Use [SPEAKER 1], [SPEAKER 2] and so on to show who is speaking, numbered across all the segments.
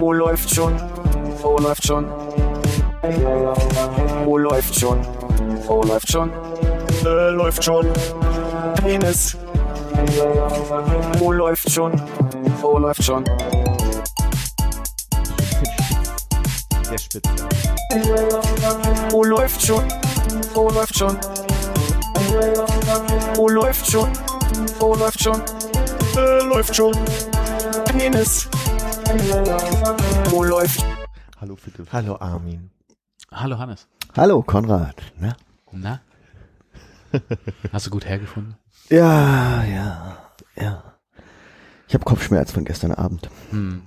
[SPEAKER 1] Oh, läuft schon. Oh, läuft schon. Oh, läuft schon. Oh, läuft schon. Äh, läuft schon. Penis. Oh, läuft schon. Oh, läuft schon.
[SPEAKER 2] Der Spitze.
[SPEAKER 1] Oh, läuft schon. Oh, läuft schon. Oh, läuft schon. Oh, läuft schon. Äh, läuft schon. Penis. Oh, läuft.
[SPEAKER 2] Hallo Philipp. Hallo Armin.
[SPEAKER 3] Hallo Hannes.
[SPEAKER 4] Hallo Konrad. ne? Na?
[SPEAKER 3] Na? Hast du gut hergefunden?
[SPEAKER 2] Ah,
[SPEAKER 4] Ja, ja, ja. Ich habe Kopfschmerz von gestern Abend.
[SPEAKER 3] Hm.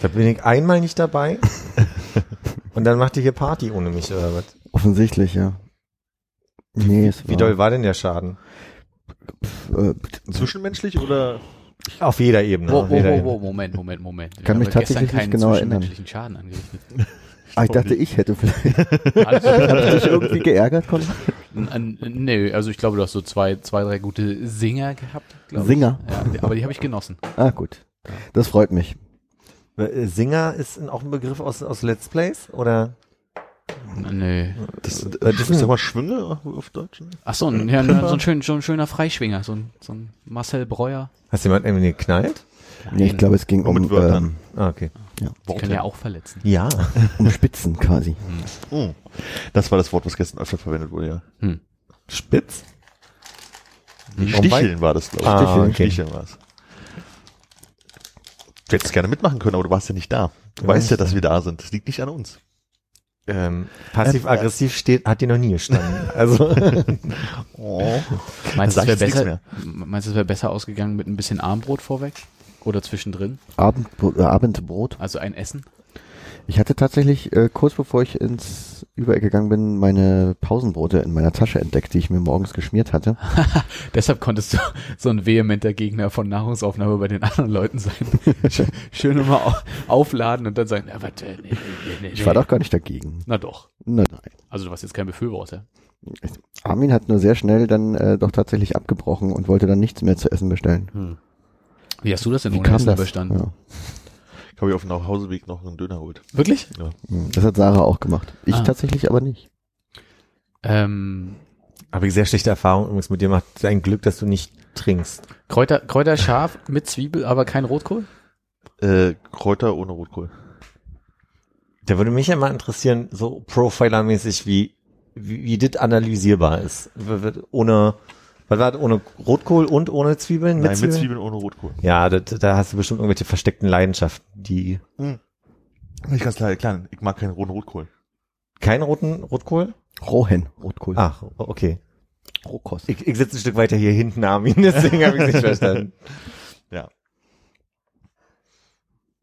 [SPEAKER 2] Da bin ich einmal nicht dabei. Und dann macht ihr hier Party ohne mich oder was?
[SPEAKER 4] Offensichtlich, ja. Nee, es
[SPEAKER 2] Wie
[SPEAKER 4] war,
[SPEAKER 2] doll war denn der Schaden?
[SPEAKER 4] äh,
[SPEAKER 5] Zwischenmenschlich oder?
[SPEAKER 2] Auf jeder Ebene.
[SPEAKER 3] Wow,
[SPEAKER 2] auf
[SPEAKER 3] wow,
[SPEAKER 2] jeder
[SPEAKER 3] wow,
[SPEAKER 2] Ebene.
[SPEAKER 3] wow, Moment, Moment, Moment. Wir
[SPEAKER 4] Kann
[SPEAKER 3] haben
[SPEAKER 4] mich
[SPEAKER 3] ja gestern
[SPEAKER 4] tatsächlich nicht
[SPEAKER 3] keinen
[SPEAKER 4] genau
[SPEAKER 3] zwischenmenschlichen Schaden angerichtet.
[SPEAKER 4] ah, ich dachte, ich hätte vielleicht
[SPEAKER 3] Also,
[SPEAKER 4] hab ich dich irgendwie geärgert, Konrad.
[SPEAKER 3] n- n- nee, also ich glaube, du hast so zwei, zwei, drei gute Singer gehabt. glaub ich.
[SPEAKER 4] Singer?
[SPEAKER 3] Ja, aber die habe ich genossen.
[SPEAKER 4] Ah, gut. Das freut mich.
[SPEAKER 2] Äh, Singer ist ein- auch ein Begriff aus, aus Let's Plays? Oder?
[SPEAKER 3] Nee.
[SPEAKER 5] Das, Äh, das,
[SPEAKER 2] das
[SPEAKER 5] ich
[SPEAKER 2] ist-
[SPEAKER 5] sag mal Schwinge auf Deutsch. ne?
[SPEAKER 3] Ach so, ein, ja, so, ein schön, so ein schöner Freischwinger, so ein, so ein Marcel Breuer.
[SPEAKER 2] Hast jemand irgendwie geknallt?
[SPEAKER 4] Nee, ich glaube, es ging
[SPEAKER 5] Nur
[SPEAKER 4] um,
[SPEAKER 5] mit Wörtern.
[SPEAKER 4] ähm,
[SPEAKER 2] Ah, okay.
[SPEAKER 3] Die können ja auch verletzen.
[SPEAKER 2] Ja.
[SPEAKER 4] um Spitzen quasi.
[SPEAKER 5] Hm. Das war das Wort, was gestern öfter verwendet wurde, ja.
[SPEAKER 3] Hm.
[SPEAKER 2] Spitz?
[SPEAKER 5] Nee, Sticheln war das, glaube ich.
[SPEAKER 2] Ah, okay.
[SPEAKER 5] Sticheln war es. Du hättest gerne mitmachen können, aber du warst ja nicht da. Du weißt ja, dass wir da sind. Das liegt nicht an uns.
[SPEAKER 2] Ähm, Passiv-aggressiv steht, hat die noch nie gestanden. Also,
[SPEAKER 5] Oh.
[SPEAKER 3] Meinst du,
[SPEAKER 5] Dann
[SPEAKER 3] es
[SPEAKER 5] sag ich
[SPEAKER 3] wäre
[SPEAKER 5] jetzt
[SPEAKER 3] besser, meinst du, es wäre besser ausgegangen mit ein bisschen Armbrot vorweg? Oder zwischendrin?
[SPEAKER 4] Abendbrot, äh, Abendbrot.
[SPEAKER 3] Also ein Essen?
[SPEAKER 4] Ich hatte tatsächlich äh, kurz bevor ich ins Übereck gegangen bin, meine Pausenbrote in meiner Tasche entdeckt, die ich mir morgens geschmiert hatte.
[SPEAKER 3] Deshalb konntest du so ein vehementer Gegner von Nahrungsaufnahme bei den anderen Leuten sein. Sch- Schön immer au- aufladen und dann sagen, na, warte, nee, nee, nee,
[SPEAKER 4] Ich war
[SPEAKER 3] nee.
[SPEAKER 4] doch gar nicht dagegen.
[SPEAKER 3] Na doch.
[SPEAKER 4] Nein, nein.
[SPEAKER 3] Also du warst jetzt kein Befürworter.
[SPEAKER 4] Armin hat nur sehr schnell dann äh, doch tatsächlich abgebrochen und wollte dann nichts mehr zu essen bestellen.
[SPEAKER 3] Wie hast du das denn
[SPEAKER 4] Wie
[SPEAKER 3] ohne
[SPEAKER 4] kam
[SPEAKER 3] Essen
[SPEAKER 4] das?
[SPEAKER 3] überstanden?
[SPEAKER 4] Ja.
[SPEAKER 5] Ich habe ich auf dem Nachhauseweg noch einen Döner geholt.
[SPEAKER 3] Wirklich?
[SPEAKER 4] Hm, Das hat Sarah auch gemacht. Ich
[SPEAKER 3] Ah.
[SPEAKER 4] tatsächlich aber nicht.
[SPEAKER 3] Ähm,
[SPEAKER 2] habe ich sehr schlechte Erfahrungen übrigens mit dir gemacht. Dein Glück, dass du nicht trinkst.
[SPEAKER 3] Kräuter, Kräuter scharf mit Zwiebel, aber kein Rotkohl?
[SPEAKER 5] Äh, Kräuter ohne Rotkohl.
[SPEAKER 2] Da würde mich ja mal interessieren, so Profiler-mäßig, wie, wie, wie das analysierbar ist. W- w- Ohne, was war das? Ohne Rotkohl und ohne Zwiebeln?
[SPEAKER 5] Nein, mit Zwiebeln ohne Rotkohl.
[SPEAKER 2] Ja, da, da hast du bestimmt irgendwelche versteckten Leidenschaften, die
[SPEAKER 5] Ich Hm. ganz klar erklären. Ich mag keinen roten Rotkohl.
[SPEAKER 2] keinen roten Rotkohl?
[SPEAKER 4] Rohen, Rotkohl.
[SPEAKER 2] Ach, okay.
[SPEAKER 4] Rohkost.
[SPEAKER 2] Ich, ich sitze ein Stück weiter hier hinten, Armin, deswegen habe ich nicht verstanden.
[SPEAKER 5] Ja.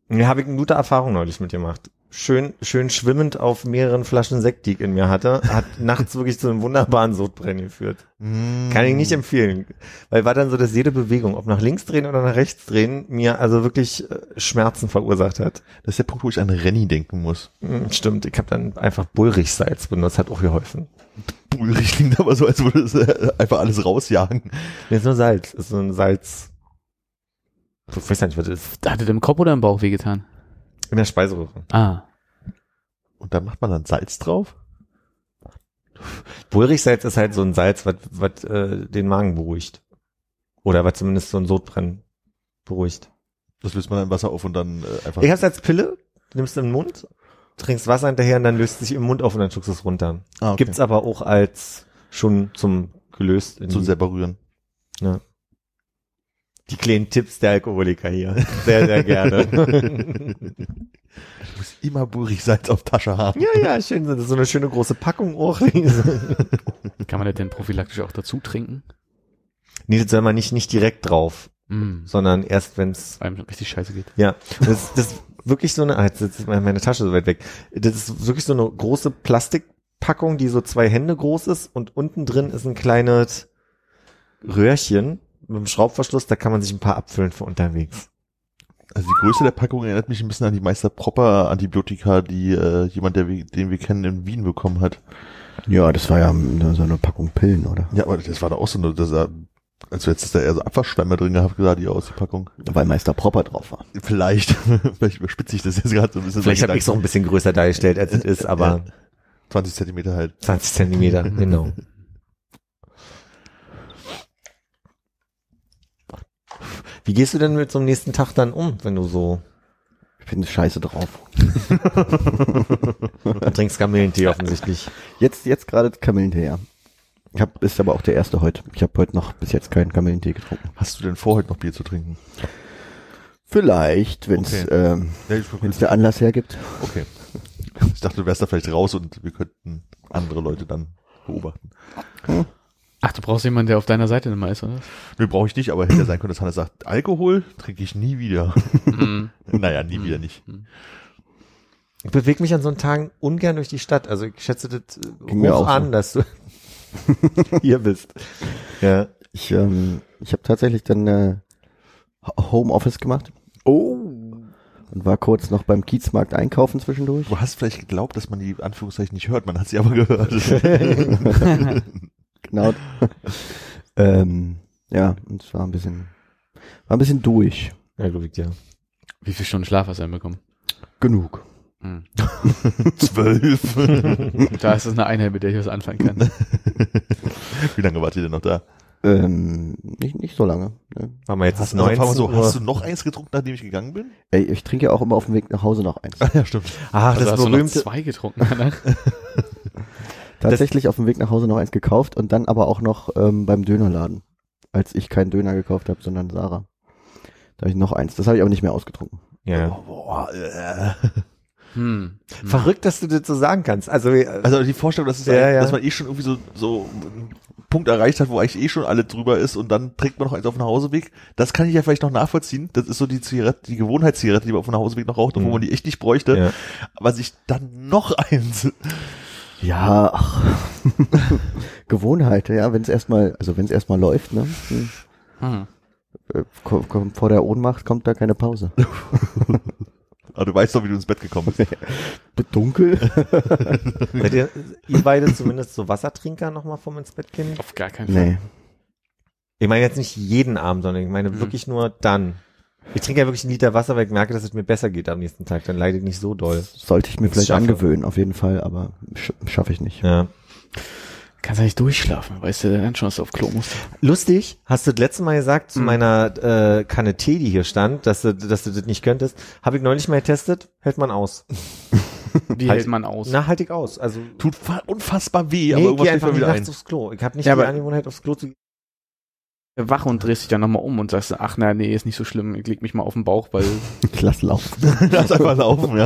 [SPEAKER 2] Ja, habe ich eine gute Erfahrung neulich mit gemacht. Schön, schön schwimmend auf mehreren Flaschen Sekt, die ich in mir hatte, hat nachts wirklich zu einem wunderbaren Sodbrennen geführt. Kann ich nicht empfehlen. Weil war dann so, dass jede Bewegung, ob nach links drehen oder nach rechts drehen, mir also wirklich äh, Schmerzen verursacht hat.
[SPEAKER 5] Das ist der Punkt, wo ich an Renny denken muss.
[SPEAKER 2] Hm, Stimmt, ich habe dann einfach Bullrichsalz benutzt, hat auch geholfen.
[SPEAKER 5] Ulrich klingt aber so, als würde es äh, einfach alles rausjagen.
[SPEAKER 2] Nee, ist nur Salz, ist so ein Salz. Ich weiß nicht, was das ist.
[SPEAKER 3] Hat er dem Kopf oder im Bauch wehgetan?
[SPEAKER 2] In der Speiseröhre.
[SPEAKER 3] Ah.
[SPEAKER 5] Und dann macht man dann Salz drauf?
[SPEAKER 2] Bullrichsalz ist halt so ein Salz, was, was äh, den Magen beruhigt. Oder was zumindest so ein Sodbrennen beruhigt.
[SPEAKER 5] Das löst man dann in Wasser auf und dann äh, einfach.
[SPEAKER 2] Ich hab's als Pille, nimmst du im Mund, trinkst Wasser hinterher und dann löst sich im Mund auf und dann schluckst du es runter.
[SPEAKER 5] ah,
[SPEAKER 2] Gibt's aber auch als schon zum gelöst in
[SPEAKER 5] Zum
[SPEAKER 2] die,
[SPEAKER 5] selber rühren.
[SPEAKER 2] die kleinen Tipps der Alkoholiker hier. Sehr, sehr gerne.
[SPEAKER 5] Muss immer burig Salz auf Tasche haben.
[SPEAKER 2] ja, ja, schön. Das ist so eine schöne große Packung auch.
[SPEAKER 3] Kann man das denn prophylaktisch auch dazu trinken?
[SPEAKER 2] nee, das soll man nicht, nicht direkt drauf,
[SPEAKER 3] Mm.
[SPEAKER 2] sondern erst, wenn's
[SPEAKER 3] Einem richtig scheiße geht.
[SPEAKER 2] Ja, und das, das ist wirklich so eine, ah, jetzt ist meine meine Tasche so weit weg. Das ist wirklich so eine große Plastikpackung, die so zwei Hände groß ist und unten drin ist ein kleines Röhrchen mit einem Schraubverschluss, da kann man sich ein paar abfüllen für unterwegs.
[SPEAKER 5] Also die Größe der Packung erinnert mich ein bisschen an die Meister Proper Antibiotika, die äh, jemand, der, wir- den wir kennen, in Wien bekommen hat.
[SPEAKER 4] Ja, das war ja mm, hm, so eine Packung Pillen, oder?
[SPEAKER 5] Ja, aber das war da auch so eine, das, äh, Also jetzt ist da eher so Abwaschschwämme drin gehabt, sah die aus, die Packung.
[SPEAKER 4] Weil Meister Propper drauf war.
[SPEAKER 5] Vielleicht, vielleicht überspitze ich das jetzt gerade so ein bisschen.
[SPEAKER 2] Vielleicht
[SPEAKER 5] mein
[SPEAKER 2] habe ich es auch ein bisschen größer dargestellt, als es ist, aber
[SPEAKER 5] 20 Zentimeter halt.
[SPEAKER 2] 20 Zentimeter, genau. Wie gehst du denn mit so einem nächsten Tag dann um, wenn du so
[SPEAKER 4] Ich bin scheiße drauf.
[SPEAKER 2] du trinkst Kamillentee offensichtlich?
[SPEAKER 4] Jetzt, jetzt gerade Kamillentee, ja. Ich hab, ist aber auch der erste heute. Ich habe heute noch bis jetzt keinen Kamillentee getrunken.
[SPEAKER 5] Hast du denn vor, heute noch Bier zu trinken?
[SPEAKER 4] Vielleicht, wenn es
[SPEAKER 5] Okay.
[SPEAKER 4] ähm,
[SPEAKER 5] Ja, ich,
[SPEAKER 4] wenn's der Anlass hergibt.
[SPEAKER 5] okay. Ich dachte, du wärst da vielleicht raus und wir könnten andere Leute dann beobachten.
[SPEAKER 3] Ach, du brauchst jemanden, der auf deiner Seite immer ist, oder?
[SPEAKER 5] Nö, brauche ich nicht, aber hätte ja sein können, dass Hannes sagt, Alkohol trinke ich nie wieder.
[SPEAKER 3] Mhm.
[SPEAKER 5] naja, nie wieder nicht.
[SPEAKER 2] Ich bewege mich an so einen Tagen ungern durch die Stadt. Also ich schätze das äh,
[SPEAKER 4] Ging mir
[SPEAKER 2] hoch
[SPEAKER 4] auch
[SPEAKER 2] an, dass du hier bist. Ja.
[SPEAKER 4] Ich, ähm, ich habe tatsächlich dann äh, Ho- Homeoffice gemacht
[SPEAKER 2] Oh.
[SPEAKER 4] und war kurz noch beim Kiezmarkt einkaufen zwischendurch.
[SPEAKER 5] Du hast vielleicht geglaubt, dass man die Anführungszeichen nicht hört, man hat sie aber gehört.
[SPEAKER 4] Genau. ähm, ja, und es war ein bisschen, war ein bisschen durch.
[SPEAKER 2] Ja, glaube ich, ja.
[SPEAKER 3] Wie viel Stunden Schlaf hast du denn bekommen?
[SPEAKER 4] Genug.
[SPEAKER 3] Mhm.
[SPEAKER 5] Zwölf.
[SPEAKER 3] Da ist es eine Einheit, mit der ich was anfangen kann.
[SPEAKER 5] Wie lange wart ihr denn noch da?
[SPEAKER 4] Ähm, nicht, nicht so lange. Ne?
[SPEAKER 2] War mal jetzt ist
[SPEAKER 5] also,
[SPEAKER 2] 19
[SPEAKER 5] fragen wir so,
[SPEAKER 2] Uhr.
[SPEAKER 5] hast du noch eins getrunken, nachdem ich gegangen bin?
[SPEAKER 4] Ey, ich trinke ja auch immer auf dem Weg nach Hause noch eins.
[SPEAKER 5] Ja, stimmt.
[SPEAKER 2] Ach,
[SPEAKER 3] Also
[SPEAKER 2] das
[SPEAKER 3] hast du noch
[SPEAKER 2] berühmte.
[SPEAKER 3] zwei getrunken danach?
[SPEAKER 4] Tatsächlich auf dem Weg nach Hause noch eins gekauft und dann aber auch noch ähm, beim Dönerladen. Als ich keinen Döner gekauft habe, sondern Sarah. Da habe ich noch eins. Das habe ich aber nicht mehr ausgetrunken.
[SPEAKER 2] Ja. Mhm.
[SPEAKER 5] Boah, äh.
[SPEAKER 3] Hm.
[SPEAKER 2] Verrückt, dass du das so sagen kannst. Also, äh,
[SPEAKER 5] Also die Vorstellung, dass, es
[SPEAKER 2] Ja,
[SPEAKER 5] ein,
[SPEAKER 2] ja.
[SPEAKER 5] dass man eh schon irgendwie so, so einen Punkt erreicht hat, wo eigentlich eh schon alle drüber ist und dann trinkt man noch eins auf dem Hauseweg. Das kann ich ja vielleicht noch nachvollziehen. Das ist so die Zigarette, die Gewohnheitszigarette, die man auf dem Hauseweg noch raucht, obwohl
[SPEAKER 2] Mhm.
[SPEAKER 5] man die echt nicht bräuchte.
[SPEAKER 2] Ja.
[SPEAKER 5] Aber sich dann noch eins.
[SPEAKER 4] Ja, ach. Gewohnheit, ja, wenn es erstmal, also wenn es erstmal läuft, ne? Hm.
[SPEAKER 3] Hm.
[SPEAKER 4] Äh, Kommt, kommt vor der Ohnmacht kommt da keine Pause.
[SPEAKER 5] Aber Ah, du weißt doch, wie du ins Bett gekommen bist.
[SPEAKER 4] Dunkel?
[SPEAKER 2] seid ihr, ihr beide zumindest so Wassertrinker nochmal vom ins Bett gehen?
[SPEAKER 3] Auf gar keinen Fall.
[SPEAKER 4] Nee.
[SPEAKER 2] Ich meine jetzt nicht jeden Abend, sondern ich meine
[SPEAKER 3] Mhm.
[SPEAKER 2] wirklich nur dann. Ich trinke ja wirklich einen Liter Wasser, weil ich merke, dass es mir besser geht am nächsten Tag. Dann leide ich nicht so doll.
[SPEAKER 4] Sollte ich mir
[SPEAKER 2] Das
[SPEAKER 4] vielleicht
[SPEAKER 2] schaffe.
[SPEAKER 4] angewöhnen, auf jeden Fall, aber sch schaffe ich nicht.
[SPEAKER 2] Ja.
[SPEAKER 3] Kannst ja nicht durchschlafen, weißt du dann schon, dass du auf Klo musst.
[SPEAKER 2] Lustig, hast du das letzte Mal gesagt zu
[SPEAKER 5] Hm.
[SPEAKER 2] meiner äh, Kanne Tee, die hier stand, dass du, dass du das nicht könntest. Habe ich neulich mal getestet, hält man aus.
[SPEAKER 3] Wie
[SPEAKER 2] Halt-
[SPEAKER 3] hält man aus?
[SPEAKER 2] Na, halte ich aus. Also,
[SPEAKER 5] Tut fa- unfassbar weh, aber
[SPEAKER 2] nee,
[SPEAKER 5] irgendwas
[SPEAKER 2] geh
[SPEAKER 5] fällt
[SPEAKER 2] einfach
[SPEAKER 5] mir
[SPEAKER 2] nicht
[SPEAKER 5] wieder ein.
[SPEAKER 2] nachts aufs Klo. Ich habe nicht
[SPEAKER 3] Ja,
[SPEAKER 2] die
[SPEAKER 3] aber-
[SPEAKER 2] Angewohnheit, aufs Klo zu gehen.
[SPEAKER 3] wach und drehst dich dann nochmal um und sagst, ach na, nee, ist nicht so schlimm, ich leg mich mal auf den Bauch, weil
[SPEAKER 4] Ich lass laufen.
[SPEAKER 5] Lass einfach laufen, ja.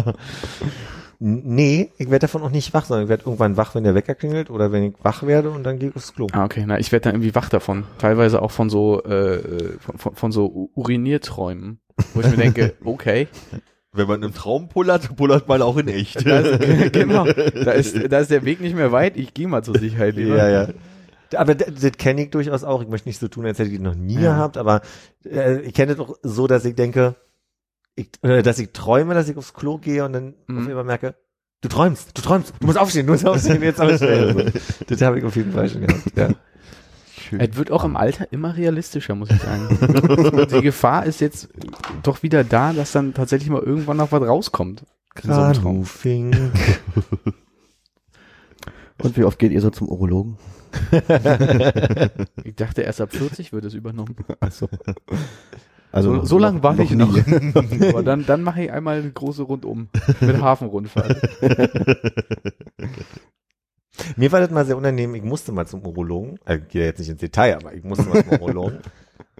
[SPEAKER 2] N- Nee, ich werde davon auch nicht wach, sondern ich werde irgendwann wach, wenn der Wecker klingelt oder wenn ich wach werde und dann gehe ich aufs Klo.
[SPEAKER 3] Ah, okay. Na, ich werde dann irgendwie wach davon. Teilweise auch von so, äh, äh, von, von, von so U- Urinierträumen. Wo ich mir denke, okay.
[SPEAKER 5] Wenn man im Traum pullert, pullert man auch in echt.
[SPEAKER 3] Da ist, genau. Da ist, da ist der Weg nicht mehr weit. Ich gehe mal zur Sicherheit lieber.
[SPEAKER 2] ja. Aber d- das kenne ich durchaus auch. Ich möchte nicht so tun, als hätte ich das noch nie
[SPEAKER 3] Ja.
[SPEAKER 2] gehabt, aber äh, ich kenne das auch so, dass ich denke, ich, äh, dass ich träume, dass ich aufs Klo gehe und dann
[SPEAKER 3] Mhm.
[SPEAKER 2] auf einmal merke, du träumst, du träumst, du musst aufstehen, du musst aufstehen, jetzt aber schnell. das habe ich auf jeden Fall schon gehabt. Ja.
[SPEAKER 3] Es wird auch im Alter immer realistischer, muss ich sagen. Die Gefahr ist jetzt doch wieder da, dass dann tatsächlich mal irgendwann noch was rauskommt. In so einem Traum.
[SPEAKER 2] Anrufing.
[SPEAKER 4] Und wie oft geht ihr so zum Urologen?
[SPEAKER 3] Ich dachte, erst ab 40 wird es übernommen.
[SPEAKER 4] Also,
[SPEAKER 3] So, so lange war ich noch.
[SPEAKER 4] nie.
[SPEAKER 3] Aber dann, dann mache ich einmal eine große Rundum mit Hafenrundfahrt.
[SPEAKER 2] Mir war das mal sehr unangenehm. Ich musste mal zum Urologen. Also, ich gehe jetzt nicht ins Detail, aber ich musste mal zum Urologen.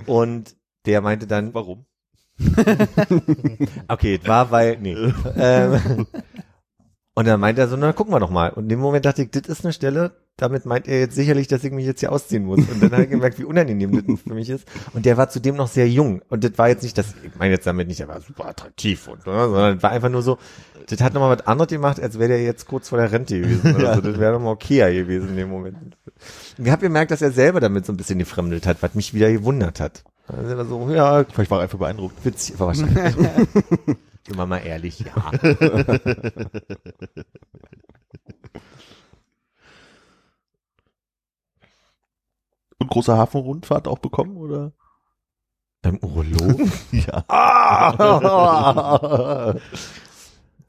[SPEAKER 2] Und der meinte dann,
[SPEAKER 5] Warum?
[SPEAKER 2] Okay, es war weil, nee. ähm, und dann meint er so, na gucken wir doch mal. Und in dem Moment dachte ich, das ist eine Stelle, damit meint er jetzt sicherlich, dass ich mich jetzt hier ausziehen muss. Und dann habe ich gemerkt, wie unangenehm das für mich ist. Und der war zudem noch sehr jung. Und das war jetzt nicht, das, ich meine jetzt damit nicht, er war super attraktiv und, ne, sondern es war einfach nur so, das hat nochmal was anderes gemacht, als wäre der jetzt kurz vor der Rente gewesen. Oder so. Das wäre nochmal okayer gewesen in dem Moment. Und ich habe gemerkt, dass er selber damit so ein bisschen gefremdelt hat, was mich wieder gewundert hat. Also er war so, ja,
[SPEAKER 5] Vielleicht war er einfach beeindruckt.
[SPEAKER 2] Witzig, war wahrscheinlich. Sind wir mal ehrlich, ja.
[SPEAKER 5] Und große Hafenrundfahrt auch bekommen, oder?
[SPEAKER 2] Beim Urologen?
[SPEAKER 5] Ja.
[SPEAKER 2] ah!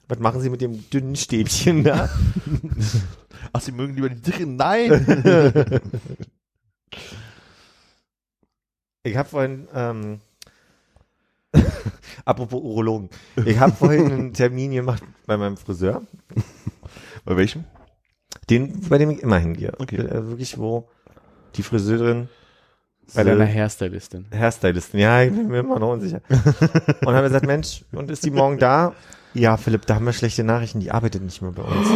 [SPEAKER 2] Was machen Sie mit dem dünnen Stäbchen da?
[SPEAKER 5] Ach, sie mögen lieber die dicken? Nein!
[SPEAKER 2] Ich habe vorhin, ähm, apropos Urologen, ich habe vorhin einen Termin gemacht bei meinem Friseur,
[SPEAKER 5] Bei welchem?
[SPEAKER 2] den, bei dem ich immer hingehe.
[SPEAKER 5] Okay.
[SPEAKER 2] Äh, wirklich, wo die Friseurin
[SPEAKER 3] Bei
[SPEAKER 2] So.
[SPEAKER 3] deiner Hairstylistin.
[SPEAKER 2] Hairstylistin. Ja, ich bin mir immer noch unsicher. und haben gesagt, Mensch, und ist die morgen da? Ja, Philipp, da haben wir schlechte Nachrichten, die arbeitet nicht mehr bei uns.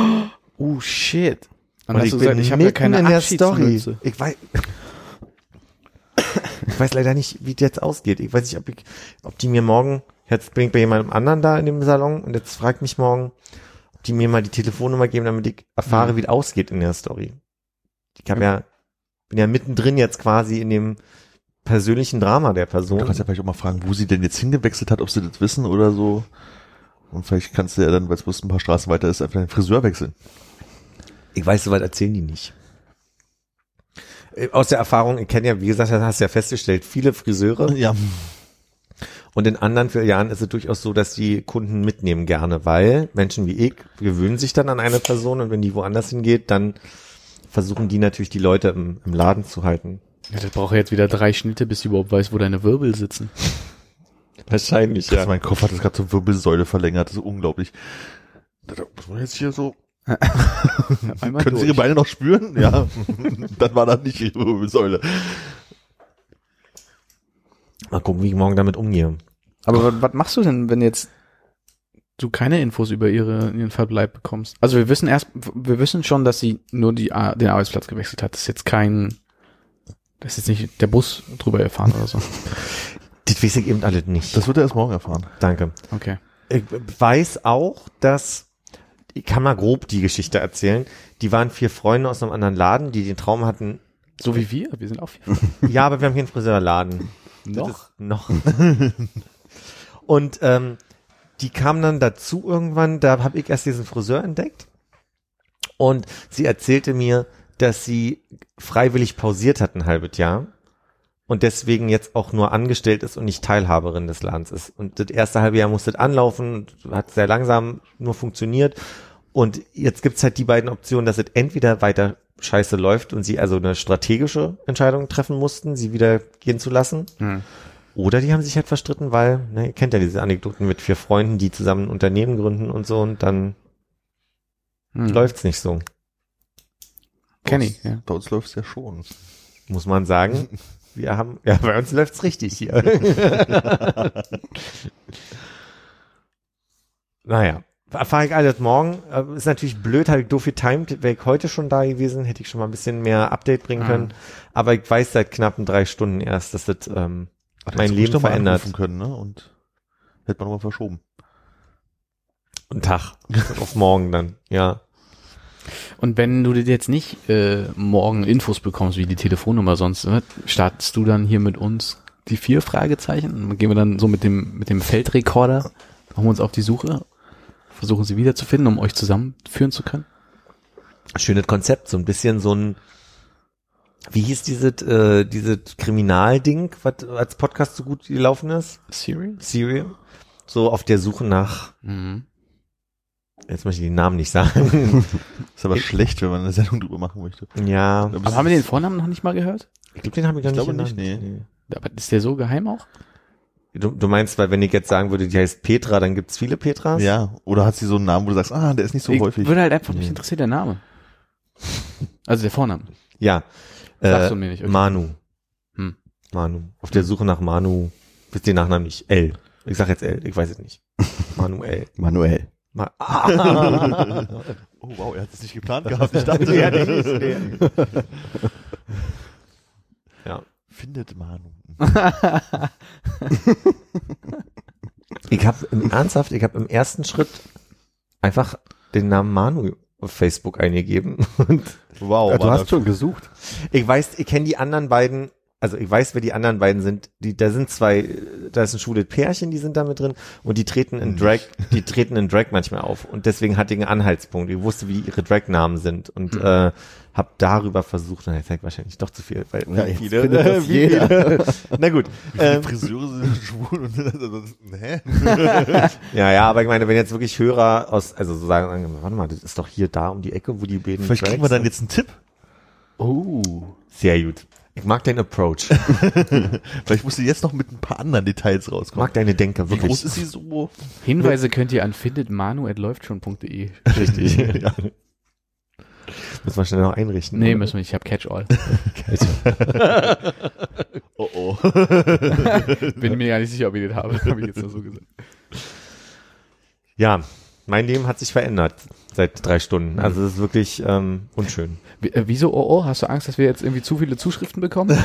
[SPEAKER 3] Oh shit. Und,
[SPEAKER 2] Und
[SPEAKER 3] hast
[SPEAKER 2] ich
[SPEAKER 3] du
[SPEAKER 2] bin
[SPEAKER 3] gesagt, ich habe ja
[SPEAKER 2] mitten
[SPEAKER 3] keine
[SPEAKER 2] in der Story.
[SPEAKER 3] Abschiedsmütze.
[SPEAKER 2] Ich weiß, ich weiß leider nicht, wie das jetzt ausgeht. Ich weiß nicht, ob, ich, ob die mir morgen, jetzt bin ich bei jemandem anderen da in dem Salon und jetzt fragt mich morgen, ob die mir mal die Telefonnummer geben, damit ich erfahre,
[SPEAKER 3] Mhm.
[SPEAKER 2] wie das ausgeht in der Story. Ich hab ja, bin ja mittendrin jetzt quasi in dem persönlichen Drama der Person.
[SPEAKER 5] Du kannst ja vielleicht auch mal fragen, wo sie denn jetzt hingewechselt hat, ob sie das wissen oder so. Und vielleicht kannst du ja dann, weil es bloß ein paar Straßen weiter ist, einfach den Friseur wechseln.
[SPEAKER 2] Ich weiß, soweit erzählen die nicht. Äh, Aus der Erfahrung, ich kenne ja, wie gesagt, das hast du ja festgestellt, viele Friseure
[SPEAKER 5] Ja.
[SPEAKER 2] und in anderen Filialen ist es durchaus so, dass die Kunden mitnehmen gerne, weil Menschen wie ich gewöhnen sich dann an eine Person und wenn die woanders hingeht, dann versuchen die natürlich die Leute im, im Laden zu halten.
[SPEAKER 3] Ja, das braucht jetzt wieder drei Schnitte, bis du überhaupt weißt, wo deine Wirbel sitzen.
[SPEAKER 2] Wahrscheinlich,
[SPEAKER 5] Also mein Kopf hat das gerade zur Wirbelsäule verlängert, das ist unglaublich. Da da muss man jetzt hier so.
[SPEAKER 3] Einmal
[SPEAKER 5] Können Sie Ihre
[SPEAKER 3] durch.
[SPEAKER 5] Beine noch spüren? Ja. dann war das nicht Ihre Wirbelsäule.
[SPEAKER 2] Mal gucken, wie ich morgen damit umgehe.
[SPEAKER 3] Aber was, was machst du denn, wenn jetzt du keine Infos über ihre, ihren Verbleib bekommst? Also wir wissen erst, wir wissen schon, dass sie nur die, Ar- den Arbeitsplatz gewechselt hat. Das ist jetzt kein, das ist jetzt nicht der Bus drüber gefahren oder so.
[SPEAKER 2] Das weiß ich eben alles nicht.
[SPEAKER 5] Das wird er erst morgen erfahren.
[SPEAKER 2] Danke.
[SPEAKER 3] Okay.
[SPEAKER 2] Ich weiß auch, dass, ich kann mal grob die Geschichte erzählen, die waren vier Freunde aus einem anderen Laden, die den Traum hatten,
[SPEAKER 3] So wie wir, wir sind auch vier.
[SPEAKER 2] Ja, aber wir haben hier einen Friseurladen. Das ist- Noch. Und ähm, die kamen dann dazu irgendwann, da habe ich erst diesen Friseur entdeckt. Und sie erzählte mir, dass sie freiwillig pausiert hat ein halbes Jahr und deswegen jetzt auch nur angestellt ist und nicht Teilhaberin des Ladens ist. Und das erste halbe Jahr musste das anlaufen, hat sehr langsam nur funktioniert. Und jetzt gibt's halt die beiden Optionen, dass es entweder weiter scheiße läuft und sie also eine strategische Entscheidung treffen mussten, sie wieder gehen zu lassen.
[SPEAKER 3] Hm.
[SPEAKER 2] Oder die haben sich halt verstritten, weil, ne, ihr kennt ja diese Anekdoten mit vier Freunden, die zusammen ein Unternehmen gründen und so und dann
[SPEAKER 3] Hm.
[SPEAKER 2] läuft's nicht so,
[SPEAKER 3] Kenny, ja.
[SPEAKER 5] Bei uns läuft's ja schon.
[SPEAKER 2] muss man sagen. Wir haben, ja, bei uns läuft's richtig hier. naja, erfahre ich alles morgen. Äh, Ist natürlich blöd, habe ich doof getimed. Wäre ich heute schon da gewesen, hätte ich schon mal ein bisschen mehr Update bringen
[SPEAKER 3] Ah.
[SPEAKER 2] können. Aber ich weiß seit knappen drei Stunden erst, dass das, ähm,
[SPEAKER 5] Ach,
[SPEAKER 2] Mein
[SPEAKER 5] hättest
[SPEAKER 2] Leben
[SPEAKER 5] du ruhig noch mal
[SPEAKER 2] verändert.
[SPEAKER 5] anrufen können, ne? Und hätte man nochmal verschoben.
[SPEAKER 2] ein Tag auf morgen dann, ja.
[SPEAKER 3] Und wenn du dir jetzt nicht äh, morgen Infos bekommst, wie die Telefonnummer sonst, ne, startest du dann hier mit uns die vier Fragezeichen? Und Gehen wir dann so mit dem, mit dem Feldrekorder, machen wir uns auf die Suche, versuchen sie wiederzufinden, um euch zusammenführen zu können?
[SPEAKER 2] schönes Konzept, so ein bisschen so ein, wie hieß dieses, äh, dieses Kriminalding, was als Podcast so gut gelaufen ist?
[SPEAKER 3] Serial?
[SPEAKER 2] Serial? So auf der Suche nach,
[SPEAKER 3] Mhm.
[SPEAKER 2] jetzt möchte ich den Namen nicht sagen.
[SPEAKER 5] Ist aber
[SPEAKER 2] Ich-
[SPEAKER 5] schlecht, wenn man eine Sendung drüber machen möchte.
[SPEAKER 2] ja,
[SPEAKER 5] Aber
[SPEAKER 3] Aber haben wir den Vornamen noch nicht mal gehört?
[SPEAKER 2] ich glaube, den habe ich noch
[SPEAKER 5] Ich
[SPEAKER 2] nicht
[SPEAKER 5] glaube nicht,
[SPEAKER 2] genannt.
[SPEAKER 3] Aber ist der so geheim auch?
[SPEAKER 2] Du, du meinst, weil wenn ich jetzt sagen würde, die heißt Petra, dann gibt's viele Petras?
[SPEAKER 5] Ja, oder hat sie so einen Namen, wo du sagst, ah, der ist nicht so
[SPEAKER 3] ich
[SPEAKER 5] häufig.
[SPEAKER 3] Würde halt einfach mich
[SPEAKER 2] Nee.
[SPEAKER 3] interessieren, der Name. Also der Vorname.
[SPEAKER 2] Ja.
[SPEAKER 3] Sagst
[SPEAKER 2] Äh,
[SPEAKER 3] du mir nicht, okay.
[SPEAKER 2] Manu.
[SPEAKER 3] Hm.
[SPEAKER 2] Manu. Auf der Suche nach Manu, wisst den Nachnamen nicht. L. Ich sag jetzt L, ich weiß es nicht. Manuel.
[SPEAKER 4] Manuel.
[SPEAKER 2] Ma ah.
[SPEAKER 5] Oh wow, er hat es nicht geplant gehabt. Ich dachte,
[SPEAKER 2] Ja, nicht, Ja.
[SPEAKER 5] Findet Manu.
[SPEAKER 2] Ich habe im ernsthaft, ich habe im ersten Schritt einfach den Namen Manu auf Facebook eingegeben und
[SPEAKER 5] Wow,
[SPEAKER 4] du hast schon gesucht.
[SPEAKER 2] ich weiß, ich kenne die anderen beiden also ich weiß, wer die anderen beiden sind. Die, da sind zwei, da ist ein schwules Pärchen, die sind da mit drin und die treten in Drag, die treten in Drag manchmal auf. Und deswegen hatte ich einen Anhaltspunkt. Ich wusste, wie ihre Drag-Namen sind und
[SPEAKER 4] Hm.
[SPEAKER 2] äh, hab darüber versucht, und jetzt wahrscheinlich doch zu viel, weil
[SPEAKER 4] Ja, jetzt findet das
[SPEAKER 2] wie
[SPEAKER 4] jeder.
[SPEAKER 2] viele. Na gut. Ähm,
[SPEAKER 5] Die Friseure sind schwul und dann, hä?
[SPEAKER 2] ja, ja, aber ich meine, wenn jetzt wirklich Hörer aus, also so sagen, warte mal, das ist doch hier da um die Ecke, wo die beiden
[SPEAKER 5] Vielleicht kriegen wir
[SPEAKER 2] Drags
[SPEAKER 5] dann jetzt einen Tipp.
[SPEAKER 3] Oh.
[SPEAKER 2] Sehr gut. Ich mag deinen Approach. Ich
[SPEAKER 5] Vielleicht musst du jetzt noch mit ein paar anderen Details rauskommen.
[SPEAKER 2] mag deine Denke,
[SPEAKER 5] Wie
[SPEAKER 2] wirklich.
[SPEAKER 5] groß ist die so?
[SPEAKER 3] Hinweise könnt ihr an findetmanu.läuftschon.de.
[SPEAKER 2] Richtig. ja. Müssen wir schnell noch einrichten.
[SPEAKER 3] Nee,
[SPEAKER 2] oder?
[SPEAKER 3] müssen wir nicht. Ich hab Catch-all.
[SPEAKER 5] Oh oh.
[SPEAKER 3] Bin mir gar nicht sicher, ob ich den habe. Habe ich jetzt nur so gesagt.
[SPEAKER 2] Ja, mein Leben hat sich verändert seit drei Stunden.
[SPEAKER 5] Mhm.
[SPEAKER 2] Also es ist wirklich ähm, unschön.
[SPEAKER 3] Wie- äh, Wieso, oh, oh, hast du Angst, dass wir jetzt irgendwie zu viele Zuschriften bekommen?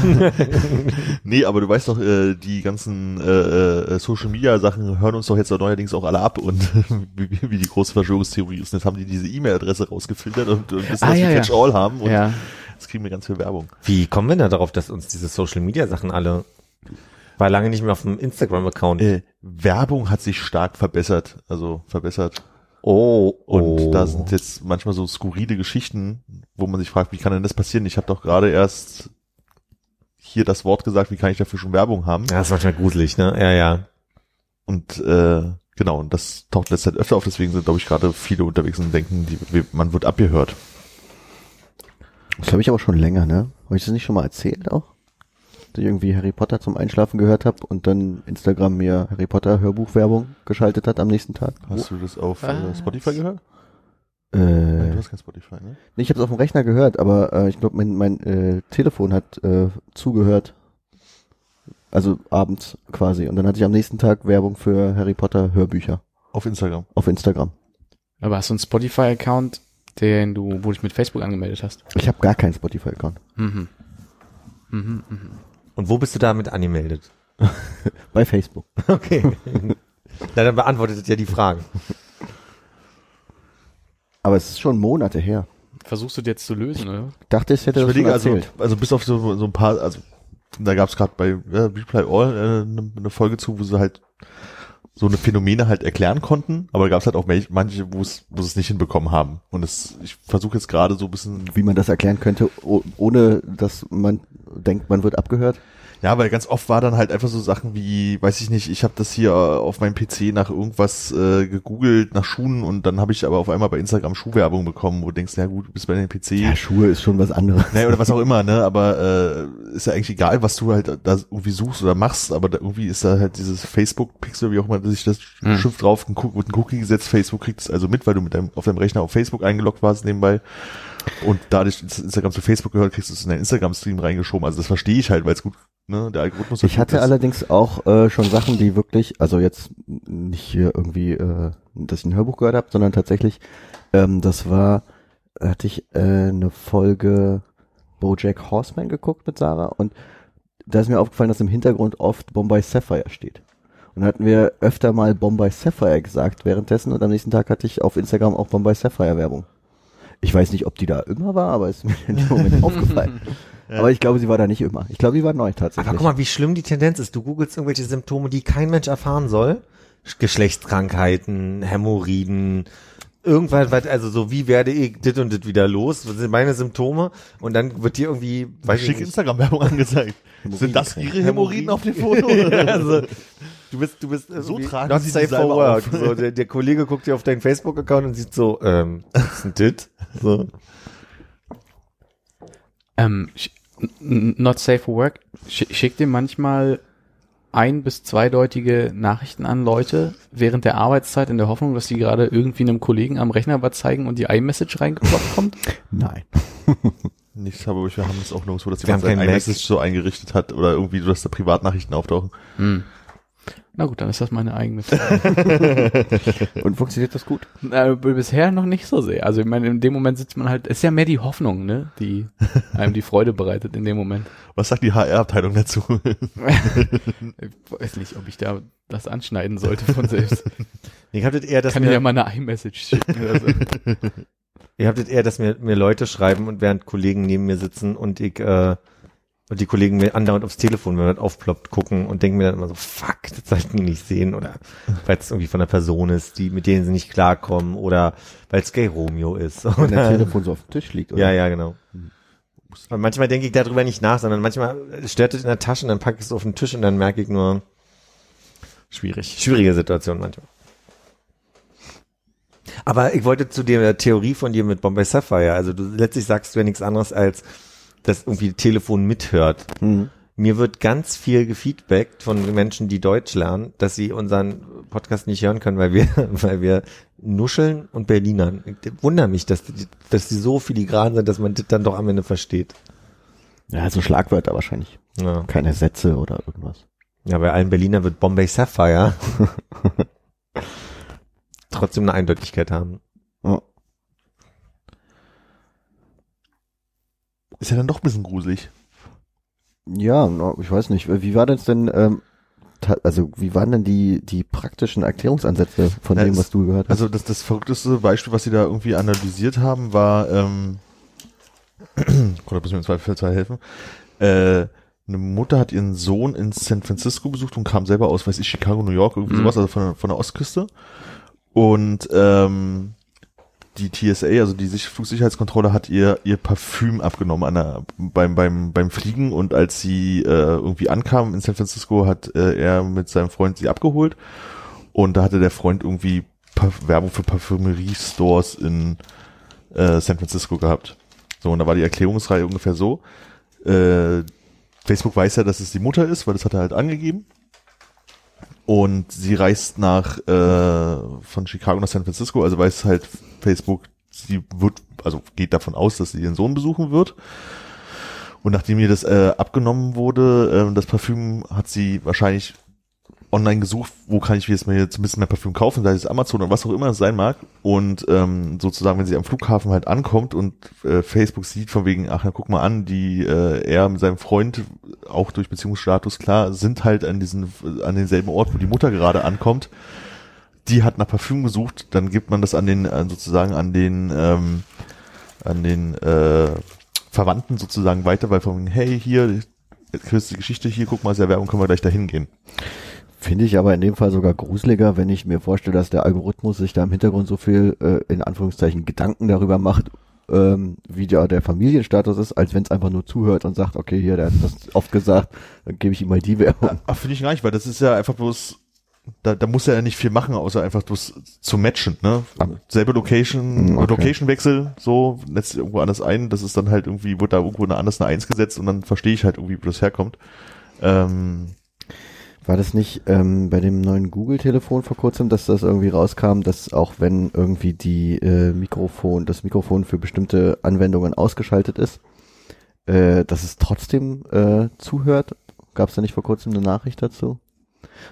[SPEAKER 5] Nee, aber du weißt doch, äh, die ganzen äh, äh, Social Media Sachen hören uns doch jetzt neuerdings auch alle ab und wie, wie- wie die große Verschwörungstheorie ist. Und Jetzt haben die diese E-Mail-Adresse rausgefiltert und, und wissen,
[SPEAKER 3] Ah,
[SPEAKER 5] dass
[SPEAKER 3] ja,
[SPEAKER 5] wir
[SPEAKER 3] ja.
[SPEAKER 5] Catch-all haben und jetzt kriegen wir ganz viel Werbung.
[SPEAKER 2] Wie kommen wir denn darauf, dass uns diese Social Media Sachen alle war lange nicht mehr auf dem Instagram Account.
[SPEAKER 5] Äh, Werbung hat sich stark verbessert, also verbessert.
[SPEAKER 2] Oh,
[SPEAKER 5] Und
[SPEAKER 2] oh.
[SPEAKER 5] da sind jetzt manchmal so skurrile Geschichten, wo man sich fragt, wie kann denn das passieren? Ich habe doch gerade erst hier das Wort gesagt, wie kann ich dafür schon Werbung haben?
[SPEAKER 2] ja, das ist manchmal gruselig, ne? Ja, ja.
[SPEAKER 5] Und äh, genau, und das taucht letzte Zeit öfter auf, deswegen sind, glaube ich, gerade viele unterwegs und denken, die, wir- man wird abgehört.
[SPEAKER 4] Das habe ich aber schon länger, ne? Habe ich das nicht schon mal erzählt auch? Dass ich irgendwie Harry Potter zum Einschlafen gehört habe und dann Instagram mir Harry Potter Hörbuchwerbung geschaltet hat am nächsten Tag.
[SPEAKER 5] Hast du das auf äh,
[SPEAKER 3] Was?
[SPEAKER 5] Spotify gehört? Nein,
[SPEAKER 4] Äh,
[SPEAKER 5] du hast kein Spotify, ne?
[SPEAKER 4] nee, ich habe es auf dem Rechner gehört, aber äh, ich glaube, mein, mein äh, Telefon hat äh, zugehört. Also abends quasi. Und dann hatte ich am nächsten Tag Werbung für Harry Potter Hörbücher
[SPEAKER 5] Auf Instagram.
[SPEAKER 4] auf Instagram.
[SPEAKER 3] Aber hast du einen Spotify-Account, den du, wo du dich mit Facebook angemeldet hast?
[SPEAKER 4] Ich habe gar keinen Spotify-Account.
[SPEAKER 3] Mhm. Mhm, mhm.
[SPEAKER 2] Und wo bist du damit angemeldet?
[SPEAKER 4] Bei Facebook.
[SPEAKER 2] Okay. Na, dann beantwortet ja die Frage.
[SPEAKER 4] Aber es ist schon Monate her.
[SPEAKER 3] Versuchst du dir jetzt zu lösen, oder?
[SPEAKER 4] Dachte, ich hätte das schon
[SPEAKER 5] also,
[SPEAKER 4] erzählt.
[SPEAKER 5] also bis auf so, so ein paar, also da gab es gerade bei äh, Replay All äh, eine eine Folge zu, wo sie halt so eine Phänomene halt erklären konnten, aber da gab es halt auch mel- manche, wo es wo sie es nicht hinbekommen haben. Und das, ich versuche jetzt gerade so ein bisschen
[SPEAKER 4] wie man das erklären könnte, o- ohne dass man denkt, man wird abgehört.
[SPEAKER 5] Ja, weil ganz oft war dann halt einfach so Sachen wie, weiß ich nicht, ich habe das hier äh, auf meinem PC nach irgendwas äh, gegoogelt, nach Schuhen und dann habe ich aber auf einmal bei Instagram Schuhwerbung bekommen, wo du denkst, na gut, du bist bei dem PC.
[SPEAKER 4] Ja, Schuhe ist schon was anderes.
[SPEAKER 5] Naja, oder was auch immer, ne? Aber äh, ist ja eigentlich egal, was du halt da irgendwie suchst oder machst, aber da irgendwie ist da halt dieses Facebook-Pixel, wie auch immer sich das
[SPEAKER 3] Hm.
[SPEAKER 5] Schiff drauf ein Cook- wird ein Cookie gesetzt, Facebook kriegt es also mit, weil du mit deinem, auf deinem Rechner auf Facebook eingeloggt warst nebenbei. Und dadurch, dass Instagram zu Facebook gehört, kriegst du es in deinen Instagram-Stream reingeschoben. Also das verstehe ich halt, weil es gut, ne, der Algorithmus halt
[SPEAKER 4] Ich
[SPEAKER 5] gut
[SPEAKER 4] hatte
[SPEAKER 5] ist.
[SPEAKER 4] allerdings auch äh, schon Sachen, die wirklich, also jetzt nicht hier irgendwie, äh, dass ich ein Hörbuch gehört habe, sondern tatsächlich, ähm, das war, da hatte ich äh, eine Folge BoJack Horseman geguckt mit Sarah und da ist mir aufgefallen, dass im Hintergrund oft Bombay Sapphire steht. Und da hatten wir öfter mal Bombay Sapphire gesagt währenddessen und am nächsten Tag hatte ich auf Instagram auch Bombay Sapphire Werbung. Ich weiß nicht, ob die da immer war, aber ist mir in dem Moment aufgefallen. Aber ich glaube, sie war da nicht immer. Ich glaube, sie war neu tatsächlich.
[SPEAKER 2] Aber guck mal, wie schlimm die Tendenz ist. Du googelst irgendwelche Symptome, die kein Mensch erfahren soll. Sch- Geschlechtskrankheiten, Hämorrhoiden, irgendwas, was- also so, wie werde ich dit und dit wieder los? Was sind meine Symptome? Und dann wird dir irgendwie, weiß ich
[SPEAKER 5] Schicke
[SPEAKER 2] nicht,
[SPEAKER 5] Instagram-Werbung angezeigt. Sind das ihre Hämorrhoiden auf dem Foto?
[SPEAKER 2] also, du bist, du bist irgendwie
[SPEAKER 5] tragen
[SPEAKER 2] not
[SPEAKER 5] sie die
[SPEAKER 2] safe for
[SPEAKER 5] Salbe
[SPEAKER 2] work.
[SPEAKER 5] auf.
[SPEAKER 2] So, der, der Kollege guckt dir auf deinen Facebook-Account und sieht so, ähm, was ist ein Dit? So.
[SPEAKER 3] Ähm, sch- n- n- not safe for work. Sch schickt ihr manchmal ein- bis zweideutige Nachrichten an Leute während der Arbeitszeit in der Hoffnung, dass die gerade irgendwie einem Kollegen am Rechner was zeigen und die iMessage reingeklopft kommt?
[SPEAKER 4] Nein.
[SPEAKER 5] Nichts, aber wir haben es auch nirgendwo, dass
[SPEAKER 2] Wir haben
[SPEAKER 5] jemand sein
[SPEAKER 2] keinen Mac.
[SPEAKER 5] iMessage so eingerichtet hat oder irgendwie, dass da Privatnachrichten auftauchen.
[SPEAKER 3] Hm. Na gut, dann ist das meine eigene Frage.
[SPEAKER 4] Und funktioniert das gut?
[SPEAKER 3] Na, b- Äh, bisher noch nicht so sehr. Also ich meine, in dem Moment sitzt man halt, ist ja mehr die Hoffnung, ne, die einem die Freude bereitet in dem Moment.
[SPEAKER 5] Was sagt die HR-Abteilung dazu?
[SPEAKER 3] Ich weiß nicht, ob ich da das anschneiden sollte von selbst.
[SPEAKER 2] Ich hab das eher, dass
[SPEAKER 3] Kann
[SPEAKER 2] mir,
[SPEAKER 3] ich ja mal eine iMessage schicken oder so.
[SPEAKER 2] Ihr habt jetzt eher, dass mir, mir Leute schreiben und während Kollegen neben mir sitzen und ich äh, Und die Kollegen mir andauernd aufs Telefon, wenn das aufploppt, gucken und denken mir dann immer so, fuck, das sollten die nicht sehen. Oder weil es irgendwie von einer Person ist, die, mit denen sie nicht klarkommen. Oder weil es Gay Romeo ist.
[SPEAKER 4] Wenn
[SPEAKER 2] Oder,
[SPEAKER 4] das Telefon so auf dem Tisch liegt.
[SPEAKER 2] ja, ja, genau. Aber manchmal denke ich darüber nicht nach, sondern manchmal stört es in der Tasche und dann packe ich es auf den Tisch und dann merke ich nur,
[SPEAKER 5] Schwierig.
[SPEAKER 2] schwierige Situation manchmal. Aber ich wollte zu der Theorie von dir mit Bombay Sapphire, also du letztlich sagst du ja nichts anderes als, dass irgendwie das Telefon mithört.
[SPEAKER 4] Hm.
[SPEAKER 2] Mir wird ganz viel gefeedbackt von Menschen, die Deutsch lernen, dass sie unseren Podcast nicht hören können, weil wir, weil wir nuscheln und Berlinern. Ich wundere mich, dass die, dass die so filigran sind, dass man das dann doch am Ende versteht.
[SPEAKER 4] Ja, also Schlagwörter wahrscheinlich.
[SPEAKER 2] Ja,
[SPEAKER 4] Keine Sätze oder irgendwas.
[SPEAKER 2] ja bei allen Berlinern wird Bombay Sapphire trotzdem eine Eindeutigkeit haben.
[SPEAKER 4] Oh.
[SPEAKER 5] Ist ja dann doch ein bisschen gruselig.
[SPEAKER 4] Ja, na, ich weiß nicht. Wie war das denn, ähm, ta- also wie waren denn die, die praktischen Erklärungsansätze von
[SPEAKER 5] Na,
[SPEAKER 4] dem,
[SPEAKER 5] es-
[SPEAKER 4] was du gehört hast?
[SPEAKER 5] Also das, das verrückteste Beispiel, was sie da irgendwie analysiert haben, war, ähm, oder müssen wir zwei Fälle helfen, äh, eine Mutter hat ihren Sohn in San Francisco besucht und kam selber aus, weiß ich, Chicago, New York, irgendwie
[SPEAKER 3] Mhm.
[SPEAKER 5] sowas, also von, der- von der Ostküste. Und ähm, die TSA, also die Sich- Flugsicherheitskontrolle, hat ihr ihr Parfüm abgenommen an der, beim beim beim Fliegen und als sie äh, irgendwie ankam in San Francisco, hat äh, er mit seinem Freund sie abgeholt und da hatte der Freund irgendwie Parf Werbung für Parfümerie-Stores in äh, San Francisco gehabt. So und da war die Erklärungsreihe ungefähr so: äh, Facebook weiß ja, dass es die Mutter ist, weil das hat er halt angegeben. Und sie reist nach äh, von Chicago nach San Francisco, also weiß halt Facebook, sie wird, also geht davon aus, dass sie ihren Sohn besuchen wird. Und nachdem ihr das äh, abgenommen wurde, äh, das Parfüm hat sie wahrscheinlich online gesucht, wo kann ich jetzt mir jetzt ein bisschen mehr Parfüm kaufen, sei es Amazon oder was auch immer es sein mag. Und ähm, sozusagen, wenn sie am Flughafen halt ankommt und äh, Facebook sieht von wegen, ach, na, guck mal an, die äh, er mit seinem Freund, auch durch Beziehungsstatus klar, sind halt an diesen, an denselben Ort, wo die Mutter gerade ankommt. Die hat nach Parfüm gesucht, dann gibt man das an den, an sozusagen an den, ähm, an den äh, Verwandten sozusagen weiter, weil von wegen, hey, hier, jetzt kriegst du die Geschichte, hier, guck mal, ist ja Werbung, können wir gleich dahin gehen.
[SPEAKER 4] Finde ich aber in dem Fall sogar gruseliger, wenn ich mir vorstelle, dass der Algorithmus sich da im Hintergrund so viel äh, in Anführungszeichen Gedanken darüber macht, ähm, wie der, der Familienstatus ist, als wenn es einfach nur zuhört und sagt, okay, hier, der hat das oft gesagt, dann gebe ich ihm mal die Werbung.
[SPEAKER 5] Ach, finde ich gar nicht, weil das ist ja einfach bloß, da, da muss er ja nicht viel machen, außer einfach bloß zu matchen, ne?
[SPEAKER 4] Ah.
[SPEAKER 5] Selbe Location,
[SPEAKER 4] Hm, okay.
[SPEAKER 5] Location-Wechsel, so, lässt sich irgendwo anders ein, das ist dann halt irgendwie, wird da irgendwo eine anders eine Eins gesetzt und dann verstehe ich halt irgendwie, wo das herkommt. Ähm,
[SPEAKER 4] War das nicht ähm, bei dem neuen Google-Telefon vor kurzem, dass das irgendwie rauskam, dass auch wenn irgendwie die äh, Mikrofon, das Mikrofon für bestimmte Anwendungen ausgeschaltet ist, äh, dass es trotzdem äh, zuhört? Gab es da nicht vor kurzem eine Nachricht dazu?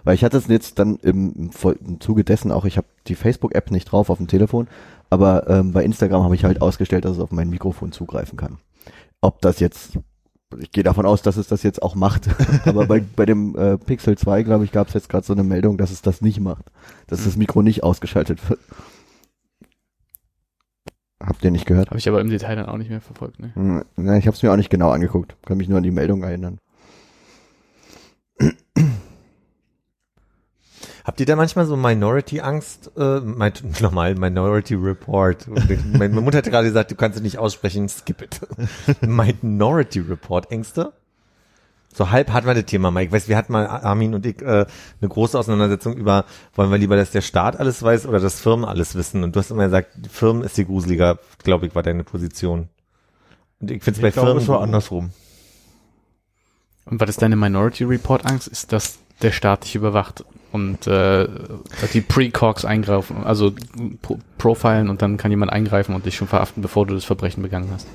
[SPEAKER 4] Weil ich hatte es jetzt dann im, im, Vol- im Zuge dessen auch, ich habe die Facebook-App nicht drauf auf dem Telefon, aber ähm, bei Instagram habe ich halt ausgestellt, dass es auf mein Mikrofon zugreifen kann. Ob das jetzt ich gehe davon aus, dass es das jetzt auch macht. Aber bei, bei dem äh, Pixel 2, glaube ich, gab es jetzt gerade so eine Meldung, dass es das nicht macht. Dass das Mikro nicht ausgeschaltet wird. Habt ihr nicht gehört?
[SPEAKER 3] Habe ich aber im Detail dann auch nicht mehr verfolgt. Ne?
[SPEAKER 4] Hm, Na, ich habe es mir auch nicht genau angeguckt. Kann mich nur an die Meldung erinnern.
[SPEAKER 2] Habt ihr da manchmal so Minority-Angst? Äh, mein, nochmal, Minority Report. Und Meine Mutter hat gerade gesagt, du kannst es nicht aussprechen, skip it. Minority Report, Ängste? So halb hatten wir das Thema, Mike. Weißt, wir hatten mal, Armin und ich, äh, eine große Auseinandersetzung über, wollen wir lieber, dass der Staat alles weiß oder dass Firmen alles wissen? Und du hast immer gesagt, die Firmen ist die gruseliger, glaube ich, war deine Position. Und ich finde es bei
[SPEAKER 5] ich glaube,
[SPEAKER 2] Firmen
[SPEAKER 5] es war andersrum.
[SPEAKER 3] Und was ist deine Minority Report Angst? Ist, dass der Staat dich überwacht und äh, dass die Precogs eingreifen, also pro profilen und dann kann jemand eingreifen und dich schon verhaften, bevor du das Verbrechen begangen hast.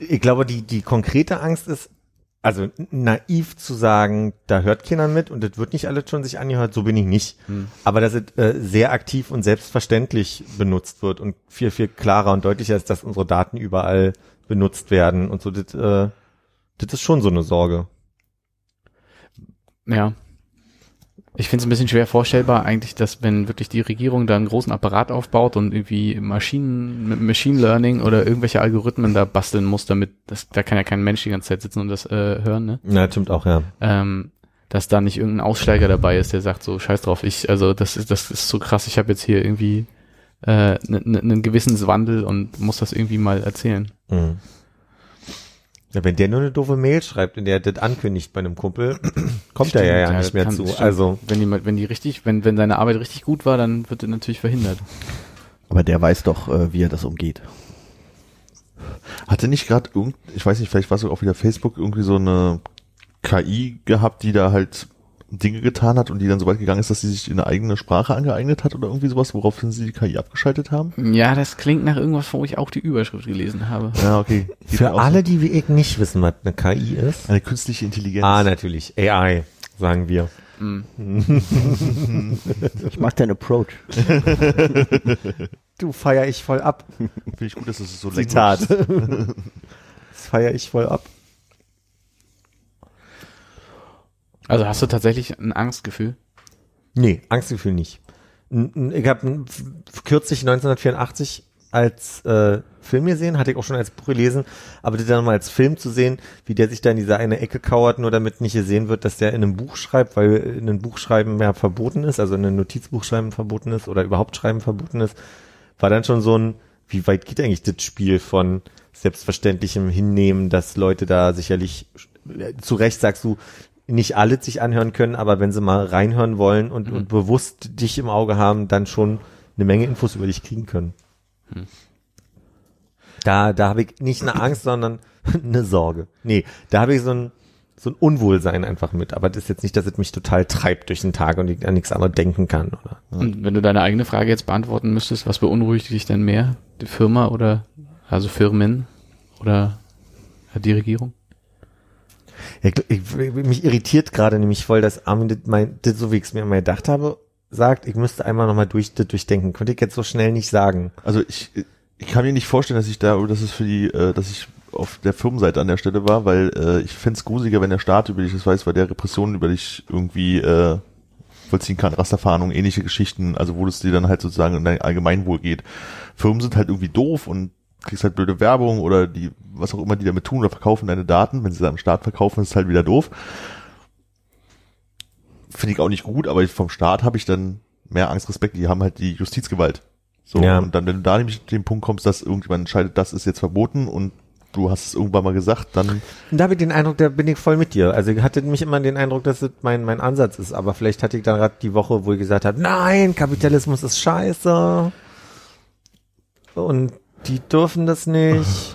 [SPEAKER 2] ich glaube, die, die konkrete Angst ist, also naiv zu sagen, da hört keiner mit und das wird nicht alles schon sich angehört, so bin ich nicht. Aber dass es äh, sehr aktiv und selbstverständlich benutzt wird und viel, viel klarer und deutlicher ist, dass unsere Daten überall benutzt werden und so, das, äh, das ist schon so eine Sorge.
[SPEAKER 3] Ja. Ich finde es ein bisschen schwer vorstellbar eigentlich, dass wenn wirklich die Regierung da einen großen Apparat aufbaut und irgendwie Maschinen, mit Machine Learning oder irgendwelche Algorithmen da basteln muss, damit, das, da kann ja kein Mensch die ganze Zeit sitzen und das äh, hören, ne?
[SPEAKER 2] Na, stimmt auch, ja.
[SPEAKER 3] ähm, dass da nicht irgendein Aussteiger dabei ist, der sagt so, scheiß drauf, ich, also das ist, das ist so krass, ich habe jetzt hier irgendwie einen äh, ne, ne Gewissenswandel und muss das irgendwie mal erzählen.
[SPEAKER 2] Mhm. Ja, wenn der nur eine doofe Mail schreibt, in der er das ankündigt bei einem Kumpel, kommt er ja, ja
[SPEAKER 3] das
[SPEAKER 2] nicht mehr
[SPEAKER 3] kann-
[SPEAKER 2] zu.
[SPEAKER 3] stimmt.
[SPEAKER 2] Also,
[SPEAKER 3] wenn die, mal- wenn die richtig, wenn, wenn seine Arbeit richtig gut war, dann wird er natürlich verhindert.
[SPEAKER 4] Aber der weiß doch, äh, wie er das umgeht.
[SPEAKER 5] Hatte nicht gerade irgend, ich weiß nicht, vielleicht war es auch wieder Facebook irgendwie so eine KI gehabt, die da halt Dinge getan hat und die dann so weit gegangen ist, dass sie sich eine eigene Sprache angeeignet hat oder irgendwie sowas, woraufhin sie die KI abgeschaltet haben?
[SPEAKER 3] Ja, das klingt nach irgendwas, wo ich auch die Überschrift gelesen habe.
[SPEAKER 5] Ja, okay. Geht mir
[SPEAKER 2] für
[SPEAKER 5] auch so.
[SPEAKER 2] alle, die wie ich nicht wissen, was eine KI ist.
[SPEAKER 5] Eine künstliche Intelligenz.
[SPEAKER 2] Ah, natürlich. AI, sagen wir.
[SPEAKER 4] Ich mag deinen Approach.
[SPEAKER 2] Du feier ich voll ab.
[SPEAKER 5] Finde ich gut, dass es so
[SPEAKER 2] Zitat. das feier ich voll ab.
[SPEAKER 3] Also hast du tatsächlich ein Angstgefühl?
[SPEAKER 2] Nee, Angstgefühl nicht. N- n- Ich habe kürzlich 1984 als äh, Film gesehen, hatte ich auch schon als Buch gelesen, aber das dann mal als Film zu sehen, wie der sich da in diese eine Ecke kauert, nur damit nicht gesehen wird, dass der in einem Buch schreibt, weil in einem Buch schreiben ja verboten ist, also in einem Notizbuch schreiben verboten ist oder überhaupt schreiben verboten ist, war dann schon so ein, wie weit geht eigentlich das Spiel von selbstverständlichem Hinnehmen, dass Leute da sicherlich, äh, zu Recht sagst du, nicht alle sich anhören können, aber wenn sie mal reinhören wollen und, und bewusst dich im Auge haben, dann schon eine Menge Infos über dich kriegen können. Da, da habe ich nicht eine Angst, sondern eine Sorge. Nee, da habe ich so ein, so ein Unwohlsein einfach mit. Aber das ist jetzt nicht, dass es mich total treibt durch den Tag und ich an nichts anderes denken kann. Oder?
[SPEAKER 3] Und wenn du deine eigene Frage jetzt beantworten müsstest, was beunruhigt dich denn mehr? Die Firma oder, also Firmen oder die Regierung?
[SPEAKER 2] Ja, gl- ich, ich, mich irritiert gerade nämlich voll, dass Armin das, mein, das so wie ich es mir immer gedacht habe, sagt, ich müsste einmal nochmal durch, das durchdenken. Könnte ich jetzt so schnell nicht sagen.
[SPEAKER 5] Also ich, ich kann mir nicht vorstellen, dass ich da, dass es für die, äh, dass ich auf der Firmenseite an der Stelle war, weil äh, ich find's grusiger, wenn der Staat über dich das weiß, weil der Repressionen über dich irgendwie äh, vollziehen kann, Rasterfahndung, ähnliche Geschichten, also wo es dir dann halt sozusagen in dein Allgemeinwohl geht. Firmen sind halt irgendwie doof und kriegst halt blöde Werbung oder die, was auch immer die damit tun oder verkaufen deine Daten, wenn sie dann am Staat verkaufen, ist halt wieder doof. Finde ich auch nicht gut, aber vom Staat habe ich dann mehr Angst, Respekt, die haben halt die Justizgewalt. So,
[SPEAKER 2] Ja.
[SPEAKER 5] und dann, wenn du da nämlich zu dem Punkt kommst, dass irgendjemand entscheidet, das ist jetzt verboten und du hast es irgendwann mal gesagt, dann
[SPEAKER 2] Und da habe ich den Eindruck, da bin ich voll mit dir. Also ich hatte mich immer den Eindruck, dass das mein, mein Ansatz ist. Aber vielleicht hatte ich dann gerade die Woche, wo ich gesagt habe, nein, Kapitalismus ist scheiße. Und die dürfen das nicht.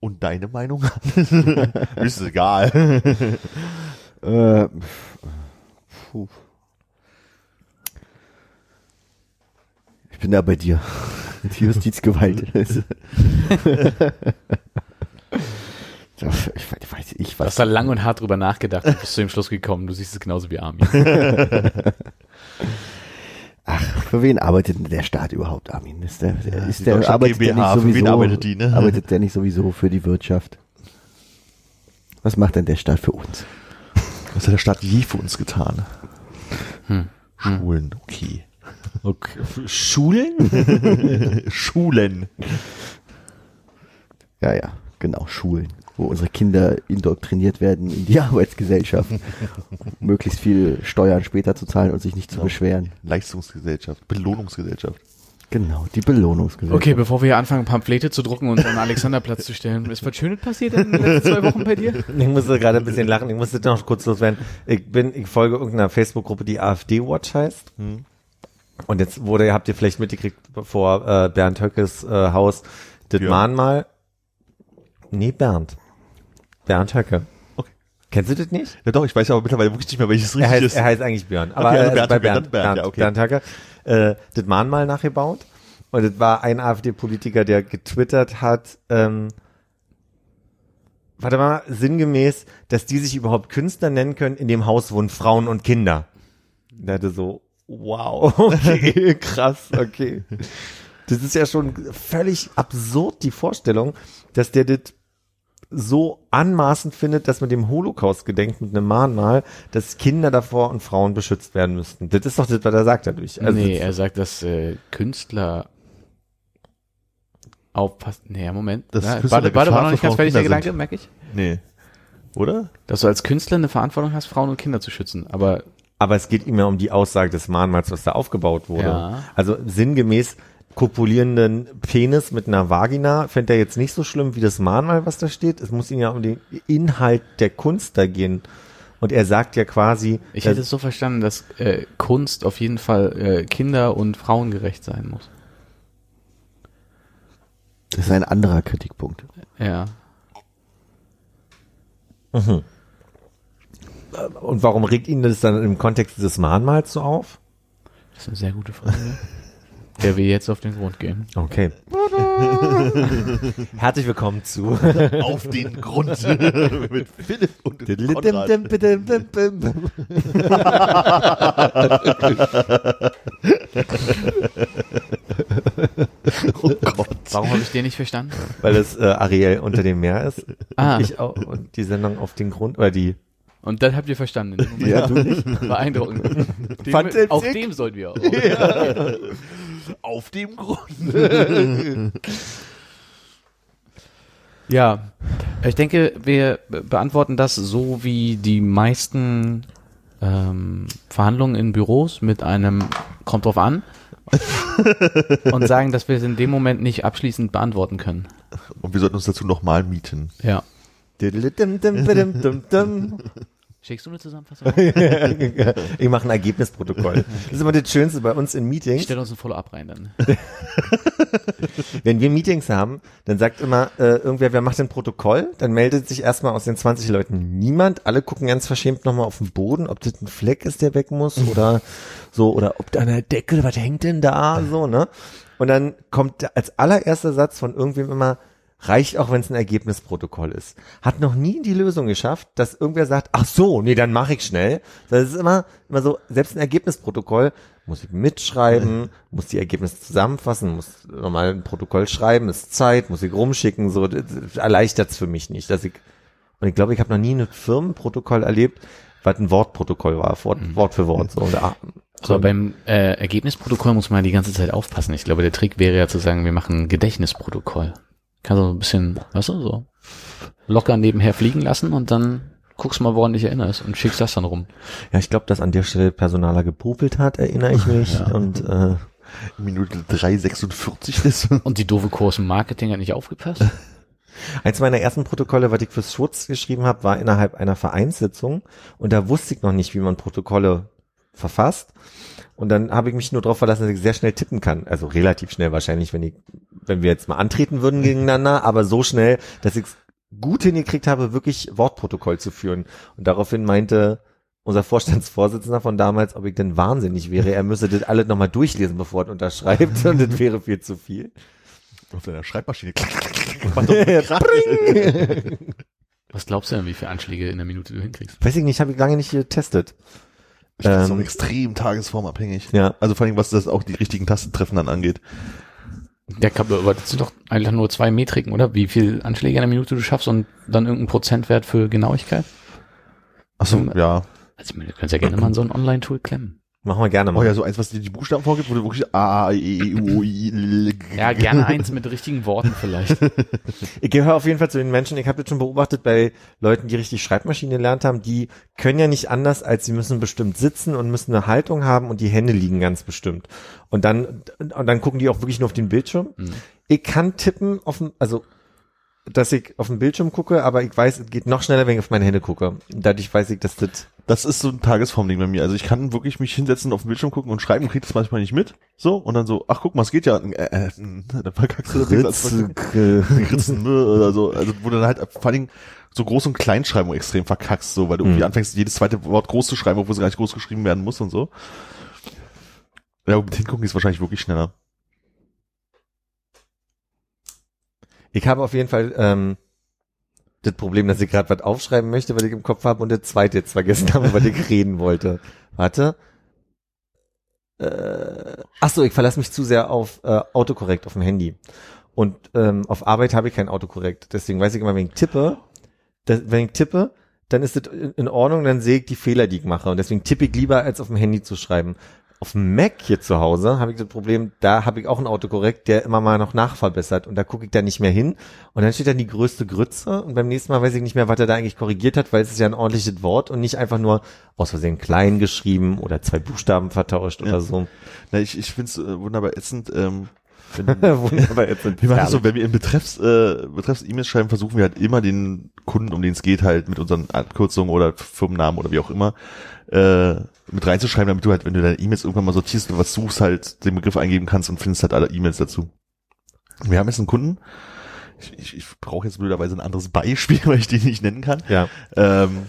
[SPEAKER 5] und deine Meinung? ist egal.
[SPEAKER 4] Äh, puh. Ich bin da bei dir. Die Justizgewalt. Ja, ich weiß- weiß ich
[SPEAKER 3] Du
[SPEAKER 4] was.
[SPEAKER 3] hast da lang und hart drüber nachgedacht und bist zu dem Schluss gekommen. Du siehst es genauso wie Armin.
[SPEAKER 4] Für wen arbeitet denn der Staat überhaupt, Armin? Ist der, der-
[SPEAKER 5] die
[SPEAKER 4] ist der
[SPEAKER 5] Deutschland
[SPEAKER 4] arbeitet der
[SPEAKER 5] GmbH,
[SPEAKER 4] nicht
[SPEAKER 5] für wen
[SPEAKER 4] sowieso?
[SPEAKER 5] arbeitet die, ne?
[SPEAKER 4] arbeitet der nicht sowieso für die Wirtschaft? Was macht denn der Staat für uns?
[SPEAKER 5] Was hat der Staat je für uns getan?
[SPEAKER 2] Hm,
[SPEAKER 5] Schulen, okay.
[SPEAKER 2] Okay. Schulen?
[SPEAKER 5] Schulen.
[SPEAKER 4] Ja, ja, genau, Schulen, wo unsere Kinder indoktriniert werden in die Arbeitsgesellschaft, um möglichst viel Steuern später zu zahlen und sich nicht zu beschweren.
[SPEAKER 5] Leistungsgesellschaft, Belohnungsgesellschaft.
[SPEAKER 4] Genau, die Belohnungsgesellschaft.
[SPEAKER 3] Okay, bevor wir hier anfangen, Pamphlete zu drucken und an Alexanderplatz zu stellen, ist was Schönes passiert in den letzten zwei Wochen bei dir?
[SPEAKER 2] Ich musste gerade ein bisschen lachen. Ich musste noch kurz loswerden. Ich bin, ich folge irgendeiner Facebook-Gruppe, die AfD Watch heißt.
[SPEAKER 5] Mhm.
[SPEAKER 2] Und jetzt wurde, habt ihr vielleicht mitgekriegt, vor äh, Bernd Höckes äh, Haus, das
[SPEAKER 5] Ja.
[SPEAKER 2] Mahnmal. Nee, Bernd. Bernd Höcke.
[SPEAKER 5] Okay.
[SPEAKER 2] Kennst du das nicht?
[SPEAKER 5] Ja doch, ich weiß ja aber mittlerweile wirklich nicht mehr, welches
[SPEAKER 2] Er
[SPEAKER 5] richtig
[SPEAKER 2] heißt,
[SPEAKER 5] ist.
[SPEAKER 2] er heißt eigentlich Björn. Aber
[SPEAKER 5] Okay, also
[SPEAKER 2] äh,
[SPEAKER 5] Bernd
[SPEAKER 2] bei
[SPEAKER 5] Höcke,
[SPEAKER 2] Bernd,
[SPEAKER 5] dann Bernd,
[SPEAKER 2] Bernd,
[SPEAKER 5] ja, okay.
[SPEAKER 2] Bernd Höcke, äh, das Mahnmal nachgebaut. Und das war ein AfD-Politiker, der getwittert hat, ähm, warte mal, sinngemäß, dass die sich überhaupt Künstler nennen können, in dem Haus wohnen Frauen und Kinder. Da hatte so, wow, okay, krass, okay. Das ist ja schon völlig absurd, die Vorstellung, dass der das so anmaßend findet, dass mit dem Holocaust-Gedenken mit einem Mahnmal, dass Kinder davor und Frauen beschützt werden müssten. Das ist doch das, was er sagt dadurch. Also
[SPEAKER 3] nee,
[SPEAKER 2] das-
[SPEAKER 3] er sagt, dass äh, Künstler aufpassen. Nee, Moment.
[SPEAKER 5] Dass
[SPEAKER 3] Na,
[SPEAKER 5] Künstler
[SPEAKER 3] warte,
[SPEAKER 5] eine
[SPEAKER 3] warte, war
[SPEAKER 5] Gefahr
[SPEAKER 3] noch nicht
[SPEAKER 5] für
[SPEAKER 3] ganz
[SPEAKER 5] Frauen
[SPEAKER 3] fertig der
[SPEAKER 5] und Kinder
[SPEAKER 3] Gedanke, merke ich.
[SPEAKER 5] Nee. Oder?
[SPEAKER 3] Dass du als Künstler eine Verantwortung hast, Frauen und Kinder zu schützen. Aber
[SPEAKER 2] Aber es geht ihm ja um die Aussage des Mahnmals, was da aufgebaut wurde.
[SPEAKER 3] Ja.
[SPEAKER 2] Also sinngemäß kopulierenden Penis mit einer Vagina fände er jetzt nicht so schlimm wie das Mahnmal, was da steht. Es muss ihm ja um den Inhalt der Kunst da gehen. Und er sagt ja quasi,
[SPEAKER 3] ich
[SPEAKER 2] dass-
[SPEAKER 3] hätte es so verstanden, dass äh, Kunst auf jeden Fall äh, kinder- und frauengerecht sein muss.
[SPEAKER 4] Das ist ein anderer Kritikpunkt.
[SPEAKER 3] Ja.
[SPEAKER 2] und warum regt ihn das dann im Kontext des Mahnmals so auf?
[SPEAKER 3] Das ist eine sehr gute Frage. der wir jetzt auf den Grund gehen.
[SPEAKER 2] Okay. Herzlich willkommen zu.
[SPEAKER 5] Auf den Grund. Mit Philipp und Konrad. Oh Gott.
[SPEAKER 3] Warum habe ich den nicht verstanden?
[SPEAKER 2] Weil das äh, Ariel unter dem Meer ist.
[SPEAKER 3] Ah.
[SPEAKER 2] Ich auch, und die Sendung auf den Grund, oder die
[SPEAKER 3] Und das habt ihr verstanden. in dem Moment.
[SPEAKER 4] Ja, du nicht.
[SPEAKER 3] Beeindruckend. Dem,
[SPEAKER 2] Fand den
[SPEAKER 3] auf
[SPEAKER 2] Sick.
[SPEAKER 3] dem sollten wir auch.
[SPEAKER 5] Auf dem Grund.
[SPEAKER 3] Ja, ich denke, wir be- beantworten das so wie die meisten ähm, Verhandlungen in Büros mit einem kommt drauf an und sagen, dass wir es in dem Moment nicht abschließend beantworten können.
[SPEAKER 5] Und wir sollten uns dazu nochmal mieten.
[SPEAKER 3] Ja.
[SPEAKER 2] Ich
[SPEAKER 3] Schickst du eine Zusammenfassung? Ich
[SPEAKER 2] mache ein Ergebnisprotokoll. Das ist immer das Schönste bei uns in Meetings.
[SPEAKER 3] stell uns ein Follow-up rein dann.
[SPEAKER 2] Wenn wir Meetings haben, dann sagt immer äh, irgendwer, wer macht denn Protokoll? Dann meldet sich erstmal aus den 20 Leuten niemand. Alle gucken ganz verschämt nochmal auf den Boden, ob das ein Fleck ist, der weg muss oder so, oder ob da an der Decke, was hängt denn da? So, ne? Und dann kommt der- als allererster Satz von irgendwem immer, reicht auch, wenn es ein Ergebnisprotokoll ist. Hat noch nie die Lösung geschafft, dass irgendwer sagt, ach so, nee, dann mache ich schnell. Das ist immer, immer so, selbst ein Ergebnisprotokoll muss ich mitschreiben, muss die Ergebnisse zusammenfassen, muss nochmal ein Protokoll schreiben, ist Zeit, muss ich rumschicken, so das- das erleichtert's für mich nicht, dass ich und ich glaube, ich habe noch nie ein Firmenprotokoll erlebt, was ein Wortprotokoll war, Wort, Wort für Wort. So. Und, ah,
[SPEAKER 3] Aber beim äh, Ergebnisprotokoll muss man ja die ganze Zeit aufpassen. Ich glaube, der Trick wäre ja zu sagen, wir machen ein Gedächtnisprotokoll. Kannst du so ein bisschen, weißt du, so locker nebenher fliegen lassen und dann guckst mal, woran dich erinnerst und schickst das dann rum.
[SPEAKER 2] ja, ich glaube, dass an der Stelle Personaler gepopelt hat, erinnere ich mich. Und äh,
[SPEAKER 5] Minute 3,46 ist.
[SPEAKER 3] Und die doofe Kurs im Marketing hat nicht aufgepasst?
[SPEAKER 2] Eins meiner ersten Protokolle, was ich für Schutz geschrieben habe, war innerhalb einer Vereinssitzung und da wusste ich noch nicht, wie man Protokolle verfasst. Und dann habe ich mich nur darauf verlassen, dass ich sehr schnell tippen kann. Also relativ schnell wahrscheinlich, wenn ich, wenn wir jetzt mal antreten würden gegeneinander, aber so schnell, dass ich es gut hingekriegt habe, wirklich Wortprotokoll zu führen. Und daraufhin meinte unser Vorstandsvorsitzender von damals, ob ich denn wahnsinnig wäre, er müsse das alles nochmal durchlesen, bevor er unterschreibt und das wäre viel zu viel.
[SPEAKER 5] Auf deiner Schreibmaschine.
[SPEAKER 3] Was glaubst du denn, wie viele Anschläge in der Minute du hinkriegst?
[SPEAKER 2] Weiß ich nicht, habe ich lange nicht getestet.
[SPEAKER 5] Ich bin so
[SPEAKER 2] Ähm.
[SPEAKER 5] extrem tagesformabhängig.
[SPEAKER 2] Ja.
[SPEAKER 5] Also vor allem, was das auch die richtigen Tastentreffen dann angeht.
[SPEAKER 3] Der Kap aber das sind doch eigentlich nur zwei Metriken, oder? Wie viel Anschläge in der Minute du schaffst und dann irgendeinen Prozentwert für Genauigkeit?
[SPEAKER 5] Achso,
[SPEAKER 2] Ähm,
[SPEAKER 3] Mhm.
[SPEAKER 5] ja.
[SPEAKER 3] Also, ich meine, du kannst ja gerne mal in so ein Online-Tool klemmen.
[SPEAKER 2] Machen wir gerne
[SPEAKER 5] Oh
[SPEAKER 2] mal.
[SPEAKER 3] Hm.
[SPEAKER 5] ja, so eins, was dir die Buchstaben vorgibt, wo du wirklich A, A, E, E, U, O, I, L, L, G.
[SPEAKER 3] Ja, gerne eins mit richtigen Worten vielleicht.
[SPEAKER 2] Ich gehöre auf jeden Fall zu den Menschen, ich habe das schon beobachtet bei Leuten, die richtig Schreibmaschine gelernt haben, die können ja nicht anders, als sie müssen bestimmt sitzen und müssen eine Haltung haben und die Hände liegen ganz bestimmt. Und dann, und dann gucken die auch wirklich nur auf den Bildschirm. Ich kann tippen auf dem, also, dass ich auf den Bildschirm gucke, aber ich weiß, es geht noch schneller, wenn ich auf meine Hände gucke. Dadurch weiß ich, dass das,
[SPEAKER 5] Das ist so ein Tagesformding bei mir. Also ich kann wirklich mich hinsetzen, auf den Bildschirm gucken und schreiben, krieg das manchmal nicht mit. So, und dann so, ach guck mal, es geht ja. Äh, äh, dann verkackst du das. Ritzen, ne, oder so. Also wo du dann halt vor allen Dingen so Groß- und Kleinschreibung extrem verkackst, so, weil du
[SPEAKER 3] Hm.
[SPEAKER 5] irgendwie anfängst, jedes zweite Wort groß zu schreiben, obwohl es gar nicht groß geschrieben werden muss und so. Ja, mit hingucken ist wahrscheinlich wirklich schneller.
[SPEAKER 2] Ich habe auf jeden Fall ähm, das Problem, dass ich gerade was aufschreiben möchte, weil ich im Kopf habe und das zweite jetzt vergessen habe, weil ich reden wollte. Warte. Äh, ach so, ich verlasse mich zu sehr auf äh, Autokorrekt auf dem Handy. Und ähm, auf Arbeit habe ich kein Autokorrekt. Deswegen weiß ich immer, wenn ich tippe, das, wenn ich tippe, dann ist das in in Ordnung, dann sehe ich die Fehler, die ich mache. Und deswegen tippe ich lieber, als auf dem Handy zu schreiben. Auf dem Mac hier zu Hause habe ich das Problem, da habe ich auch einen Autokorrekt, der immer mal noch nachverbessert. Und da gucke ich da nicht mehr hin. Und dann steht dann die größte Grütze. Und beim nächsten Mal weiß ich nicht mehr, was er da eigentlich korrigiert hat, weil es ist ja ein ordentliches Wort und nicht einfach nur aus Versehen klein geschrieben oder zwei Buchstaben vertauscht
[SPEAKER 5] Ja.
[SPEAKER 2] oder so.
[SPEAKER 5] Na, ich, ich find's äh, wunderbar ätzend. Ähm, wenn,
[SPEAKER 2] Wunderbar, jetzt sind
[SPEAKER 5] wir machen das so, wenn wir in Betreffs, äh, Betreffs E-Mails schreiben, versuchen wir halt immer den Kunden, um den es geht, halt mit unseren Abkürzungen oder Firmennamen oder wie auch immer, äh, mit reinzuschreiben, damit du halt, wenn du deine E-Mails irgendwann mal sortierst und was suchst, halt den Begriff eingeben kannst und findest halt alle E-Mails dazu. Wir haben jetzt einen Kunden. Ich, ich, ich brauche jetzt blöderweise ein anderes Beispiel, weil ich den nicht nennen kann.
[SPEAKER 2] Ja.
[SPEAKER 5] ähm,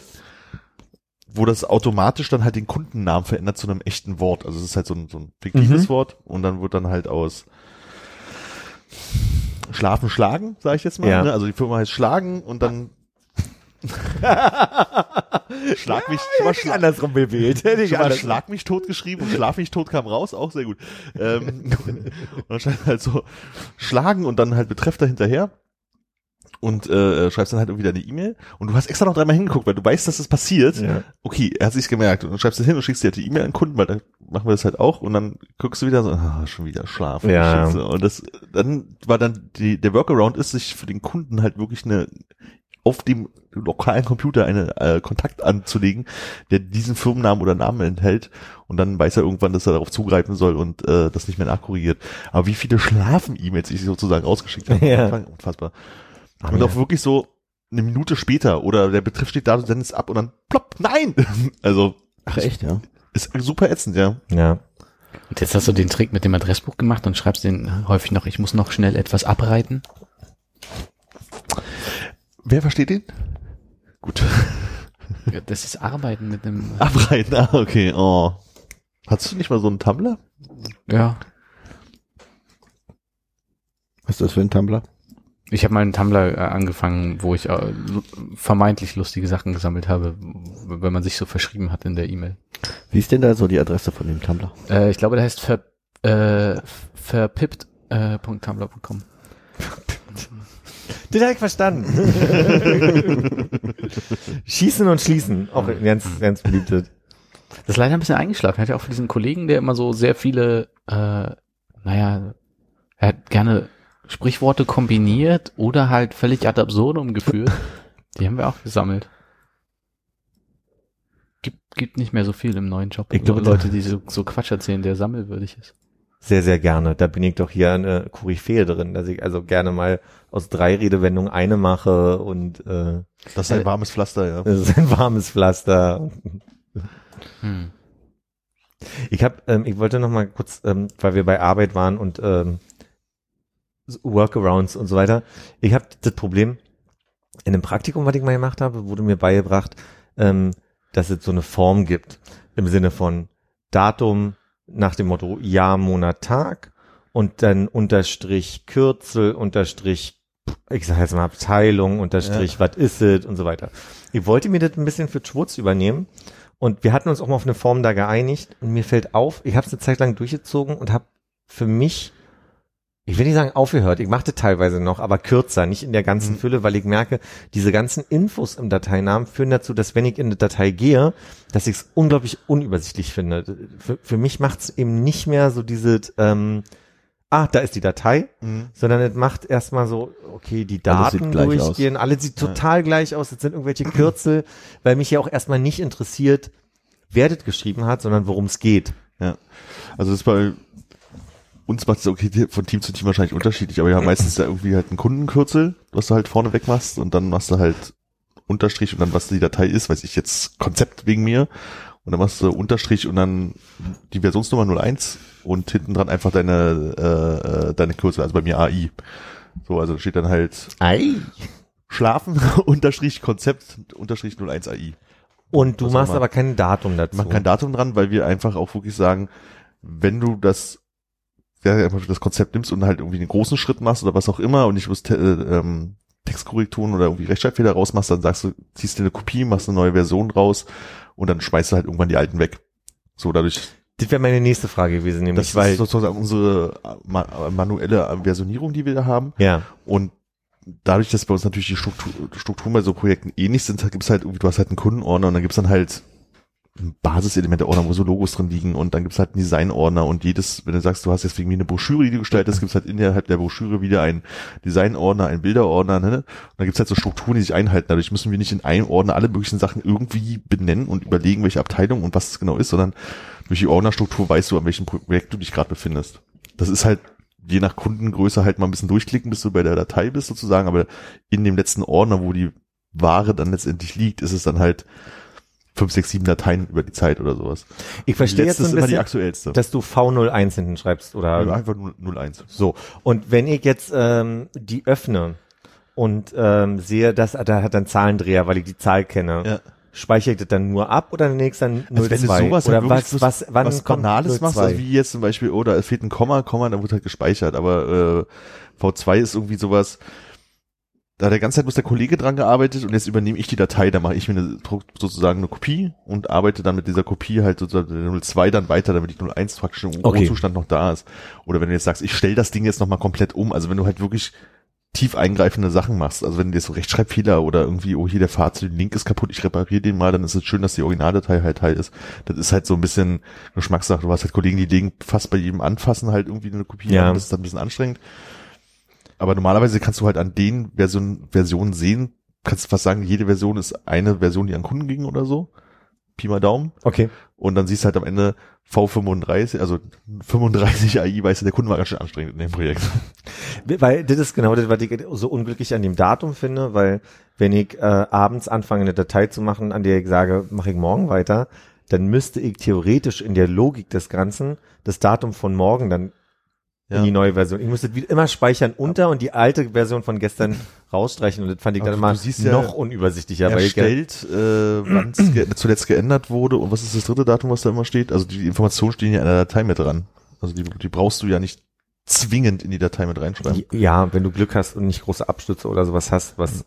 [SPEAKER 5] wo das automatisch dann halt den Kundennamen verändert zu einem echten Wort. Also es ist halt so ein, so ein fiktives
[SPEAKER 2] Mhm.
[SPEAKER 5] Wort und dann wird dann halt aus Schlafen schlagen, sage ich jetzt mal.
[SPEAKER 2] Ja.
[SPEAKER 5] Ne? Also die Firma heißt Schlagen und dann Schlag mich, schon mal, schla
[SPEAKER 2] andersrum gewählt. Hätte
[SPEAKER 5] schon mal Schlag mich tot geschrieben und Schlaf mich tot kam raus, auch sehr gut. Ähm, und dann schreibt halt so Schlagen und dann halt Betreff dahinterher und äh, schreibst dann halt irgendwie deine E-Mail und du hast extra noch dreimal hingeguckt, weil du weißt, dass das passiert
[SPEAKER 2] Ja.
[SPEAKER 5] okay, er hat sich's gemerkt. Und dann schreibst du hin und schickst dir halt die E-Mail an den Kunden, weil dann machen wir das halt auch. Und dann guckst du wieder so, ah, schon wieder schlafen.
[SPEAKER 2] Ja.
[SPEAKER 5] Scheiße. Und das, dann war dann die, der Workaround ist, sich für den Kunden halt wirklich eine, auf dem lokalen Computer eine äh, Kontakt anzulegen, der diesen Firmennamen oder Namen enthält. Und dann weiß er irgendwann, dass er darauf zugreifen soll und äh, das nicht mehr nachkorrigiert. Aber wie viele Schlafen-E-Mails ich sozusagen rausgeschickt habe, am
[SPEAKER 2] Ja.
[SPEAKER 5] Anfang, unfassbar.
[SPEAKER 2] Ah,
[SPEAKER 5] und
[SPEAKER 2] ja.
[SPEAKER 5] auch wirklich so eine Minute später oder der Betreff steht da, du sendest ab und dann plopp, nein! Also
[SPEAKER 4] Ach echt, ja.
[SPEAKER 5] ist super ätzend, ja.
[SPEAKER 2] Ja.
[SPEAKER 3] Und jetzt hast du den Trick mit dem Adressbuch gemacht und schreibst den häufig noch, ich muss noch schnell etwas abreiten.
[SPEAKER 5] Wer versteht den? Gut.
[SPEAKER 3] Ja, Das ist Arbeiten mit einem,
[SPEAKER 5] Abreiten, ah, okay, oh. Hast du nicht mal so einen Tumblr?
[SPEAKER 3] ja.
[SPEAKER 4] Was ist das für ein Tumblr?
[SPEAKER 3] Ich habe mal einen Tumblr äh, angefangen, wo ich äh, lu- vermeintlich lustige Sachen gesammelt habe, w- wenn man sich so verschrieben hat in der E-Mail.
[SPEAKER 4] Wie ist denn da so die Adresse von dem Tumblr?
[SPEAKER 3] Äh, ich glaube, der heißt ver, äh, verpippt.tumblr.com.
[SPEAKER 2] Den habe ich verstanden. Schießen und schließen. Auch ein ganz, ganz beliebtes.
[SPEAKER 3] Das ist leider ein bisschen eingeschlafen. Er hat ja auch für diesen Kollegen, der immer so sehr viele, äh, naja, er hat gerne Sprichworte kombiniert oder halt völlig ad absurdum geführt. Die haben wir auch gesammelt. Gibt, gibt nicht mehr so viel im neuen Job.
[SPEAKER 2] Ich glaube,
[SPEAKER 3] Leute, die so, so Quatsch erzählen, der sammelwürdig ist.
[SPEAKER 2] Sehr, sehr gerne. Da bin ich doch hier eine Koryphäe drin, dass ich also gerne mal aus drei Redewendungen eine mache und äh,
[SPEAKER 5] Das ist ein warmes Pflaster, ja.
[SPEAKER 2] es ist ein warmes Pflaster.
[SPEAKER 3] Hm.
[SPEAKER 2] Ich habe, ähm, ich wollte noch mal kurz, ähm, weil wir bei Arbeit waren und ähm, so Workarounds und so weiter. Ich habe das Problem in einem Praktikum, was ich mal gemacht habe, wurde mir beigebracht, ähm, dass es so eine Form gibt im Sinne von Datum nach dem Motto Jahr, Monat, Tag und dann Unterstrich Kürzel Unterstrich ich sage jetzt mal Abteilung Unterstrich was ist es und so weiter. Ich wollte mir das ein bisschen für Schwurz übernehmen und wir hatten uns auch mal auf eine Form da geeinigt und mir fällt auf, ich habe es eine Zeit lang durchgezogen und habe für mich, ich will nicht sagen aufgehört, ich machte teilweise noch, aber kürzer, nicht in der
[SPEAKER 4] Mhm.
[SPEAKER 2] ganzen Fülle, weil ich merke, diese ganzen Infos im Dateinamen führen dazu, dass wenn ich in eine Datei gehe, dass ich es unglaublich unübersichtlich finde. Für, für mich macht es eben nicht mehr so diese, ähm, ah, da ist die Datei, sondern es macht erstmal so, okay, die
[SPEAKER 4] Mhm. Alles sieht
[SPEAKER 2] Daten
[SPEAKER 4] gleich aus.
[SPEAKER 2] durchgehen, alle sieht total gleich aus, es sind irgendwelche Kürzel, weil mich ja auch erstmal nicht interessiert, wer das geschrieben hat, sondern worum es geht.
[SPEAKER 5] Also das ist bei uns macht es okay die- von Team zu Team wahrscheinlich unterschiedlich, aber wir haben meistens da irgendwie halt einen Kundenkürzel, was du halt vorne weg machst und dann machst du halt Unterstrich und dann was die Datei ist, weiß ich jetzt Konzept wegen mir und dann machst du Unterstrich und dann die Versionsnummer 01 und hinten dran einfach deine äh, äh, deine Kürzel, also bei mir AI. So, also da steht dann halt
[SPEAKER 2] Ei.
[SPEAKER 5] Schlafen Unterstrich Konzept Unterstrich 01 AI.
[SPEAKER 2] Und du
[SPEAKER 5] Was auch
[SPEAKER 2] machst
[SPEAKER 5] immer.
[SPEAKER 2] aber kein Datum dazu.
[SPEAKER 5] Machen kein Datum dran, weil wir einfach auch wirklich sagen, wenn du das ja, einfach das Konzept nimmst und halt irgendwie einen großen Schritt machst oder was auch immer und nicht bloß te äh, ähm, Textkorrekturen oder irgendwie Rechtschreibfehler rausmachst, dann sagst du, ziehst dir eine Kopie, machst eine neue Version raus und dann schmeißt du halt irgendwann die alten weg. So dadurch
[SPEAKER 2] Das wäre meine nächste Frage gewesen, nämlich,
[SPEAKER 5] Das
[SPEAKER 2] weil,
[SPEAKER 5] ist sozusagen unsere äh, ma- manuelle Versionierung, die wir da haben.
[SPEAKER 2] ja,
[SPEAKER 5] Und dadurch, dass bei uns natürlich die Struktur, Strukturen bei so Projekten ähnlich sind, gibt es halt irgendwie, du hast halt einen Kundenordner und dann gibt es dann halt Basiselemente-Ordner, wo so Logos drin liegen und dann gibt es halt einen Design-Ordner und jedes, wenn du sagst, du hast jetzt irgendwie eine Broschüre, die du gestaltest, gibt es halt innerhalb der Broschüre wieder einen Design-Ordner, einen Bilder-Ordner, ne? Und dann gibt es halt so Strukturen, die sich einhalten. Dadurch müssen wir nicht in einem Ordner alle möglichen Sachen irgendwie benennen und überlegen, welche Abteilung und was es genau ist, sondern durch die Ordnerstruktur weißt du, an welchem Projekt du dich gerade befindest. Das ist halt je nach Kundengröße halt mal ein bisschen durchklicken, bis du bei der Datei bist sozusagen, aber in dem letzten Ordner, wo die Ware dann letztendlich liegt, ist es dann halt fünf, sechs, sieben Dateien über die Zeit oder sowas.
[SPEAKER 2] ich verstehe
[SPEAKER 5] die
[SPEAKER 2] jetzt
[SPEAKER 5] letzte
[SPEAKER 2] so ein
[SPEAKER 5] ist immer die
[SPEAKER 2] bisschen,
[SPEAKER 5] aktuellste.
[SPEAKER 2] dass du V01 hinten schreibst oder
[SPEAKER 5] Also einfach nur 01.
[SPEAKER 2] So, und wenn ich jetzt ähm, die öffne und ähm, sehe, dass da hat dann Zahlendreher, weil ich die Zahl kenne,
[SPEAKER 5] Ja.
[SPEAKER 2] speichere ich das dann nur ab oder nehme ich es dann 02?
[SPEAKER 5] Also wenn du sowas
[SPEAKER 2] oder
[SPEAKER 5] halt wirklich
[SPEAKER 2] was, was, wann
[SPEAKER 5] was
[SPEAKER 2] kommt
[SPEAKER 5] Banales machst,
[SPEAKER 2] 02?
[SPEAKER 5] also wie jetzt zum Beispiel, oh, da fehlt ein Komma, Komma, da wird halt gespeichert, aber äh, V2 ist irgendwie sowas, da hat der ganze Zeit muss der Kollege dran gearbeitet und jetzt übernehme ich die Datei, da mache ich mir eine, druck sozusagen eine Kopie und arbeite dann mit dieser Kopie halt sozusagen der 02 dann weiter, damit die 01 praktisch im
[SPEAKER 2] Okay.
[SPEAKER 5] Rohzustand noch da ist. Oder wenn du jetzt sagst, ich stell das Ding jetzt nochmal komplett um, also wenn du halt wirklich tief eingreifende Sachen machst. Also wenn du jetzt so Rechtschreibfehler oder irgendwie, oh hier der Fahrzeug-Link ist kaputt, ich repariere den mal, dann ist es schön, dass die Originaldatei halt halt ist. Das ist halt so ein bisschen Geschmackssache. Du hast halt Kollegen, die legen fast bei jedem Anfassen halt irgendwie eine Kopie
[SPEAKER 2] Ja.
[SPEAKER 5] an. Das ist dann ein bisschen anstrengend. Aber normalerweise kannst du halt an den Version, Versionen sehen, kannst du fast sagen, jede Version ist eine Version, die an Kunden ging oder so. Pi mal Daumen.
[SPEAKER 2] Okay.
[SPEAKER 5] Und dann siehst du halt am Ende V35, also 35 AI, weißt du, der Kunde war ganz schön anstrengend in dem Projekt.
[SPEAKER 2] Weil das ist genau das, was ich so unglücklich an dem Datum finde, weil wenn ich äh, abends anfange, eine Datei zu machen, an der ich sage, mache ich morgen weiter, dann müsste ich theoretisch in der Logik des Ganzen das Datum von morgen dann in
[SPEAKER 5] Ja.
[SPEAKER 2] die neue Version. Ich müsste wie immer speichern unter und die alte Version von gestern rausstreichen und das fand ich
[SPEAKER 5] Aber
[SPEAKER 2] dann
[SPEAKER 5] du
[SPEAKER 2] immer
[SPEAKER 5] siehst ja,
[SPEAKER 2] noch unübersichtlicher, weil ich ja,
[SPEAKER 5] erstellt, äh, wann es ge zuletzt geändert wurde und was ist das dritte Datum, was da immer steht? Also die Informationen stehen ja in der Datei mit dran. Also die, die brauchst du ja nicht zwingend in die Datei mit reinschreiben.
[SPEAKER 2] ja, wenn du Glück hast und nicht große Abstütze oder sowas hast, was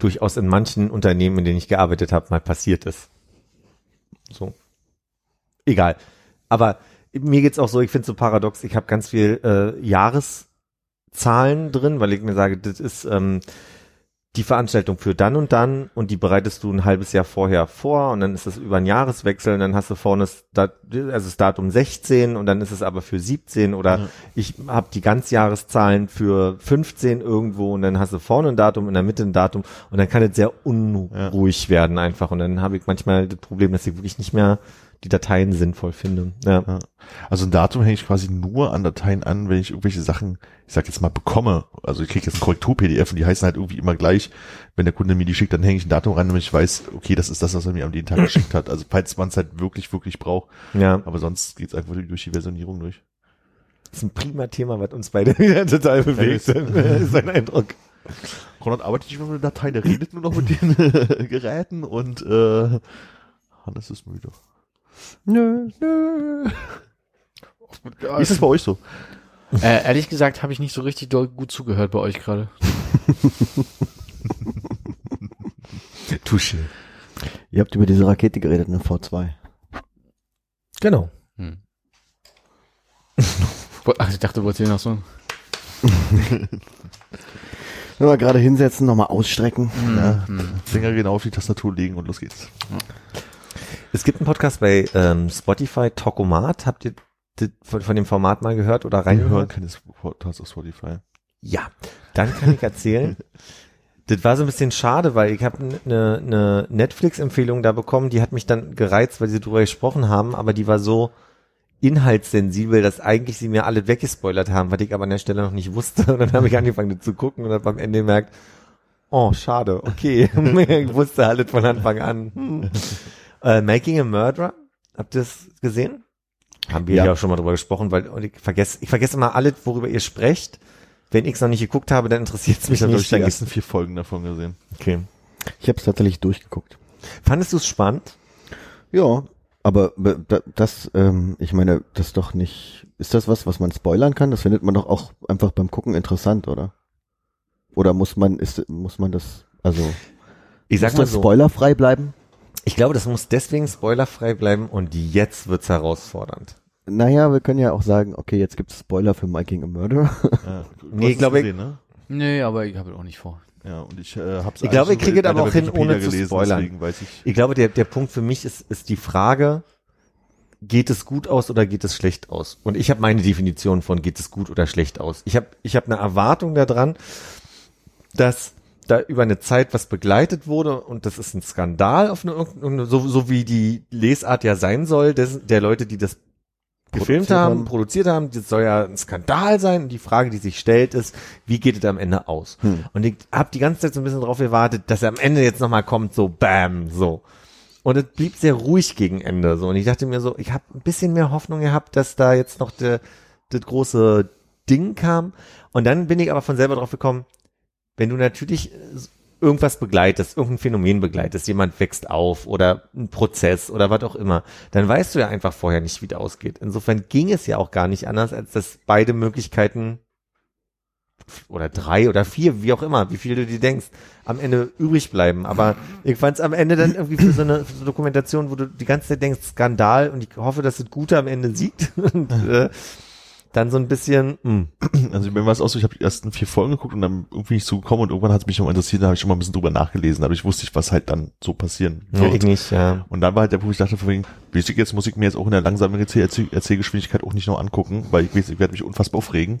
[SPEAKER 2] durchaus in manchen Unternehmen, in denen ich gearbeitet habe, mal passiert ist. So. Egal. Aber mir geht's auch so, ich finde es so paradox, ich habe ganz viel äh, Jahreszahlen drin, weil ich mir sage, das ist ähm, die Veranstaltung für dann und dann und die bereitest du ein halbes Jahr vorher vor und dann ist es über einen Jahreswechsel und dann hast du vorne das, Dat also das Datum 16 und dann ist es aber für 17 oder
[SPEAKER 5] Ja.
[SPEAKER 2] ich habe die Ganzjahreszahlen für 15 irgendwo und dann hast du vorne ein Datum, in der Mitte ein Datum und dann kann es sehr unruhig werden einfach und dann habe ich manchmal das Problem, dass ich wirklich nicht mehr die Dateien sinnvoll finde. Ja.
[SPEAKER 5] Also ein Datum hänge ich quasi nur an Dateien an, wenn ich irgendwelche Sachen, ich sag jetzt mal, bekomme. Also ich kriege jetzt ein Korrektur-PDF und die heißen halt irgendwie immer gleich. Wenn der Kunde mir die schickt, dann hänge ich ein Datum ran, damit ich weiß, okay, das ist das, was er mir am den Tag geschickt hat. Also falls man es halt wirklich, wirklich braucht.
[SPEAKER 2] ja.
[SPEAKER 5] Aber sonst geht's einfach durch die Versionierung durch.
[SPEAKER 2] Das ist ein prima Thema, was uns beide wieder total bewegt.
[SPEAKER 5] Ja,
[SPEAKER 2] ist ein Eindruck.
[SPEAKER 5] Konrad arbeitet nicht mehr mit der Datei, der redet nur noch mit den äh, Geräten und äh, Hannes ist müde.
[SPEAKER 4] Nö,
[SPEAKER 5] Wie ist das bei euch so?
[SPEAKER 3] Äh, ehrlich gesagt habe ich nicht so richtig doll gut zugehört bei euch gerade.
[SPEAKER 2] Tusche.
[SPEAKER 4] Ihr habt über diese Rakete geredet, ne, eine V2.
[SPEAKER 2] Genau.
[SPEAKER 3] Hm. Ach, ich dachte, du wolltest hier noch so.
[SPEAKER 4] Nochmal gerade hinsetzen, nochmal ausstrecken.
[SPEAKER 5] Ja, Finger genau auf die Tastatur legen und los geht's.
[SPEAKER 2] Es gibt einen Podcast bei ähm, Spotify, Talkomat. Habt ihr das von, von dem Format mal gehört oder
[SPEAKER 5] Wir hören
[SPEAKER 2] reingehört?
[SPEAKER 5] keine Podcasts auf Spotify.
[SPEAKER 2] Ja. Dann kann ich erzählen. das war so ein bisschen schade, weil ich habe eine ne, Netflix-Empfehlung da bekommen. Die hat mich dann gereizt, weil sie drüber gesprochen haben, aber die war so inhaltssensibel, dass eigentlich sie mir alle weggespoilert haben, was ich aber an der Stelle noch nicht wusste. Und dann habe ich angefangen das zu gucken und habe am Ende gemerkt, oh, schade, okay. ich wusste alles von Anfang an. Hm. Äh, Making a Murderer, habt ihr das gesehen? Haben wir
[SPEAKER 4] Ja.
[SPEAKER 2] ja, auch schon mal drüber gesprochen, weil und ich vergesse, ich vergesse immer alles, worüber ihr sprecht. Wenn ich es noch nicht geguckt habe, dann interessiert es mich
[SPEAKER 5] Ich habe
[SPEAKER 2] nicht.
[SPEAKER 5] die ersten vier Folgen davon gesehen.
[SPEAKER 2] Okay.
[SPEAKER 4] Ich habe es tatsächlich durchgeguckt.
[SPEAKER 2] Fandest du es spannend?
[SPEAKER 4] Ja, aber be- da- das, ähm, ich meine, das ist doch nicht. Ist das was, was man spoilern kann? Das findet man doch auch einfach beim Gucken interessant, oder? Oder muss man, ist, muss man das, also
[SPEAKER 2] Ich
[SPEAKER 4] muss das spoilerfrei bleiben?
[SPEAKER 2] Ich glaube, das muss deswegen spoilerfrei bleiben und jetzt wird's herausfordernd.
[SPEAKER 4] Naja, wir können ja auch sagen, okay, jetzt gibt's Spoiler für My King a Murder.
[SPEAKER 5] Ja. Du
[SPEAKER 2] Nee,
[SPEAKER 5] hast es
[SPEAKER 2] glaub ich-
[SPEAKER 5] gesehen, ne?
[SPEAKER 3] Nee, aber ich habe es auch nicht vor.
[SPEAKER 5] Ja, und ich äh, hab's
[SPEAKER 2] Ich glaube,
[SPEAKER 5] eigentlich
[SPEAKER 2] ihr kriegt
[SPEAKER 5] nur
[SPEAKER 2] aber auch hin,
[SPEAKER 5] Wikipedia
[SPEAKER 2] ohne zu spoilern.
[SPEAKER 5] Deswegen weiß ich.
[SPEAKER 2] Ich glaube, der, der Punkt für mich ist, ist die Frage, geht es gut aus oder geht es schlecht aus? Und ich habe meine Definition von geht es gut oder schlecht aus. Ich habe ich hab eine Erwartung daran, dass da über eine Zeit was begleitet wurde und das ist ein Skandal auf eine, irgendeine- so, so wie die Lesart ja sein soll, des, der Leute, die das gefilmt
[SPEAKER 4] Produziert
[SPEAKER 2] haben,
[SPEAKER 4] haben.
[SPEAKER 2] produziert haben, das soll ja ein Skandal sein und die Frage, die sich stellt, ist, wie geht es am Ende aus? Und ich habe die ganze Zeit so ein bisschen drauf gewartet, dass er am Ende jetzt nochmal kommt, so bam, so. Und es blieb sehr ruhig gegen Ende. So. Und ich dachte mir so, ich habe ein bisschen mehr Hoffnung gehabt, dass da jetzt noch der- das große Ding kam. Und dann bin ich aber von selber drauf gekommen, wenn du natürlich äh, irgendwas begleitest, irgendein Phänomen begleitest, jemand wächst auf oder ein Prozess oder was auch immer, dann weißt du ja einfach vorher nicht, wie das ausgeht. Insofern ging es ja auch gar nicht anders, als dass beide Möglichkeiten oder drei oder vier, wie auch immer, wie viel du dir denkst, am Ende übrig bleiben. Aber ich fand es am Ende dann irgendwie für so eine, für so eine Dokumentation, wo du die ganze Zeit denkst, Skandal und ich hoffe, dass das Gute am Ende siegt. Und, äh, dann so ein bisschen, hm, mh.
[SPEAKER 5] Also mir war es auch so, ich habe die ersten vier Folgen geguckt und dann irgendwie nicht zugekommen und irgendwann hat es mich nochmal interessiert, da habe ich schon mal ein bisschen drüber nachgelesen, aber ich wusste nicht, was halt dann so passieren wird.
[SPEAKER 2] nicht, ja.
[SPEAKER 5] Und dann war halt der Punkt, ich dachte von wegen, wichtig, jetzt muss ich mir jetzt auch in der langsamen Erzäh Erzäh Erzählgeschwindigkeit auch nicht noch angucken, weil ich weiß, ich werde mich unfassbar aufregen.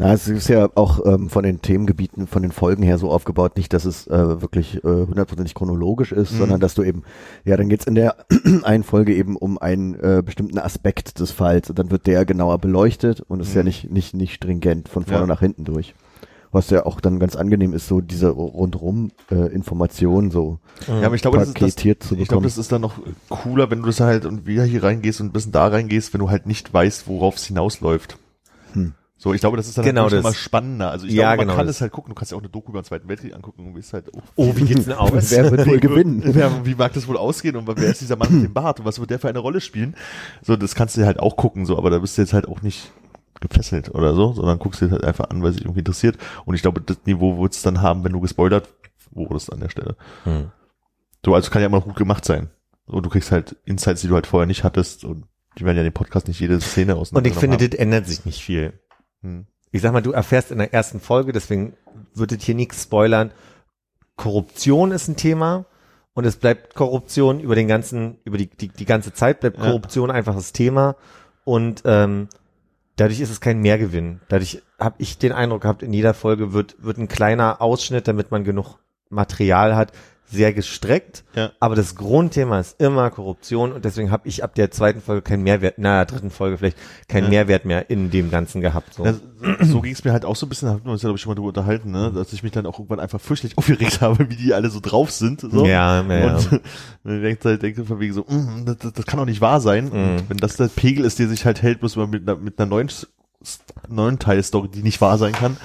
[SPEAKER 4] Na, es ist ja auch ähm, von den Themengebieten, von den Folgen her so aufgebaut, nicht, dass es äh, wirklich äh, hundertprozentig chronologisch ist,
[SPEAKER 5] Mhm.
[SPEAKER 4] sondern dass du eben, ja, dann geht's in der einen Folge eben um einen äh, bestimmten Aspekt des Falls und dann wird der genauer beleuchtet und ist ja nicht, nicht, nicht stringent von vorne
[SPEAKER 5] Mhm. Ja.
[SPEAKER 4] nach hinten durch. Was ja auch dann ganz angenehm ist, so diese rundrum äh, Informationen so.
[SPEAKER 5] Ja, aber ich glaube, das ist, das,
[SPEAKER 4] Paketiert zu
[SPEAKER 5] ich glaube,
[SPEAKER 4] bekommen.
[SPEAKER 5] das ist dann noch cooler, wenn du das halt und wieder hier reingehst und ein bisschen da reingehst, wenn du halt nicht weißt, worauf es hinausläuft. So, ich glaube, das ist dann
[SPEAKER 2] Hm. Genau
[SPEAKER 5] natürlich
[SPEAKER 2] das.
[SPEAKER 5] immer spannender. Also ich
[SPEAKER 2] Ja,
[SPEAKER 5] glaube, man
[SPEAKER 2] genau
[SPEAKER 5] kann
[SPEAKER 2] das.
[SPEAKER 5] es halt gucken. Du kannst ja auch eine Doku über den Zweiten Weltkrieg angucken und weißt halt, oh,
[SPEAKER 2] Oh, wie geht's denn aus?
[SPEAKER 4] Wer wird wohl gewinnen?
[SPEAKER 5] Wer, wie mag das wohl ausgehen und wer ist dieser Mann mit dem Bart und was wird der für eine Rolle spielen? So, das kannst du dir halt auch gucken, so, aber da bist du jetzt halt auch nicht gefesselt oder so, sondern guckst dir das halt einfach an, weil es dich irgendwie interessiert. Und ich glaube, das Niveau wird es dann haben, wenn du gespoilert wurdest an der Stelle.
[SPEAKER 2] Hm.
[SPEAKER 5] So, also kann ja immer noch gut gemacht sein. Und du kriegst halt Insights, die du halt vorher nicht hattest und die werden ja den Podcast nicht jede Szene aus.
[SPEAKER 2] Und ich finde, das ändert sich nicht viel.
[SPEAKER 5] Hm.
[SPEAKER 2] Ich sag mal, du erfährst in der ersten Folge, deswegen wird es hier nichts spoilern. Korruption ist ein Thema und es bleibt Korruption über den ganzen, über die, die, die ganze Zeit bleibt
[SPEAKER 5] Ja.
[SPEAKER 2] Korruption einfach das Thema und ähm, dadurch ist es kein Mehrgewinn. Dadurch habe ich den Eindruck gehabt, in jeder Folge wird, wird ein kleiner Ausschnitt, damit man genug Material hat, sehr gestreckt.
[SPEAKER 5] Ja.
[SPEAKER 2] Aber das Grundthema ist immer Korruption und deswegen habe ich ab der zweiten Folge keinen Mehrwert, na, der dritten Folge vielleicht keinen
[SPEAKER 5] Ja.
[SPEAKER 2] Mehrwert mehr in dem Ganzen gehabt. So.
[SPEAKER 5] Ja, so- so ging es mir halt auch so ein bisschen, da haben wir uns ja, glaube ich, schon mal drüber unterhalten, ne? dass ich mich dann auch irgendwann einfach fürchterlich aufgeregt habe, wie die alle so drauf sind. So.
[SPEAKER 2] Ja, ja,
[SPEAKER 5] Und
[SPEAKER 2] ja.
[SPEAKER 5] dann denkt halt, denkt von wegen so, mm, das, das- das kann doch nicht wahr sein.
[SPEAKER 2] Mhm.
[SPEAKER 5] Und wenn das der Pegel ist, der sich halt hält, bloß mal mit, einer- mit einer neuen, S- S- neuen Teilstory, die nicht wahr sein kann.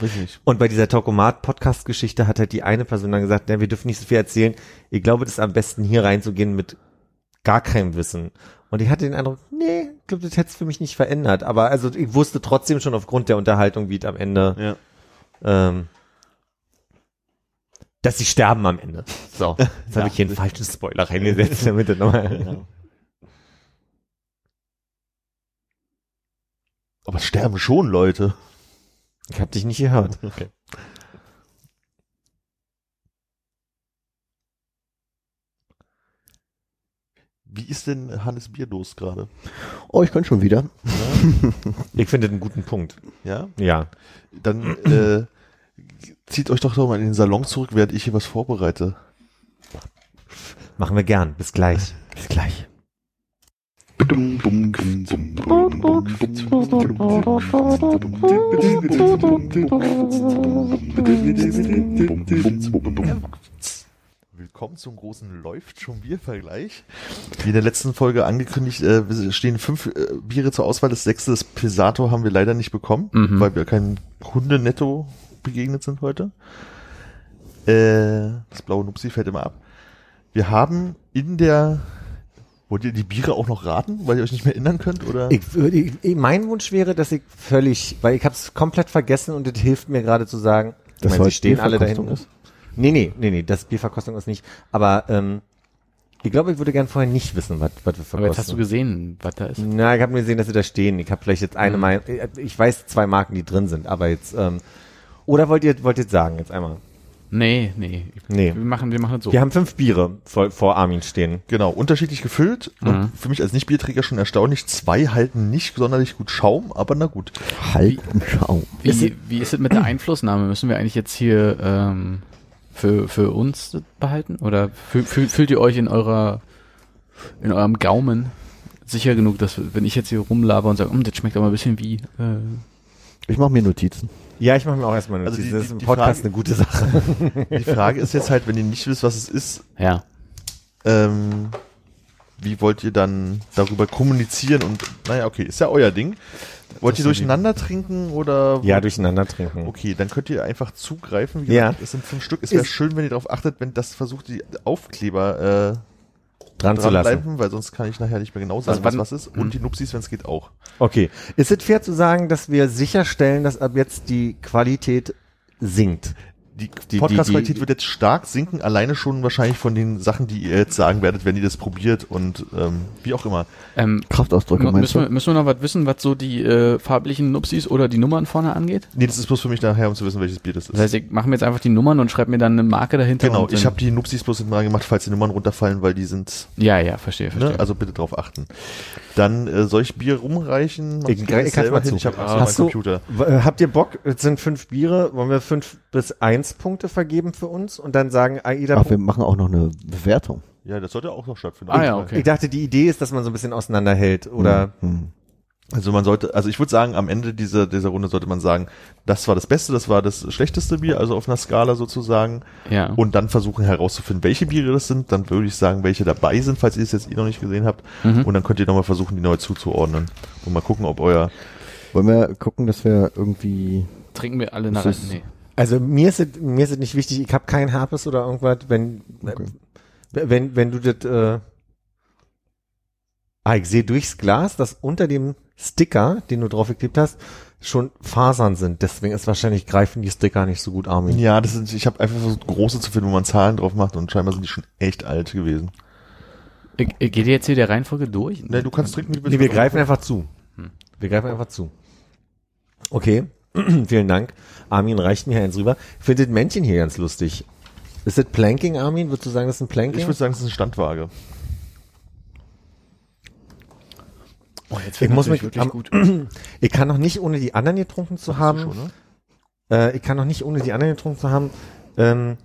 [SPEAKER 5] Weiß nicht.
[SPEAKER 2] Und bei dieser Tokomat-Podcast-Geschichte hat halt die eine Person dann gesagt, "Na, wir dürfen nicht so viel erzählen. Ich glaube, das ist am besten hier reinzugehen mit gar keinem Wissen. Und ich hatte den Eindruck, nee, ich glaube, das hätte es für mich nicht verändert. Aber also ich wusste trotzdem schon aufgrund der Unterhaltung, wie es am Ende,
[SPEAKER 5] Ja.
[SPEAKER 2] ähm, dass sie sterben am Ende. So, jetzt habe ich hier einen falschen Spoiler reingesetzt, damit das nochmal.
[SPEAKER 5] Aber es sterben schon Leute.
[SPEAKER 2] Ich habe dich nicht gehört.
[SPEAKER 5] Wie ist denn Hannes Bierdos gerade?
[SPEAKER 4] Oh, ich kann schon wieder.
[SPEAKER 2] Ich finde den einen guten Punkt.
[SPEAKER 5] Ja?
[SPEAKER 2] Ja.
[SPEAKER 5] Dann äh, zieht euch doch doch mal in den Salon zurück, während ich hier was vorbereite.
[SPEAKER 2] Machen wir gern. Bis gleich.
[SPEAKER 4] Bis gleich.
[SPEAKER 5] Willkommen zum großen Läuft schon Bier-Vergleich. Wie in der letzten Folge angekündigt, äh, wir stehen fünf äh, Biere zur Auswahl. Das sechste, das Pesato, haben wir leider nicht bekommen,
[SPEAKER 3] Mhm.
[SPEAKER 5] weil wir keinem Hunde netto begegnet sind heute. Äh, das blaue Nupsi fällt immer ab. Wir haben in der... Wollt ihr die Biere auch noch raten, weil ihr euch nicht mehr erinnern könnt? Oder?
[SPEAKER 2] Ich, würde- ich, ich- mein Wunsch wäre, dass ich völlig, weil ich habe es komplett vergessen und das hilft mir gerade zu sagen, ich
[SPEAKER 4] Das
[SPEAKER 2] meine,
[SPEAKER 4] heute
[SPEAKER 2] sie stehen alle da
[SPEAKER 4] Bierverkostung
[SPEAKER 2] hinten.
[SPEAKER 4] ist?
[SPEAKER 2] Nee, nee, nee, nee, das Bierverkostung ist nicht. Aber ähm, ich glaube, ich würde gern vorher nicht wissen, was, was wir verkosten.
[SPEAKER 3] Aber jetzt hast du gesehen, was da ist.
[SPEAKER 2] Na, ich habe nur gesehen, dass sie da stehen. Ich habe vielleicht jetzt eine Meinung. äh, Ich weiß zwei Marken, die drin sind, aber jetzt. Ähm, oder wollt ihr, wollt ihr sagen jetzt einmal?
[SPEAKER 3] Nee, nee.
[SPEAKER 2] Nee.
[SPEAKER 3] Wir machen, wir machen das so.
[SPEAKER 2] Wir haben fünf Biere vor, vor Armin stehen.
[SPEAKER 5] Genau, unterschiedlich gefüllt
[SPEAKER 2] Mhm.
[SPEAKER 5] und für mich als Nicht-Bierträger schon erstaunlich. Zwei halten nicht sonderlich gut Schaum, aber na gut.
[SPEAKER 4] Halten Schaum.
[SPEAKER 3] Wie ist, wie ist es mit der Einflussnahme? Müssen wir eigentlich jetzt hier ähm, für, für uns das behalten? Oder fü fü fühlt ihr euch in eurer in eurem Gaumen sicher genug, dass wenn ich jetzt hier rumlaber und sage, "Mm, das schmeckt aber ein bisschen wie äh,
[SPEAKER 4] Ich mache mir Notizen.
[SPEAKER 2] Ja, ich mache mir auch erstmal eine
[SPEAKER 5] Also die-
[SPEAKER 2] Notizen. das ist
[SPEAKER 5] die-
[SPEAKER 2] im
[SPEAKER 5] die
[SPEAKER 2] Podcast
[SPEAKER 5] Frage-
[SPEAKER 2] eine gute Sache.
[SPEAKER 5] Die Frage ist jetzt halt, wenn ihr nicht wisst, was es ist,
[SPEAKER 3] ja.
[SPEAKER 5] ähm, wie wollt ihr dann darüber kommunizieren und, naja, okay, ist ja euer Ding. Wollt ihr durcheinander trinken oder?
[SPEAKER 2] Ja, durcheinander trinken.
[SPEAKER 5] Okay, dann könnt ihr einfach zugreifen. Wie
[SPEAKER 2] Ja.
[SPEAKER 5] gesagt, Es sind fünf Stück. Es wäre
[SPEAKER 2] Ist-
[SPEAKER 5] schön, wenn ihr darauf achtet, wenn das versucht, die Aufkleber äh,
[SPEAKER 2] Dran zu lassen.
[SPEAKER 5] dranbleiben, weil sonst kann ich nachher nicht mehr genau
[SPEAKER 2] Also
[SPEAKER 5] sagen,
[SPEAKER 3] wann-
[SPEAKER 5] was was ist. Und die Nupsis, wenn es geht, auch.
[SPEAKER 2] Okay. Ist es fair zu sagen, dass wir sicherstellen, dass ab jetzt die Qualität sinkt?
[SPEAKER 5] Die,
[SPEAKER 2] die-
[SPEAKER 5] Podcast-Qualität
[SPEAKER 2] die-
[SPEAKER 5] wird jetzt stark sinken, alleine schon wahrscheinlich von den Sachen, die ihr jetzt sagen werdet, wenn ihr das probiert und ähm, wie auch immer.
[SPEAKER 3] Ähm,
[SPEAKER 4] Kraftausdrücke meinst
[SPEAKER 3] müssen, wir,
[SPEAKER 4] du?
[SPEAKER 3] müssen wir noch was wissen, was so die äh, farblichen Nupsis oder die Nummern vorne angeht?
[SPEAKER 5] Nee, das ist bloß für mich nachher, um zu wissen, welches Bier das ist.
[SPEAKER 3] Das heißt, ich mache mir jetzt einfach die Nummern und schreibe mir dann eine Marke dahinter.
[SPEAKER 5] genau,
[SPEAKER 3] und
[SPEAKER 5] ich
[SPEAKER 3] dann-
[SPEAKER 5] habe die Nupsis bloß hinten reingemacht, falls die Nummern runterfallen, weil die sind,
[SPEAKER 3] Ja, ja, verstehe, verstehe.
[SPEAKER 5] ne, also bitte drauf achten. Dann äh, soll ich Bier rumreichen? Mach
[SPEAKER 2] Ich-
[SPEAKER 5] das
[SPEAKER 2] ich kann's
[SPEAKER 5] selber
[SPEAKER 2] mal
[SPEAKER 5] hin.
[SPEAKER 2] zu. Ah.
[SPEAKER 5] ich habe
[SPEAKER 2] Hast
[SPEAKER 5] meinen Computer.
[SPEAKER 2] W- äh, Habt ihr Bock? Es sind fünf Biere. Wollen wir fünf bis eins Punkte vergeben für uns und dann sagen, ah, jeder
[SPEAKER 4] Ach, wir
[SPEAKER 2] Punkt.
[SPEAKER 4] machen auch noch eine Bewertung.
[SPEAKER 5] Ja, das sollte auch noch stattfinden.
[SPEAKER 3] ah ja, okay.
[SPEAKER 2] Ich dachte, die Idee ist, dass man so ein bisschen auseinanderhält oder
[SPEAKER 4] Mhm. Hm,
[SPEAKER 5] Also man sollte, also ich würde sagen, am Ende dieser, dieser Runde sollte man sagen, das war das Beste, das war das schlechteste Bier, also auf einer Skala sozusagen.
[SPEAKER 3] ja.
[SPEAKER 5] Und dann versuchen herauszufinden, welche Biere das sind. Dann würde ich sagen, welche dabei sind, falls ihr es jetzt eh noch nicht gesehen habt.
[SPEAKER 3] Mhm.
[SPEAKER 2] Hm.
[SPEAKER 5] Und dann könnt ihr nochmal versuchen, die neu zuzuordnen. Und mal gucken, ob euer...
[SPEAKER 4] Wollen wir gucken, dass wir irgendwie
[SPEAKER 3] trinken wir alle
[SPEAKER 4] Das
[SPEAKER 3] nachher.
[SPEAKER 4] ist-
[SPEAKER 3] Nee.
[SPEAKER 2] Also mir ist es, mir ist es nicht wichtig, ich habe kein Herpes oder irgendwas, wenn äh, wenn wenn du das äh, Ah, ich sehe durchs Glas, dass unter dem Sticker, den du draufgeklebt hast, schon Fasern sind. Deswegen ist wahrscheinlich greifen die Sticker nicht so gut, Armin.
[SPEAKER 5] Ja, das sind, ich habe einfach versucht, große zu finden, wo man Zahlen drauf macht. Und scheinbar sind die schon echt alt gewesen.
[SPEAKER 3] Ich, ich geht ihr jetzt hier der Reihenfolge durch?
[SPEAKER 5] Ne, du kannst trinken, wie du
[SPEAKER 2] Nee, wir greifen Hm. einfach zu. Wir greifen einfach zu. Okay, vielen Dank. Armin reicht mir eins rüber. Ich finde das Männchen hier ganz lustig. Ist das Planking, Armin? Würdest du sagen, das ist ein
[SPEAKER 5] Ich
[SPEAKER 2] Planking?
[SPEAKER 5] würde sagen, es ist eine Standwaage.
[SPEAKER 3] oh, jetzt
[SPEAKER 2] Ich
[SPEAKER 3] wird
[SPEAKER 2] muss
[SPEAKER 3] natürlich
[SPEAKER 2] mich
[SPEAKER 3] wirklich
[SPEAKER 2] am-
[SPEAKER 3] gut.
[SPEAKER 2] Ich kann noch nicht ohne die anderen getrunken zu haben.
[SPEAKER 5] Schon, ne?
[SPEAKER 2] Äh, ich kann noch nicht ohne die anderen getrunken zu haben. Ähm,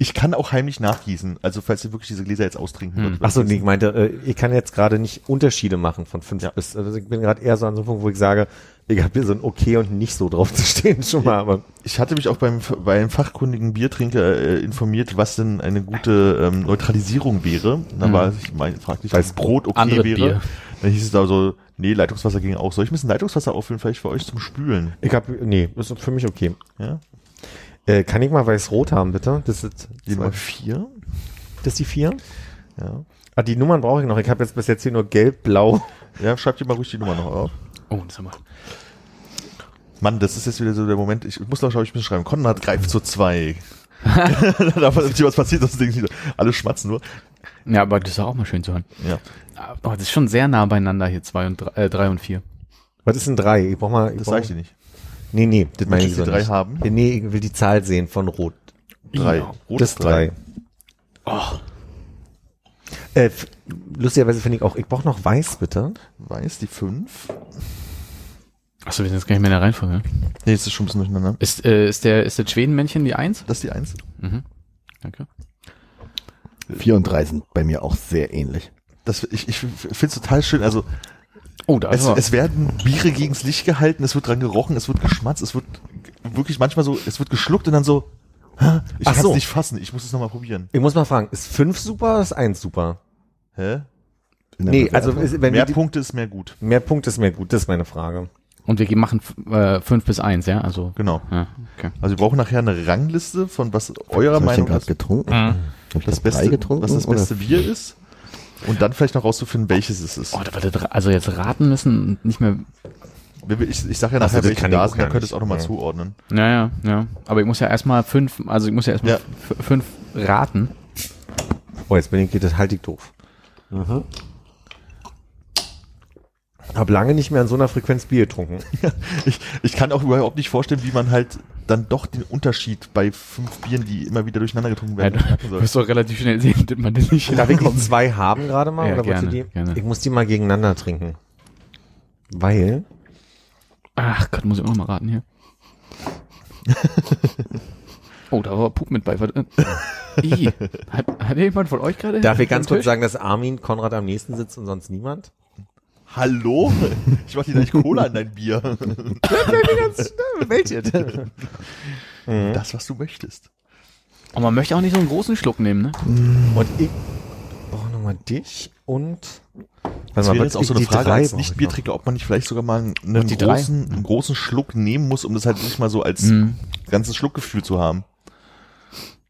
[SPEAKER 5] Ich kann auch heimlich nachgießen. Also falls ihr wirklich diese Gläser jetzt austrinken würdet.
[SPEAKER 2] achso, nee, ich meinte, äh, ich kann jetzt gerade nicht Unterschiede machen von fünf
[SPEAKER 5] Ja.
[SPEAKER 2] bis. Also ich bin gerade eher so an so einem Punkt, wo ich sage, ich habe hier so ein Okay und nicht so drauf zu stehen schon mal. Aber
[SPEAKER 5] Ich hatte mich auch beim, beim fachkundigen Biertrinker äh, informiert, was denn eine gute ähm, Neutralisierung wäre. Da war ich mein, fragte ich,
[SPEAKER 2] Weiß
[SPEAKER 5] ob Brot okay
[SPEAKER 3] Anderes
[SPEAKER 5] wäre.
[SPEAKER 3] Bier.
[SPEAKER 5] Dann hieß es da so, nee, Leitungswasser ging auch. Soll ich ein bisschen Leitungswasser auffüllen, vielleicht für euch zum Spülen?
[SPEAKER 2] ich habe, nee, ist für mich okay.
[SPEAKER 5] Ja?
[SPEAKER 2] Äh, kann ich mal weiß-rot haben, bitte? Das ist,
[SPEAKER 5] Die Nummer vier.
[SPEAKER 2] das ist die vier.
[SPEAKER 5] Ja.
[SPEAKER 2] Ah, die Nummern brauche ich noch. Ich habe jetzt bis jetzt hier nur gelb, blau.
[SPEAKER 5] ja, schreibt ihr mal ruhig die Nummer noch auf.
[SPEAKER 3] Oh, das haben wir.
[SPEAKER 5] Mann, das ist jetzt wieder so der Moment. Ich muss noch schauen, ich muss schreiben. Konrad greift zu zwei. da war natürlich was passiert, das Ding ist wieder. Alle schmatzen nur.
[SPEAKER 3] Ja, aber das ist auch mal schön zu hören.
[SPEAKER 5] Ja.
[SPEAKER 3] Oh, das ist schon sehr nah beieinander hier, zwei und drei, äh, drei und vier.
[SPEAKER 2] Was ist denn drei? Ich brauche mal.
[SPEAKER 5] Das
[SPEAKER 2] brauch-
[SPEAKER 5] sage ich dir nicht.
[SPEAKER 2] Nee, nee, das meine ich
[SPEAKER 5] Möchtest du
[SPEAKER 2] so
[SPEAKER 5] die drei
[SPEAKER 2] nicht.
[SPEAKER 5] haben?
[SPEAKER 2] Nee, ich will die Zahl sehen von rot.
[SPEAKER 5] Drei. Rot
[SPEAKER 2] das
[SPEAKER 5] ist drei.
[SPEAKER 2] drei. Oh. Äh, f- lustigerweise finde ich auch, ich brauche noch weiß, bitte.
[SPEAKER 5] Weiß, die fünf.
[SPEAKER 3] Achso, wir sind jetzt gar nicht mehr in der Reihenfolge. ne?
[SPEAKER 5] Nee, es ist schon ein bisschen durcheinander.
[SPEAKER 3] Ist, äh, ist der, ist das Schwedenmännchen die eins?
[SPEAKER 5] Das ist die eins.
[SPEAKER 3] Danke.
[SPEAKER 4] 4 und 3 sind bei mir auch sehr ähnlich.
[SPEAKER 5] Das, ich ich finde es total schön. Also
[SPEAKER 3] Oh, da
[SPEAKER 5] es,
[SPEAKER 3] ist
[SPEAKER 2] Also.
[SPEAKER 3] er.
[SPEAKER 5] es werden Biere gegens Licht gehalten, es wird dran gerochen, es wird geschmatzt, es wird wirklich manchmal so, es wird geschluckt und dann so, "Hä? ich
[SPEAKER 2] Ach
[SPEAKER 5] kann es
[SPEAKER 2] so.
[SPEAKER 5] nicht fassen, ich muss es nochmal probieren.
[SPEAKER 2] Ich muss mal fragen, ist fünf super oder ist eins super?
[SPEAKER 5] Hä?
[SPEAKER 4] In der
[SPEAKER 2] Nee, also
[SPEAKER 4] Bewertung.
[SPEAKER 2] ist, wenn
[SPEAKER 5] Mehr
[SPEAKER 2] wir die,
[SPEAKER 5] Punkte ist mehr gut.
[SPEAKER 2] mehr Punkte ist mir gut, das ist meine Frage.
[SPEAKER 3] Und wir ge- machen f- äh, fünf bis eins, ja? Also.
[SPEAKER 5] Genau.
[SPEAKER 3] Ja, okay.
[SPEAKER 5] Also wir brauchen nachher eine Rangliste von was eurer
[SPEAKER 4] Hab ich den
[SPEAKER 5] Meinung
[SPEAKER 4] gerade
[SPEAKER 5] nach
[SPEAKER 4] getrunken? Hab ich grad
[SPEAKER 5] das
[SPEAKER 4] drei
[SPEAKER 5] beste,
[SPEAKER 4] getrunken?
[SPEAKER 5] was das
[SPEAKER 4] oder?
[SPEAKER 5] beste Bier ist.
[SPEAKER 2] Oh.
[SPEAKER 5] Und dann vielleicht noch rauszufinden, welches es ist.
[SPEAKER 3] Oh, da wird er dra- also jetzt raten müssen und nicht mehr
[SPEAKER 5] Ich, ich sage ja
[SPEAKER 2] Ach so,
[SPEAKER 5] nachher,
[SPEAKER 2] das
[SPEAKER 5] welche
[SPEAKER 2] kann ich
[SPEAKER 5] da
[SPEAKER 2] auch
[SPEAKER 5] sind,
[SPEAKER 2] gar
[SPEAKER 5] dann
[SPEAKER 2] nicht.
[SPEAKER 5] könntest du auch nochmal
[SPEAKER 2] Ja.
[SPEAKER 5] zuordnen.
[SPEAKER 3] Ja, ja, ja. Aber ich muss ja erstmal fünf, also ich muss ja erstmal
[SPEAKER 5] Ja.
[SPEAKER 3] f- fünf raten.
[SPEAKER 2] Oh, jetzt bin ich, geht das halt ich doof.
[SPEAKER 3] Mhm.
[SPEAKER 4] Aha.
[SPEAKER 2] Hab lange nicht mehr an so einer Frequenz Bier getrunken.
[SPEAKER 5] Ich, ich kann auch überhaupt nicht vorstellen, wie man halt dann doch den Unterschied bei fünf Bieren, die immer wieder durcheinander getrunken
[SPEAKER 3] Ja,
[SPEAKER 5] werden,
[SPEAKER 3] du
[SPEAKER 5] merken soll.
[SPEAKER 3] wirst doch relativ schnell sehen, dass man das nicht
[SPEAKER 2] Darf ich die zwei haben gerade mal?
[SPEAKER 3] Ja,
[SPEAKER 2] oder wolltest du
[SPEAKER 3] gerne,
[SPEAKER 2] die?
[SPEAKER 3] gerne.
[SPEAKER 2] Ich muss die mal gegeneinander trinken. Weil,
[SPEAKER 3] Ach Gott, muss ich auch noch mal raten hier. oh, da war Pup mit bei. Warte. Ih, hat, hat jemand von euch gerade?
[SPEAKER 2] darf ich ganz
[SPEAKER 3] am
[SPEAKER 2] kurz
[SPEAKER 3] Äh, Tisch?
[SPEAKER 2] sagen, dass Armin Konrad am nächsten sitzt und sonst niemand?
[SPEAKER 5] Hallo? Ich mach dir gleich Cola in dein Bier.
[SPEAKER 2] Welche
[SPEAKER 5] Mhm. Das, was du möchtest.
[SPEAKER 3] Aber man möchte auch nicht so einen großen Schluck nehmen, ne?
[SPEAKER 2] Und ich brauche nochmal dich und...
[SPEAKER 5] Das
[SPEAKER 2] Warte
[SPEAKER 5] wäre
[SPEAKER 2] was
[SPEAKER 5] jetzt auch so
[SPEAKER 2] ich-
[SPEAKER 5] eine
[SPEAKER 2] die
[SPEAKER 5] Frage
[SPEAKER 2] drei brauch
[SPEAKER 5] als
[SPEAKER 2] ich noch.
[SPEAKER 5] Nicht-Biertrinker, ob man nicht vielleicht sogar mal einen
[SPEAKER 3] die drei? Mhm.
[SPEAKER 5] großen, einen großen Schluck nehmen muss, um das halt wirklich mal so als ganzes Schluckgefühl zu haben.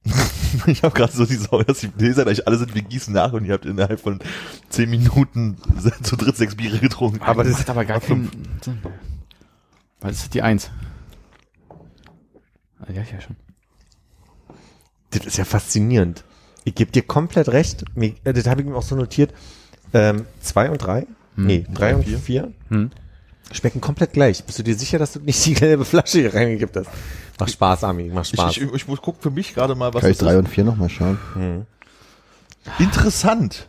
[SPEAKER 5] Ich habe gerade so die Sorge, dass die Gläser gleich alle sind, wir gießen nach und ihr habt innerhalb von zehn Minuten zu dritt sechs Biere getrunken.
[SPEAKER 3] Aber das macht aber gar keinen Sinn. Weil das ist die Eins. Ah, Ja, ja, schon.
[SPEAKER 2] Das ist ja faszinierend. Ich gebe dir komplett recht. Mir, äh, das habe ich mir auch so notiert. Ähm, zwei und drei? Nee, drei und vier.
[SPEAKER 3] Hm.
[SPEAKER 2] Schmecken komplett gleich. Bist du dir sicher, dass du nicht die gelbe Flasche hier reingekippt hast? Mach Spaß, Armin, mach
[SPEAKER 5] ich,
[SPEAKER 2] Spaß.
[SPEAKER 5] ich, ich muss gucken für mich gerade mal, was
[SPEAKER 4] Kann ich
[SPEAKER 5] das
[SPEAKER 4] drei und vier nochmal schauen?
[SPEAKER 5] Interessant.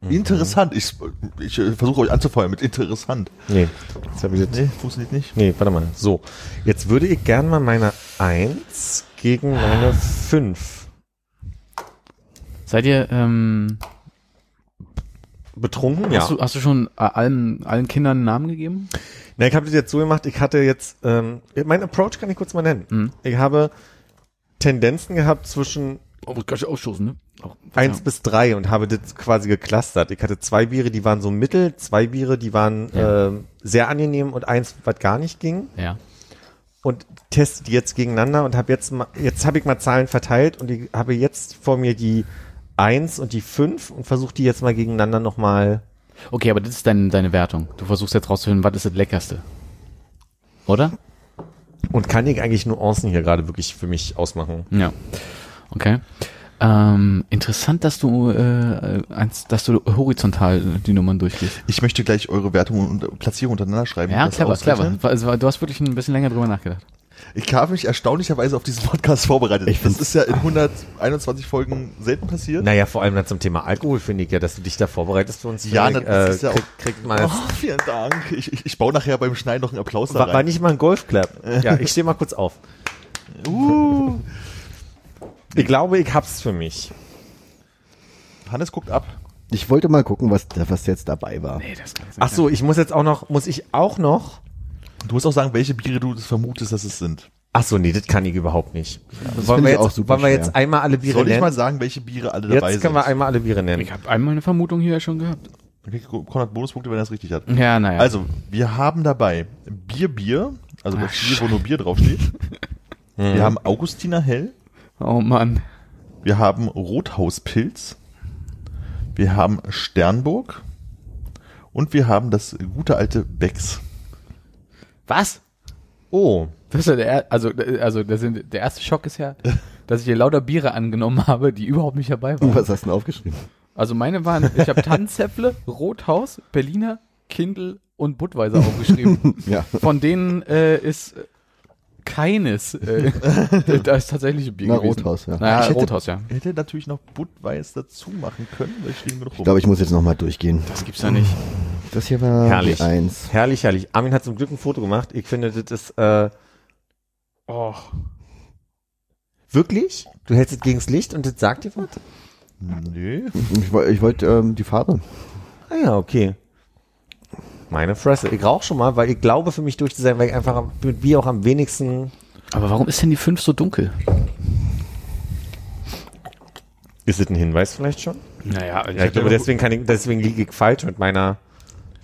[SPEAKER 3] Mhm.
[SPEAKER 5] Interessant. Ich, ich äh, versuche euch anzufeuern mit interessant.
[SPEAKER 2] nee, jetzt hab ich das,
[SPEAKER 3] Äh,
[SPEAKER 5] Nee, funktioniert nicht.
[SPEAKER 2] nee, warte mal. So, jetzt würde ich gern mal meine eins gegen meine fünf
[SPEAKER 3] Seid ihr, ähm,
[SPEAKER 2] betrunken. Ja.
[SPEAKER 3] hast, du, hast du schon äh, allen, allen Kindern einen Namen gegeben?
[SPEAKER 2] Na, ich habe das jetzt so gemacht, ich hatte jetzt, ähm, mein Approach kann ich kurz mal nennen.
[SPEAKER 3] Mhm.
[SPEAKER 2] Ich habe Tendenzen gehabt zwischen
[SPEAKER 3] Oh, muss gleich aufstoßen, ne? Auch,
[SPEAKER 2] eins
[SPEAKER 3] ja.
[SPEAKER 2] bis drei und habe das quasi geclustert. Ich hatte zwei Biere, die waren so mittel, zwei Biere, die waren ähm, sehr angenehm und eins, was gar nicht ging.
[SPEAKER 3] Ja.
[SPEAKER 2] Und teste die jetzt gegeneinander und habe jetzt mal, jetzt habe ich mal Zahlen verteilt und ich habe jetzt vor mir die eins und die fünf und versuche die jetzt mal gegeneinander nochmal.
[SPEAKER 3] Okay, aber das ist dein, deine Wertung. Du versuchst jetzt rauszufinden, was ist das Leckerste. Oder?
[SPEAKER 2] Und kann ich eigentlich Nuancen hier gerade wirklich für mich ausmachen?
[SPEAKER 3] Ja. Okay. Ähm, interessant, dass du, äh, eins, dass du horizontal die Nummern durchgehst.
[SPEAKER 5] Ich möchte gleich eure Wertung und äh, Platzierung untereinander schreiben.
[SPEAKER 3] Ja,
[SPEAKER 5] Das
[SPEAKER 3] clever, clever.
[SPEAKER 5] ausrechnen.
[SPEAKER 3] Also, du hast wirklich ein bisschen länger drüber nachgedacht.
[SPEAKER 5] Ich habe mich erstaunlicherweise auf diesen Podcast vorbereitet.
[SPEAKER 4] Ich
[SPEAKER 5] das
[SPEAKER 4] find's-
[SPEAKER 5] ist ja in 121 Folgen selten passiert.
[SPEAKER 2] Naja, vor allem dann zum Thema Alkohol finde ich ja, dass du dich da vorbereitest für uns.
[SPEAKER 5] Ja,
[SPEAKER 2] Vielleicht,
[SPEAKER 5] das ist ja auch-
[SPEAKER 2] kriegt, kriegt man
[SPEAKER 5] Oh,
[SPEAKER 2] jetzt,
[SPEAKER 5] vielen Dank. Ich, ich, ich baue nachher beim Schneiden noch einen Applaus da
[SPEAKER 2] war, war
[SPEAKER 5] rein.
[SPEAKER 2] nicht mal ein Golfclub. Ja, ich stehe mal kurz auf.
[SPEAKER 5] Uh,
[SPEAKER 2] Ich glaube, ich hab's für mich.
[SPEAKER 5] Hannes guckt ab.
[SPEAKER 4] Ich wollte mal gucken, was, da- was jetzt dabei war.
[SPEAKER 3] Nee, das kann ich
[SPEAKER 2] Ach so, ich muss jetzt auch noch, muss ich auch noch?
[SPEAKER 5] Du musst auch sagen, welche Biere du vermutest, dass es sind.
[SPEAKER 2] Ach so, nee, das kann ich überhaupt nicht.
[SPEAKER 4] find
[SPEAKER 2] wollen wir
[SPEAKER 4] ich
[SPEAKER 2] jetzt,
[SPEAKER 4] auch super
[SPEAKER 2] wollen wir jetzt
[SPEAKER 4] schwer.
[SPEAKER 2] einmal alle Biere
[SPEAKER 5] Soll ich mal
[SPEAKER 2] nennen?
[SPEAKER 5] sagen, welche Biere alle dabei
[SPEAKER 2] Jetzt
[SPEAKER 5] sind?
[SPEAKER 2] können wir einmal alle Biere nennen.
[SPEAKER 3] Ich habe einmal eine Vermutung hier ja schon gehabt.
[SPEAKER 5] Okay, Konrad Bonuspunkte, wenn er es richtig hat.
[SPEAKER 3] Ja, naja.
[SPEAKER 5] Also, wir haben dabei Bier, Bier, also das Bier, wo nur Bier draufsteht. Wir haben Augustiner Hell,
[SPEAKER 3] Oh Mann.
[SPEAKER 5] wir haben Rothauspilz, wir haben Sternburg und wir haben das gute alte Becks.
[SPEAKER 3] Was?
[SPEAKER 2] Oh,
[SPEAKER 3] Das ist ja der, er- also, also das sind, der erste Schock ist ja, dass ich hier lauter Biere angenommen habe, die überhaupt nicht dabei waren.
[SPEAKER 4] Was hast du denn aufgeschrieben?
[SPEAKER 3] Also meine waren, ich habe Tannenzäpfle, Rothaus, Berliner, Kindle und Budweiser aufgeschrieben.
[SPEAKER 4] Ja.
[SPEAKER 3] Von denen äh, ist äh, keines äh, das tatsächliche Bier
[SPEAKER 4] Na,
[SPEAKER 3] gewesen.
[SPEAKER 4] Rothaus, ja.
[SPEAKER 3] Naja,
[SPEAKER 5] Ich hätte-
[SPEAKER 3] Rothaus, ja.
[SPEAKER 5] Ich hätte natürlich noch Budweiß dazu machen können, weil ich stehen genug rum.
[SPEAKER 4] Ich glaube, ich muss jetzt nochmal durchgehen.
[SPEAKER 3] Das gibt's ja nicht.
[SPEAKER 4] Das hier war
[SPEAKER 2] Herrlich.
[SPEAKER 4] die eins.
[SPEAKER 2] herrlich, herrlich. Armin hat zum Glück ein Foto gemacht. Ich finde, das ist, äh,
[SPEAKER 3] Oh.
[SPEAKER 2] wirklich? Du hältst es gegens Licht und das sagt dir was?
[SPEAKER 5] nee.
[SPEAKER 4] Ich, woll- ich wollte ähm, die Farbe.
[SPEAKER 2] Ah ja, okay. Meine Fresse. Ich rauche schon mal, weil ich glaube, für mich durch zu sein, weil ich einfach am- mit Bier auch am wenigsten.
[SPEAKER 3] Aber warum ist denn die 5 so dunkel?
[SPEAKER 2] Ist das ein Hinweis vielleicht schon?
[SPEAKER 3] Naja,
[SPEAKER 2] Ja, ich glaube, deswegen, kann ich, deswegen liege ich falsch mit meiner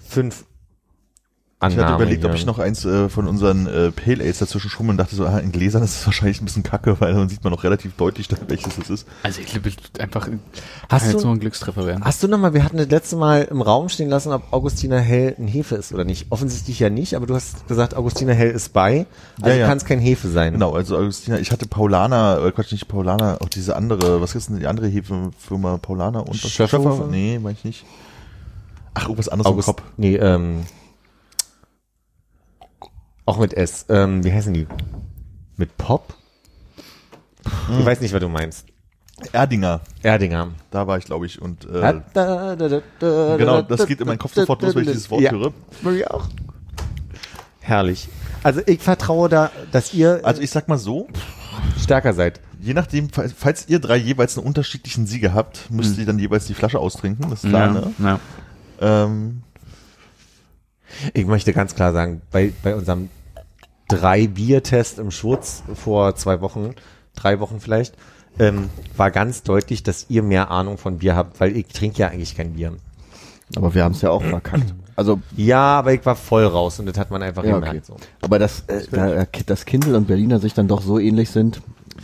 [SPEAKER 2] fünf
[SPEAKER 5] Ich
[SPEAKER 2] Annahme
[SPEAKER 5] hatte überlegt, ob
[SPEAKER 2] hier.
[SPEAKER 5] ich noch eins äh, von unseren äh, Pale Ales dazwischen schummeln dachte so, ah, in Gläsern ist es wahrscheinlich ein bisschen kacke, weil dann sieht man noch relativ deutlich, dann, welches es ist.
[SPEAKER 3] Also ich glaube, einfach
[SPEAKER 2] Hast
[SPEAKER 3] kann jetzt
[SPEAKER 2] du-
[SPEAKER 3] nur ein Glückstreffer werden.
[SPEAKER 2] Hast du nochmal, wir hatten das letzte Mal im Raum stehen lassen, ob Augustiner Hell ein Hefe ist oder nicht. Offensichtlich ja nicht, aber du hast gesagt, Augustiner Hell ist bei, also
[SPEAKER 5] Ja, ja.
[SPEAKER 2] kann es kein Hefe sein.
[SPEAKER 5] Genau, also Augustina, ich hatte Paulana, äh, Quatsch, nicht Paulana, auch diese andere, was ist denn die andere Hefefirma? Paulana und
[SPEAKER 2] Schöffer?
[SPEAKER 5] Nee, meine ich nicht. Ach, irgendwas anderes
[SPEAKER 2] August,
[SPEAKER 5] im Kopf.
[SPEAKER 2] nee, ähm, auch mit S. Ähm, wie heißen die? Mit Pop? Ich weiß nicht, was du meinst.
[SPEAKER 5] Erdinger,
[SPEAKER 2] Erdinger.
[SPEAKER 5] da war ich, glaube ich, und äh, genau, das geht in meinen Kopf sofort los, wenn ich dieses Wort höre.
[SPEAKER 2] Bei mir auch. Herrlich. Also ich vertraue da, dass ihr
[SPEAKER 5] Also ich sag mal so,
[SPEAKER 2] stärker seid.
[SPEAKER 5] Je nachdem, fa- falls ihr drei jeweils einen unterschiedlichen Sieger habt,
[SPEAKER 2] Hm.
[SPEAKER 5] müsst ihr dann jeweils die Flasche austrinken, das ist klar, ne?
[SPEAKER 3] ja.
[SPEAKER 5] Ähm,
[SPEAKER 2] Ich möchte ganz klar sagen, bei, bei unserem Drei-Bier-Test im Schurz vor zwei Wochen, drei Wochen vielleicht, ähm, war ganz deutlich, dass ihr mehr Ahnung von Bier habt, weil ich trinke ja eigentlich kein Bier.
[SPEAKER 4] Aber wir haben es ja auch verkackt. Also,
[SPEAKER 2] Ja, aber ich war voll raus und das hat man einfach
[SPEAKER 4] ja, okay.
[SPEAKER 2] gemerkt. So.
[SPEAKER 4] Aber dass, äh, da, dass Kindle und Berliner sich dann doch so ähnlich sind,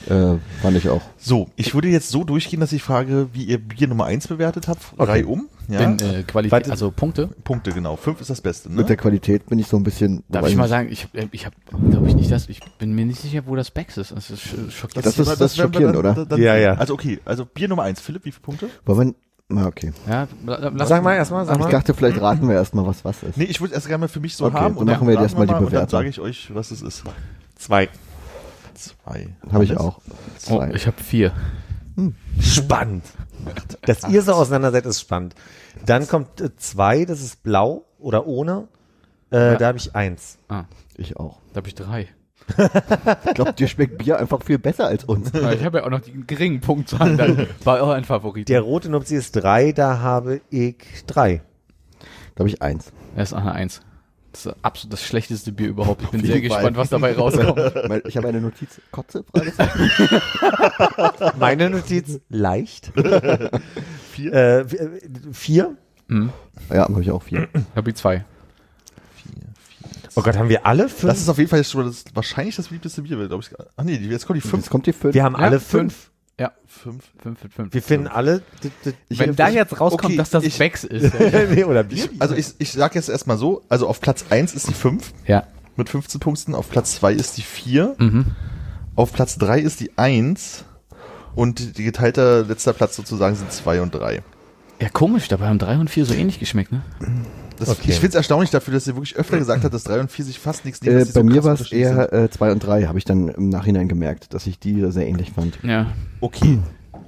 [SPEAKER 4] äh, fand ich auch.
[SPEAKER 5] so, ich würde jetzt so durchgehen, dass ich frage, wie ihr Bier Nummer eins bewertet habt. Drei um. Ja.
[SPEAKER 3] In äh, Qualität,
[SPEAKER 2] Warte.
[SPEAKER 3] also Punkte.
[SPEAKER 5] Punkte, genau. Fünf ist das Beste. Ne?
[SPEAKER 4] Mit der Qualität bin ich so ein bisschen.
[SPEAKER 3] Darf
[SPEAKER 4] weiß
[SPEAKER 3] ich mal
[SPEAKER 4] nicht.
[SPEAKER 3] sagen, ich, äh, ich habe, glaube ich nicht, dass ich bin mir nicht sicher, wo das Becks ist. Das ist äh, sch- schockierend.
[SPEAKER 4] Das ist- das ist
[SPEAKER 5] werden wir
[SPEAKER 4] schockierend,
[SPEAKER 5] dann,
[SPEAKER 4] oder?
[SPEAKER 5] Dann, dann,
[SPEAKER 2] Ja, ja.
[SPEAKER 5] Also okay, also Bier Nummer eins. Philipp, wie viele Punkte?
[SPEAKER 4] Wollen wir, ah, okay.
[SPEAKER 3] ja, la- la- lass-
[SPEAKER 2] Sag mal erstmal, sag
[SPEAKER 4] Ich
[SPEAKER 2] mal.
[SPEAKER 4] dachte, vielleicht raten wir erstmal, was was ist.
[SPEAKER 5] Nee, ich würde es erst gerne mal für mich so
[SPEAKER 4] Okay,
[SPEAKER 5] haben.
[SPEAKER 4] dann machen wir
[SPEAKER 5] raten
[SPEAKER 4] erst mal die
[SPEAKER 5] mal Und dann
[SPEAKER 4] Bewertung.
[SPEAKER 5] sage ich euch, was es ist.
[SPEAKER 2] Zwei.
[SPEAKER 5] Zwei.
[SPEAKER 4] Habe ich auch.
[SPEAKER 3] Oh,
[SPEAKER 4] Zwei.
[SPEAKER 3] ich habe vier.
[SPEAKER 2] Spannend. Dass ihr so auseinander seid, ist spannend. Dann kommt äh, zwei, das ist blau oder ohne. Äh, Da habe ich eins.
[SPEAKER 3] Ah,
[SPEAKER 4] Ich auch.
[SPEAKER 3] da habe ich drei.
[SPEAKER 4] Ich glaube, dir schmeckt Bier einfach viel besser als uns.
[SPEAKER 3] Aber ich habe ja auch noch die geringen Punktzahlen. Dann war auch ein Favorit.
[SPEAKER 2] Der rote Nupsi ist drei, da habe ich drei.
[SPEAKER 4] Da habe ich eins.
[SPEAKER 3] Er ist auch eine Eins. Das ist absolut das schlechteste Bier überhaupt. Ich bin sehr
[SPEAKER 4] jeden Fall.
[SPEAKER 3] gespannt, was dabei rauskommt.
[SPEAKER 4] Mein- Ich habe eine Notiz. Kotze?
[SPEAKER 2] Meine Notiz leicht. vier. Äh, w- äh, vier.
[SPEAKER 4] Ja, habe ich auch vier.
[SPEAKER 3] Hab Mhm. ich zwei.
[SPEAKER 2] Oh Gott, haben wir alle fünf?
[SPEAKER 5] Das ist auf jeden Fall schon das, wahrscheinlich das beliebteste Bier, glaube ich. Ach nee, die- jetzt kommt die
[SPEAKER 4] Jetzt
[SPEAKER 5] fünf.
[SPEAKER 4] kommt die fünf.
[SPEAKER 2] wir haben
[SPEAKER 3] Ja,
[SPEAKER 2] alle fünf.
[SPEAKER 3] Ja,
[SPEAKER 5] fünf.
[SPEAKER 3] fünf mit fünf.
[SPEAKER 2] Wir finden alle. d- d-
[SPEAKER 3] Wenn da jetzt rauskommt,
[SPEAKER 5] Okay,
[SPEAKER 3] dass das
[SPEAKER 5] ich-
[SPEAKER 3] Becks ist.
[SPEAKER 2] nee, oder Bier.
[SPEAKER 5] Also ich, ich sage jetzt erstmal so, also auf Platz eins ist die fünf.
[SPEAKER 3] ja. mhm.
[SPEAKER 5] mit 15 Punkten. Auf Platz 2 ist die 4. Auf Platz 3 ist die 1. Und die geteilte letzter Platz sozusagen sind 2 und 3.
[SPEAKER 3] Ja, komisch, dabei haben drei und vier so ähnlich geschmeckt, ne?
[SPEAKER 5] Das,
[SPEAKER 2] Okay.
[SPEAKER 5] Ich finde es erstaunlich dafür, dass ihr wirklich öfter gesagt habt, dass 3 und 4 sich fast nichts nehmen.
[SPEAKER 4] Mhm. Äh,
[SPEAKER 5] dass die
[SPEAKER 4] bei
[SPEAKER 5] so
[SPEAKER 4] mir
[SPEAKER 5] krass
[SPEAKER 4] war es
[SPEAKER 5] unterschiedlich
[SPEAKER 4] eher
[SPEAKER 5] sind.
[SPEAKER 4] äh, zwei und drei, habe ich dann im Nachhinein gemerkt, dass ich die sehr ähnlich fand.
[SPEAKER 3] Ja.
[SPEAKER 5] Okay.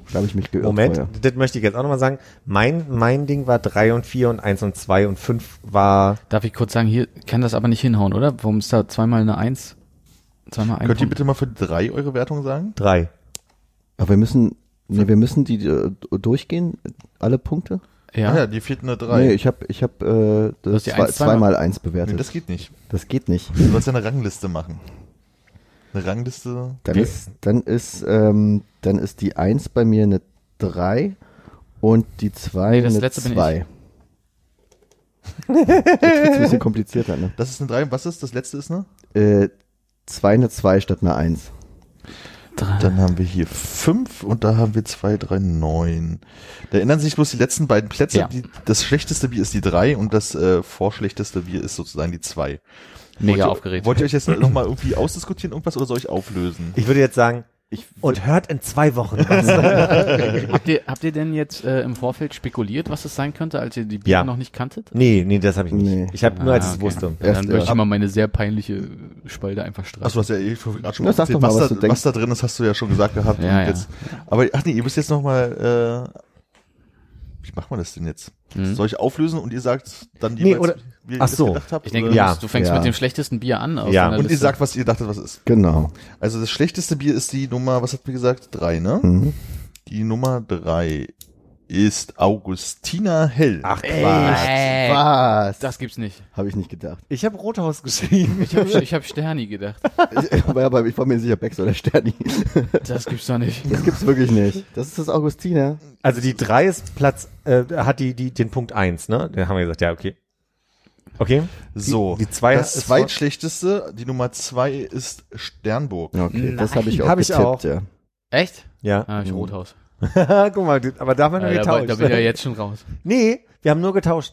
[SPEAKER 4] Da habe ich mich geirrt.
[SPEAKER 2] Moment,
[SPEAKER 4] vorher.
[SPEAKER 2] das möchte ich jetzt auch nochmal sagen. Mein, mein Ding war drei und vier und eins und zwei und fünf war.
[SPEAKER 3] Darf ich kurz sagen, hier kann das aber nicht hinhauen, oder? Warum ist da zweimal eine Eins? Zweimal ein
[SPEAKER 5] Könnt ihr
[SPEAKER 3] Punkt?
[SPEAKER 5] bitte mal für 3 eure Wertung sagen?
[SPEAKER 2] Drei.
[SPEAKER 4] Aber wir müssen, nee, wir müssen die äh, durchgehen, alle Punkte.
[SPEAKER 5] Ja,
[SPEAKER 3] Ja.
[SPEAKER 5] ah, ja die fehlt eine 3.
[SPEAKER 4] Nee, ich habe ich hab, äh, das
[SPEAKER 3] hast die
[SPEAKER 4] zwei,
[SPEAKER 3] eins zweimal-
[SPEAKER 4] zweimal eins
[SPEAKER 5] nee,
[SPEAKER 4] bewertet.
[SPEAKER 5] das
[SPEAKER 4] das,
[SPEAKER 5] geht nicht.
[SPEAKER 4] geht nicht.
[SPEAKER 5] Du sollst ja eine Rangliste machen. Eine Rangliste.
[SPEAKER 4] Dann
[SPEAKER 3] Wie-
[SPEAKER 4] ist, dann ist, ähm, dann ist die eins bei mir eine drei und die zwei
[SPEAKER 3] Nee, das
[SPEAKER 4] eine
[SPEAKER 3] letzte bin
[SPEAKER 4] zwei. Jetzt wird's ein bisschen komplizierter, ne?
[SPEAKER 5] Das ist eine 3. Was ist? Das letzte ist eine?
[SPEAKER 4] Äh, zwei eine zwei statt eine eins.
[SPEAKER 5] Dann haben wir hier fünf und da haben wir zwei, drei, neun. Da ändern sich bloß die letzten beiden Plätze.
[SPEAKER 3] Ja.
[SPEAKER 5] Die, das schlechteste Bier ist die drei und das äh, vorschlechteste Bier ist sozusagen die zwei.
[SPEAKER 3] Mega
[SPEAKER 5] wollt ihr,
[SPEAKER 3] aufgeregt.
[SPEAKER 5] Wollt ihr euch jetzt nochmal irgendwie ausdiskutieren, irgendwas, oder soll ich auflösen?
[SPEAKER 2] Ich würde jetzt sagen,
[SPEAKER 4] Ich,
[SPEAKER 2] und hört in zwei Wochen was.
[SPEAKER 3] habt, ihr, habt ihr denn jetzt äh, im Vorfeld spekuliert, was es sein könnte, als ihr die Bier
[SPEAKER 2] Ja.
[SPEAKER 3] noch nicht kanntet?
[SPEAKER 2] nee, nee, das habe ich nicht.
[SPEAKER 4] Nee.
[SPEAKER 2] Ich habe nur, als ich
[SPEAKER 3] Ah,
[SPEAKER 2] es
[SPEAKER 3] okay.
[SPEAKER 2] wusste.
[SPEAKER 3] Ja, dann
[SPEAKER 4] Erst,
[SPEAKER 3] möchte
[SPEAKER 4] ja.
[SPEAKER 3] ich mal meine sehr peinliche Spalte einfach streichen.
[SPEAKER 5] Achso, hast ja eh schon- grad schon
[SPEAKER 4] Na, sag
[SPEAKER 5] erzählt,
[SPEAKER 4] doch mal, was
[SPEAKER 5] was,
[SPEAKER 4] du
[SPEAKER 5] da,
[SPEAKER 4] denkst.
[SPEAKER 5] was da drin ist, hast du ja schon gesagt gehabt.
[SPEAKER 3] Ja,
[SPEAKER 5] und
[SPEAKER 3] ja.
[SPEAKER 5] Jetzt, aber ach nee, ihr müsst jetzt nochmal, äh, wie macht man das denn jetzt?
[SPEAKER 3] Mhm. Hm?
[SPEAKER 5] Soll ich auflösen und ihr sagt dann
[SPEAKER 2] Nee,
[SPEAKER 5] jeweils,
[SPEAKER 2] oder-
[SPEAKER 5] wie ihr
[SPEAKER 2] ach
[SPEAKER 5] das
[SPEAKER 2] so.
[SPEAKER 5] gedacht habt?
[SPEAKER 3] Ich denke,
[SPEAKER 5] oder?
[SPEAKER 3] du,
[SPEAKER 2] Ja.
[SPEAKER 3] musst, du fängst
[SPEAKER 4] Ja.
[SPEAKER 3] mit dem schlechtesten Bier an. Aus
[SPEAKER 2] Ja.
[SPEAKER 3] deiner
[SPEAKER 5] Und ihr
[SPEAKER 3] Liste.
[SPEAKER 5] sagt, was ihr dachtet, was ist.
[SPEAKER 4] genau.
[SPEAKER 5] Also das schlechteste Bier ist die Nummer, was hat mir gesagt? Drei, ne?
[SPEAKER 4] Hm. Mhm.
[SPEAKER 5] Die Nummer drei ist Augustina Hell.
[SPEAKER 2] Ach Quatsch.
[SPEAKER 4] Äh.
[SPEAKER 3] Ey,
[SPEAKER 4] Was?
[SPEAKER 3] das gibt's nicht.
[SPEAKER 4] Habe ich nicht gedacht.
[SPEAKER 2] Ich habe Rothaus geschrieben.
[SPEAKER 3] Ich habe ich hab Sterni gedacht.
[SPEAKER 4] aber, aber ich war mir sicher, Bex oder Sterni.
[SPEAKER 3] Das gibt's doch nicht.
[SPEAKER 4] Das gibt's wirklich nicht. Das ist das Augustiner.
[SPEAKER 2] Also die drei ist Platz, äh, hat die, die den Punkt eins, ne? Da haben wir gesagt, ja, okay. Okay.
[SPEAKER 5] So,
[SPEAKER 2] die zwei
[SPEAKER 5] das
[SPEAKER 2] ist-
[SPEAKER 5] zweitschlechteste, die Nummer zwei ist Sternburg.
[SPEAKER 4] Ja, Okay, das habe ich auch
[SPEAKER 2] Hab ich
[SPEAKER 4] getippt,
[SPEAKER 2] auch.
[SPEAKER 4] ja.
[SPEAKER 3] Echt?
[SPEAKER 2] Ja.
[SPEAKER 3] Ah, ich Rothaus.
[SPEAKER 2] Guck mal, du- aber da haben wir nur
[SPEAKER 3] Äh, da,
[SPEAKER 2] getauscht.
[SPEAKER 3] da bin ich ja jetzt schon raus.
[SPEAKER 2] Nee, wir haben nur getauscht.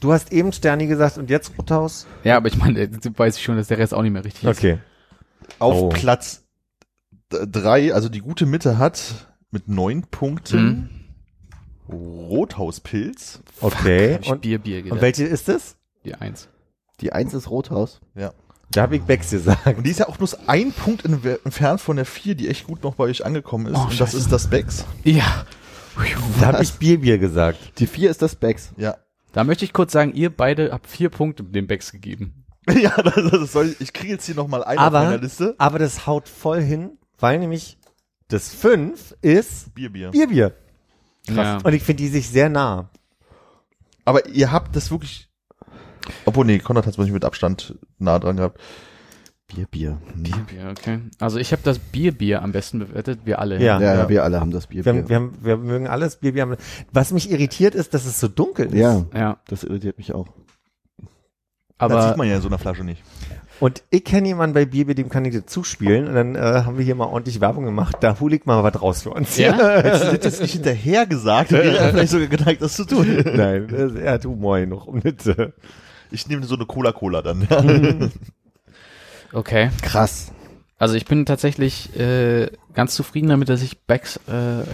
[SPEAKER 2] Du hast eben Sterni gesagt und jetzt Rothaus.
[SPEAKER 3] Ja, aber ich meine, jetzt weiß ich schon, dass der Rest auch nicht mehr richtig ist.
[SPEAKER 2] Okay.
[SPEAKER 5] Auf
[SPEAKER 2] Oh.
[SPEAKER 5] Platz d- drei, also die gute Mitte hat mit neun Punkten
[SPEAKER 3] Hm?
[SPEAKER 5] Rothauspilz.
[SPEAKER 2] Okay.
[SPEAKER 3] Hab ich
[SPEAKER 2] Und,
[SPEAKER 3] Bier, Bier gedacht.
[SPEAKER 2] und welche ist es?
[SPEAKER 3] Die eins.
[SPEAKER 4] Die Eins ist Rothaus.
[SPEAKER 2] Da hab ich Becks gesagt.
[SPEAKER 5] Und die ist ja auch bloß ein Punkt in- entfernt von der vier, die echt gut noch bei euch angekommen ist.
[SPEAKER 3] Oh,
[SPEAKER 5] und das
[SPEAKER 3] scheiße.
[SPEAKER 5] ist das Becks.
[SPEAKER 3] Ja.
[SPEAKER 2] Da hab ich Bierbier gesagt.
[SPEAKER 4] Die Vier ist das Becks.
[SPEAKER 5] Ja.
[SPEAKER 3] Da möchte ich kurz sagen, ihr beide habt vier Punkte dem Becks gegeben.
[SPEAKER 5] Ja, das, das soll ich, ich kriege jetzt hier nochmal einen
[SPEAKER 2] Aber-
[SPEAKER 5] auf meiner Liste.
[SPEAKER 2] Aber das haut voll hin, weil nämlich das fünf ist
[SPEAKER 5] Bier, Bier.
[SPEAKER 2] Bierbier.
[SPEAKER 3] Krass.
[SPEAKER 2] Und ich finde die sich sehr nah.
[SPEAKER 5] Aber ihr habt das wirklich. Obwohl, nee, Konrad hat es nicht mit Abstand nah dran gehabt.
[SPEAKER 4] Bier, Bier.
[SPEAKER 3] Bier, Bier, okay. Also ich habe das Bier, Bier am besten bewertet, wir alle.
[SPEAKER 2] Ja.
[SPEAKER 4] Ja, ja, wir alle haben das Bier,
[SPEAKER 2] Wir, haben,
[SPEAKER 4] Bier.
[SPEAKER 2] wir, haben, wir mögen alles Bierbier. Haben. Was mich irritiert ist, dass es so dunkel ist.
[SPEAKER 4] Ja,
[SPEAKER 3] Ja,
[SPEAKER 4] das irritiert mich auch.
[SPEAKER 5] das
[SPEAKER 3] aber
[SPEAKER 5] sieht man ja in so einer Flasche nicht.
[SPEAKER 2] Und ich kenne jemanden bei Bierbier, dem kann ich das zuspielen. Und dann äh, haben wir hier mal ordentlich Werbung gemacht. Da hol ich mal was raus für uns.
[SPEAKER 3] Ja?
[SPEAKER 5] Hättest du das jetzt nicht hinterher gesagt, wäre er vielleicht sogar geneigt, das zu tun.
[SPEAKER 2] Nein, das- er hat Humor noch. Und nicht, äh,
[SPEAKER 5] Ich nehme so eine Cola-Cola dann. Ja.
[SPEAKER 3] okay.
[SPEAKER 4] Krass.
[SPEAKER 3] Also ich bin tatsächlich äh, ganz zufrieden damit, dass ich Becks äh,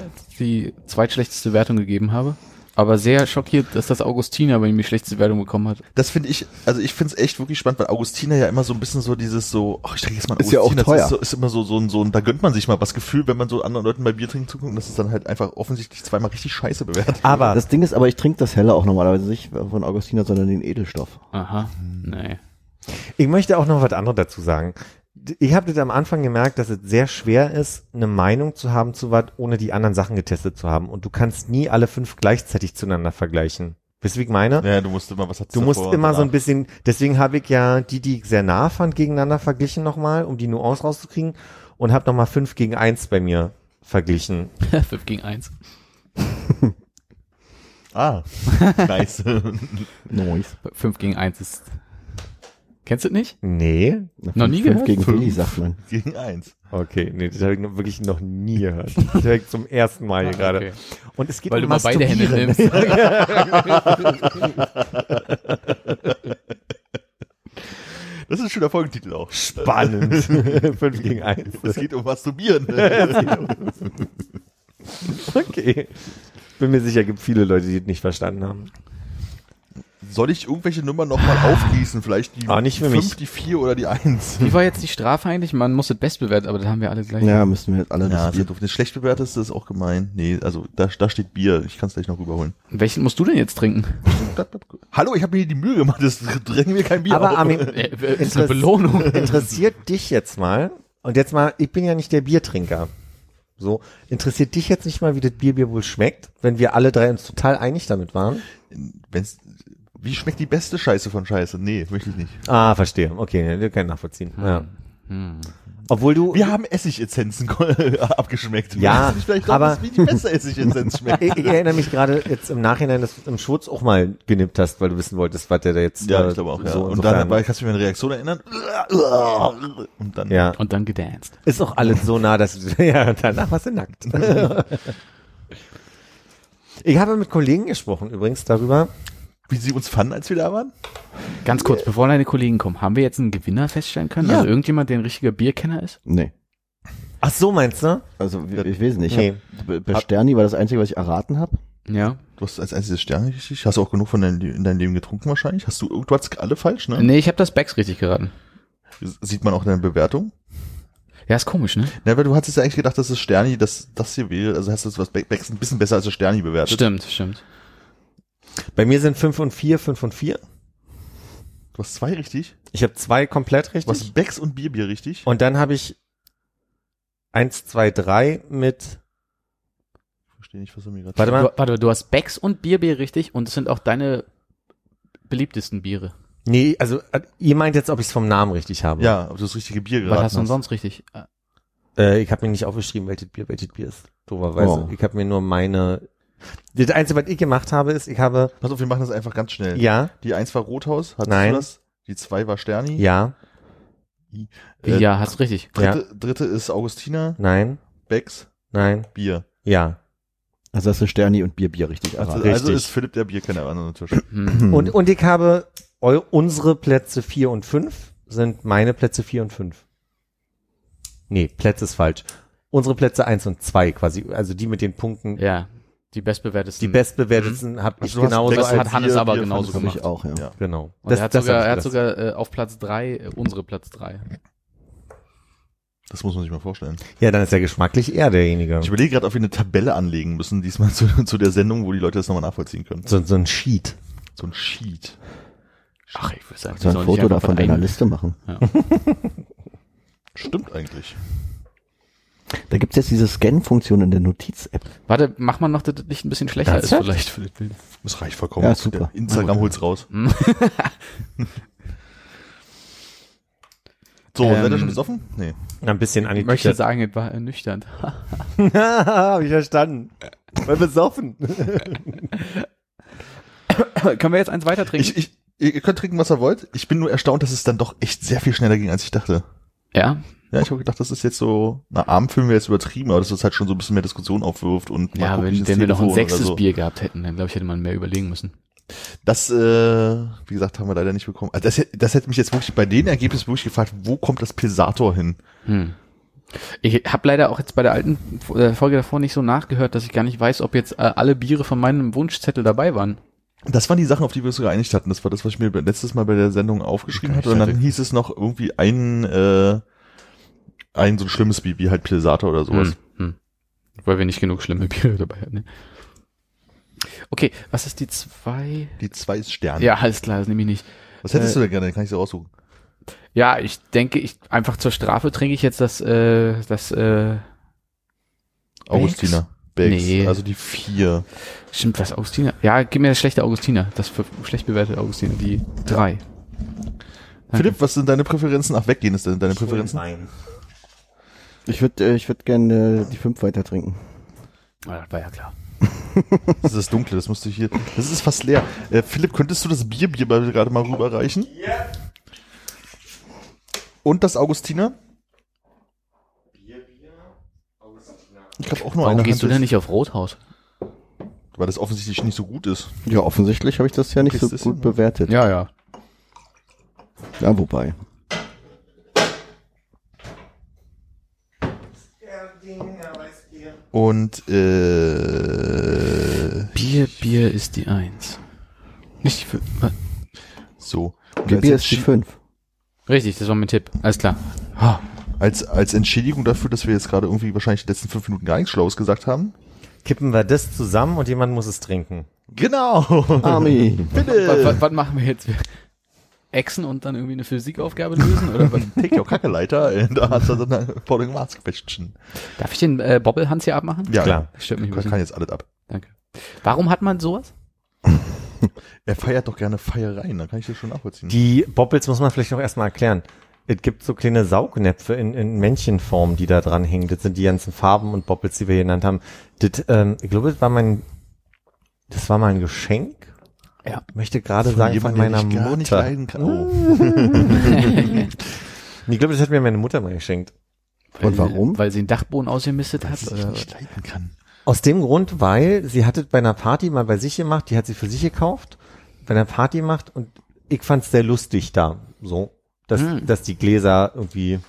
[SPEAKER 3] die zweitschlechteste Wertung gegeben habe. Aber sehr schockiert, dass das Augustiner bei mir die schlechteste Wertung bekommen hat.
[SPEAKER 5] Das finde ich, also ich finde es echt wirklich spannend, weil Augustiner ja immer so ein bisschen so dieses so, ach, ich trinke jetzt mal einen
[SPEAKER 4] Ist ja auch
[SPEAKER 5] Augustiner,
[SPEAKER 4] teuer.
[SPEAKER 5] Das ist, so, ist immer so, so, ein, so ein, da gönnt man sich mal was Gefühl, wenn man so anderen Leuten bei Bier trinken zuguckt, das ist dann halt einfach offensichtlich zweimal richtig scheiße bewertet.
[SPEAKER 2] Aber
[SPEAKER 4] Das Ding ist aber, ich trinke das helle auch normalerweise nicht von Augustiner, sondern den Edelstoff.
[SPEAKER 3] Aha. Nee.
[SPEAKER 2] ich möchte auch noch was anderes dazu sagen. D- Ich habe das am Anfang gemerkt, dass es sehr schwer ist, eine Meinung zu haben zu was, ohne die anderen Sachen getestet zu haben. Und du kannst nie alle fünf gleichzeitig zueinander vergleichen. Wisst ihr, wie ich meine?
[SPEAKER 5] Ja, du musst immer was dazu
[SPEAKER 2] Du musst immer so ein bisschen, deswegen habe ich ja die, die ich sehr nah fand, gegeneinander verglichen nochmal, um die Nuance rauszukriegen und habe nochmal 5 gegen 1 bei mir verglichen.
[SPEAKER 3] 5 gegen 1.
[SPEAKER 5] Ah, nice.
[SPEAKER 4] Noise.
[SPEAKER 3] 5 gegen 1 ist. Kennst du das nicht?
[SPEAKER 2] Nee?
[SPEAKER 3] Noch nie gehört?
[SPEAKER 4] gegen
[SPEAKER 5] Fünf.
[SPEAKER 4] Willi, sagt man.
[SPEAKER 5] Gegen eins.
[SPEAKER 2] Okay, nee, das habe ich noch- wirklich noch nie gehört. Das höre ich zum ersten Mal hier gerade.
[SPEAKER 3] Ah, Okay.
[SPEAKER 2] Und es geht
[SPEAKER 3] Weil
[SPEAKER 2] um
[SPEAKER 3] du mal beide Hände
[SPEAKER 2] Masturbieren.
[SPEAKER 3] nimmst.
[SPEAKER 5] Das ist ein schöner Folgentitel auch.
[SPEAKER 2] Spannend. 5 gegen 1.
[SPEAKER 5] Es geht um Masturbieren.
[SPEAKER 2] Okay. Bin mir sicher, gibt viele Leute, die das nicht verstanden haben.
[SPEAKER 5] Soll ich irgendwelche Nummern nochmal aufgießen? Vielleicht die
[SPEAKER 2] Ah, nicht für
[SPEAKER 5] fünf,
[SPEAKER 2] mich.
[SPEAKER 5] die vier oder die eins?
[SPEAKER 3] Wie war jetzt die Strafe eigentlich? Man muss das best bewerten, aber das haben wir alle gleich.
[SPEAKER 4] Ja, also müssen wir jetzt alle
[SPEAKER 5] Ja,
[SPEAKER 4] das
[SPEAKER 2] also
[SPEAKER 5] das ist
[SPEAKER 4] Bier.
[SPEAKER 5] doof. Das schlecht bewerteste ist auch gemein. Nee, also da, da steht Bier. Ich kann es gleich noch rüberholen.
[SPEAKER 3] Welchen musst du denn jetzt trinken?
[SPEAKER 5] Hallo, ich habe mir hier die Mühe gemacht. Das drängen wir kein Bier
[SPEAKER 2] Aber
[SPEAKER 5] auf.
[SPEAKER 2] Armin,
[SPEAKER 3] Äh, äh, ist
[SPEAKER 2] Interess-
[SPEAKER 3] eine Belohnung.
[SPEAKER 2] interessiert dich jetzt mal, und jetzt mal, ich bin ja nicht der Biertrinker. So, interessiert dich jetzt nicht mal, wie das Bierbier wohl schmeckt, wenn wir alle drei uns total einig damit waren?
[SPEAKER 5] Wenn's, wie schmeckt die beste Scheiße von Scheiße? Nee, möchte ich nicht.
[SPEAKER 2] Ah, verstehe. Okay, wir können nachvollziehen. Ja.
[SPEAKER 3] Hm.
[SPEAKER 2] Obwohl du,
[SPEAKER 5] Wir haben Essigessenzen abgeschmeckt.
[SPEAKER 2] Oh. Ja,
[SPEAKER 5] Weißt du nicht vielleicht doch,
[SPEAKER 2] aber-
[SPEAKER 5] dass wie die beste Essigessenz schmeckt.
[SPEAKER 2] ich, ich erinnere mich gerade jetzt im Nachhinein, dass du im Schurz auch mal genippt hast, weil du wissen wolltest, was der da jetzt
[SPEAKER 5] Ja,
[SPEAKER 2] äh,
[SPEAKER 5] ich glaube auch. Ja.
[SPEAKER 2] so
[SPEAKER 5] und
[SPEAKER 2] insofern-
[SPEAKER 5] dann war, kannst du mich an meine Reaktion erinnern. Und dann.
[SPEAKER 2] ja,
[SPEAKER 3] Und dann gedanced.
[SPEAKER 2] ist auch alles so nah, dass du, ja, danach warst du nackt. ich habe mit Kollegen gesprochen übrigens darüber,
[SPEAKER 5] Wie sie uns fanden, als wir da waren?
[SPEAKER 3] Ganz kurz, bevor deine Kollegen kommen, haben wir jetzt einen Gewinner feststellen können?
[SPEAKER 5] Ja.
[SPEAKER 3] Also irgendjemand, der ein richtiger Bierkenner ist?
[SPEAKER 4] Nee.
[SPEAKER 2] ach so meinst du?
[SPEAKER 4] Also, ich, ich weiß nicht. Ich
[SPEAKER 2] Nee.
[SPEAKER 4] hab, bei- bei Sterni war das Einzige, was ich erraten habe.
[SPEAKER 3] Ja.
[SPEAKER 5] Du hast als einziges Stern richtig. Hast du auch genug von deinem, Le- in deinem Leben getrunken wahrscheinlich? Hast du irgendwas alle falsch, ne?
[SPEAKER 3] Nee, ich habe das Becks richtig geraten.
[SPEAKER 5] Sieht man auch in deiner Bewertung?
[SPEAKER 3] Ja, ist komisch, ne?
[SPEAKER 5] Na, weil du hattest ja eigentlich gedacht, dass es Sterni, dass das hier wäre. Also hast du das was Be- Becks ein bisschen besser als das Sterni bewertet.
[SPEAKER 3] Stimmt, stimmt.
[SPEAKER 2] Bei mir sind 5 und 4, 5 und 4.
[SPEAKER 5] Du hast zwei richtig.
[SPEAKER 2] Ich habe zwei komplett
[SPEAKER 5] Du
[SPEAKER 2] richtig.
[SPEAKER 5] hast Becks und Bierbier richtig.
[SPEAKER 2] Und dann habe ich 1, 2, 3 mit,
[SPEAKER 5] Ich verstehe nicht, was du mir gerade
[SPEAKER 2] warte
[SPEAKER 3] Du,
[SPEAKER 2] mal,
[SPEAKER 3] warte, du hast Becks und Bierbier richtig und es sind auch deine beliebtesten Biere.
[SPEAKER 2] nee, also äh, ihr meint jetzt, ob ich es vom Namen richtig habe.
[SPEAKER 5] Ja, ob du das richtige Bier
[SPEAKER 3] Was
[SPEAKER 5] geraten
[SPEAKER 3] hast du denn sonst richtig? Äh,
[SPEAKER 2] Äh, ich habe mir nicht aufgeschrieben, welches Bier welches Bier ist. Doberweise.
[SPEAKER 4] Oh.
[SPEAKER 2] Ich habe mir nur meine Das Einzige, was ich gemacht habe, ist, ich habe,
[SPEAKER 5] Pass auf, wir machen das einfach ganz schnell.
[SPEAKER 2] ja,
[SPEAKER 5] Die eins war Rothaus, hattest
[SPEAKER 2] Nein.
[SPEAKER 5] du das? Die zwei war Sterni.
[SPEAKER 2] ja,
[SPEAKER 5] Äh,
[SPEAKER 3] ja, hast richtig.
[SPEAKER 5] Dritte, dritte ist Augustina,
[SPEAKER 2] nein,
[SPEAKER 5] Becks,
[SPEAKER 2] nein,
[SPEAKER 5] Bier.
[SPEAKER 2] ja.
[SPEAKER 4] Also hast du Sterni und Bier, Bier richtig
[SPEAKER 5] Also,
[SPEAKER 4] erraten.
[SPEAKER 5] also
[SPEAKER 2] richtig.
[SPEAKER 5] ist Philipp der Bierkenner an unserem Tisch.
[SPEAKER 3] Hm.
[SPEAKER 2] Und, und ich habe, eu, unsere Plätze 4 und 5 sind meine Plätze 4 und 5. Nee, Plätze ist falsch. Unsere Plätze 1 und 2 quasi, also die mit den Punkten,
[SPEAKER 3] Ja, Hm. die bestbewertesten.
[SPEAKER 2] die bestbewertetsten habe ich
[SPEAKER 5] Also du hast
[SPEAKER 2] genauso
[SPEAKER 3] genau
[SPEAKER 5] Becks
[SPEAKER 3] Das
[SPEAKER 2] als,
[SPEAKER 5] als
[SPEAKER 3] hat Hannes
[SPEAKER 5] Bier-
[SPEAKER 3] aber
[SPEAKER 5] Bier
[SPEAKER 3] genauso
[SPEAKER 5] fandest
[SPEAKER 3] gemacht.
[SPEAKER 5] du
[SPEAKER 4] ich auch, ja.
[SPEAKER 5] Ja.
[SPEAKER 2] genau.
[SPEAKER 3] Und er hat
[SPEAKER 2] das
[SPEAKER 3] sogar,
[SPEAKER 2] hab ich
[SPEAKER 3] er hat
[SPEAKER 2] gedacht.
[SPEAKER 3] sogar äh, auf Platz drei äh, unsere Platz drei.
[SPEAKER 5] Das muss man sich mal vorstellen.
[SPEAKER 2] Ja, dann ist ja geschmacklich er derjenige.
[SPEAKER 5] Ich überlege gerade, ob wir eine Tabelle anlegen müssen, diesmal zu, zu der Sendung, wo die Leute das nochmal nachvollziehen können.
[SPEAKER 2] So, so ein Sheet.
[SPEAKER 5] So ein Sheet.
[SPEAKER 3] Ach, ich würde sagen,
[SPEAKER 4] So ein Foto davon deiner Liste machen.
[SPEAKER 5] Stimmt eigentlich.
[SPEAKER 4] Da gibt's jetzt diese Scan-Funktion in der Notiz-App.
[SPEAKER 3] Warte, mach mal noch, dass das Licht ein bisschen schlechter ist
[SPEAKER 2] Ernsthaft?
[SPEAKER 3] vielleicht für den Film.
[SPEAKER 5] Das reicht vollkommen.
[SPEAKER 4] Ja, super.
[SPEAKER 5] Der Instagram holt's raus.
[SPEAKER 3] Hm.
[SPEAKER 5] so,
[SPEAKER 3] Ähm,
[SPEAKER 5] seid ihr schon besoffen? Nee.
[SPEAKER 2] Ein bisschen
[SPEAKER 3] Ich möchte
[SPEAKER 2] angekündigt.
[SPEAKER 3] sagen, es war ernüchternd.
[SPEAKER 2] Hab ich verstanden. Weil besoffen.
[SPEAKER 3] Können wir jetzt eins weiter trinken?
[SPEAKER 5] Ich, ich, ihr könnt trinken, was ihr wollt. Ich bin nur erstaunt, dass es dann doch echt sehr viel schneller ging, als ich dachte.
[SPEAKER 3] ja.
[SPEAKER 5] Ja, ich habe gedacht, das ist jetzt so, na, Abendfilm wäre jetzt übertrieben, aber dass das halt schon so ein bisschen mehr Diskussion aufwirft und mal
[SPEAKER 3] Ja,
[SPEAKER 5] guck ich
[SPEAKER 3] wenn,
[SPEAKER 5] ins
[SPEAKER 3] wenn wir noch ein
[SPEAKER 5] Telefon oder
[SPEAKER 3] sechstes
[SPEAKER 5] so.
[SPEAKER 3] Bier gehabt hätten, dann glaube ich, hätte man mehr überlegen müssen.
[SPEAKER 5] Das, äh, wie gesagt, haben wir leider nicht bekommen. Also das, hätte- das hätte mich jetzt wirklich bei den Ergebnissen wirklich gefragt, wo kommt das Pilsator hin?
[SPEAKER 3] Hm. Ich habe leider auch jetzt bei der alten äh, Folge davor nicht so nachgehört, dass ich gar nicht weiß, ob jetzt äh, alle Biere von meinem Wunschzettel dabei waren.
[SPEAKER 5] Das waren die Sachen, auf die wir uns geeinigt hatten. Das war das, was ich mir letztes Mal bei der Sendung aufgeschrieben hatte. Und dann hieß es noch irgendwie ein, äh, ein so ein schlimmes Bier, wie halt Pilsator oder sowas.
[SPEAKER 3] Hm, hm. Weil wir nicht genug schlimme Biere dabei hatten. Ne? Okay, was ist die zwei?
[SPEAKER 5] Die zwei ist Sterne.
[SPEAKER 3] Ja, Äh, alles klar, das nehme ich nicht.
[SPEAKER 5] Was hättest du denn gerne? Kann ich sie raussuchen.
[SPEAKER 3] Ja, ich denke, ich einfach zur Strafe trinke ich jetzt das, äh, das, äh,
[SPEAKER 5] Augustiner. Bakes.
[SPEAKER 3] Nee.
[SPEAKER 5] Also die vier.
[SPEAKER 3] stimmt, was Augustiner? Ja, gib mir das schlechte Augustiner, das für schlecht bewertete Augustiner, die drei.
[SPEAKER 5] Philipp, was sind deine Präferenzen? Ach, weggehen ist denn deine Präferenzen?
[SPEAKER 2] Nein.
[SPEAKER 4] Ich würde äh, ich würd gerne äh, die fünf weiter trinken.
[SPEAKER 3] Ah, das war ja klar.
[SPEAKER 5] Das ist das Dunkle, das musst du hier. Das ist fast leer. Äh, Philipp, könntest du das Bierbier bei mir gerade mal rüberreichen? Ja. Und das Augustiner? Ich habe auch nur
[SPEAKER 3] Warum
[SPEAKER 5] eine
[SPEAKER 3] gehst du
[SPEAKER 5] Hand
[SPEAKER 3] denn
[SPEAKER 5] jetzt,
[SPEAKER 3] nicht auf Rothaus?
[SPEAKER 5] Weil das offensichtlich nicht so gut ist.
[SPEAKER 4] Ja, offensichtlich habe ich das ja nicht so
[SPEAKER 5] Kriegst du's
[SPEAKER 4] gut
[SPEAKER 5] hin, ne?
[SPEAKER 4] bewertet.
[SPEAKER 3] Ja, ja.
[SPEAKER 4] Ja, wobei.
[SPEAKER 5] Und äh,
[SPEAKER 3] Bier, Bier ist die eins. Nicht die fünf. wa-
[SPEAKER 5] so. Und als,
[SPEAKER 4] Bier ist die
[SPEAKER 5] Entschi-
[SPEAKER 4] fünf.
[SPEAKER 3] Richtig, das war mein Tipp. Alles klar. Ah,
[SPEAKER 5] als, als Entschädigung dafür, dass wir jetzt gerade irgendwie wahrscheinlich die letzten fünf Minuten gar nichts Schlaues gesagt haben.
[SPEAKER 2] Kippen wir das zusammen und jemand muss es trinken.
[SPEAKER 5] Genau.
[SPEAKER 4] Armin.
[SPEAKER 3] wa- wa- Was machen wir jetzt? Echsen und dann irgendwie eine Physikaufgabe lösen? Oder was?
[SPEAKER 5] Take your Kackeleiter. Da hat er dann vor dem Arzt gepatschen.
[SPEAKER 3] Darf ich den äh, Bobbelhans hier abmachen?
[SPEAKER 5] Ja,
[SPEAKER 2] Klar.
[SPEAKER 3] Das stört mich ein
[SPEAKER 5] Kann,
[SPEAKER 3] bisschen.
[SPEAKER 5] kann jetzt alles ab.
[SPEAKER 3] Danke. Warum hat man sowas?
[SPEAKER 5] Er feiert doch gerne Feiereien, dann kann ich das schon nachvollziehen.
[SPEAKER 2] Die Boppels muss man vielleicht noch erstmal erklären. Es gibt so kleine Saugnäpfe in, in Männchenform, die da dran hängen. Das sind die ganzen Farben und Boppels, die wir hier genannt haben. Das, ähm, ich glaube, das war mein, das war mal ein Geschenk.
[SPEAKER 3] Ja.
[SPEAKER 2] Ich möchte gerade sagen, von meiner
[SPEAKER 5] der dich gar nicht
[SPEAKER 2] Mutter. Äh.
[SPEAKER 5] leiden kann. Oh.
[SPEAKER 2] Ich glaube, das hat mir meine Mutter mal geschenkt.
[SPEAKER 4] Und warum?
[SPEAKER 3] Weil sie den Dachboden ausgemistet hat?
[SPEAKER 5] Dass ich
[SPEAKER 3] Oder?
[SPEAKER 5] nicht leiden kann.
[SPEAKER 2] Aus dem Grund, weil sie hat es bei einer Party mal bei sich gemacht, die hat sie für sich gekauft, bei einer Party gemacht und ich fand es sehr lustig da, so, dass,
[SPEAKER 3] Hm.
[SPEAKER 2] dass die Gläser irgendwie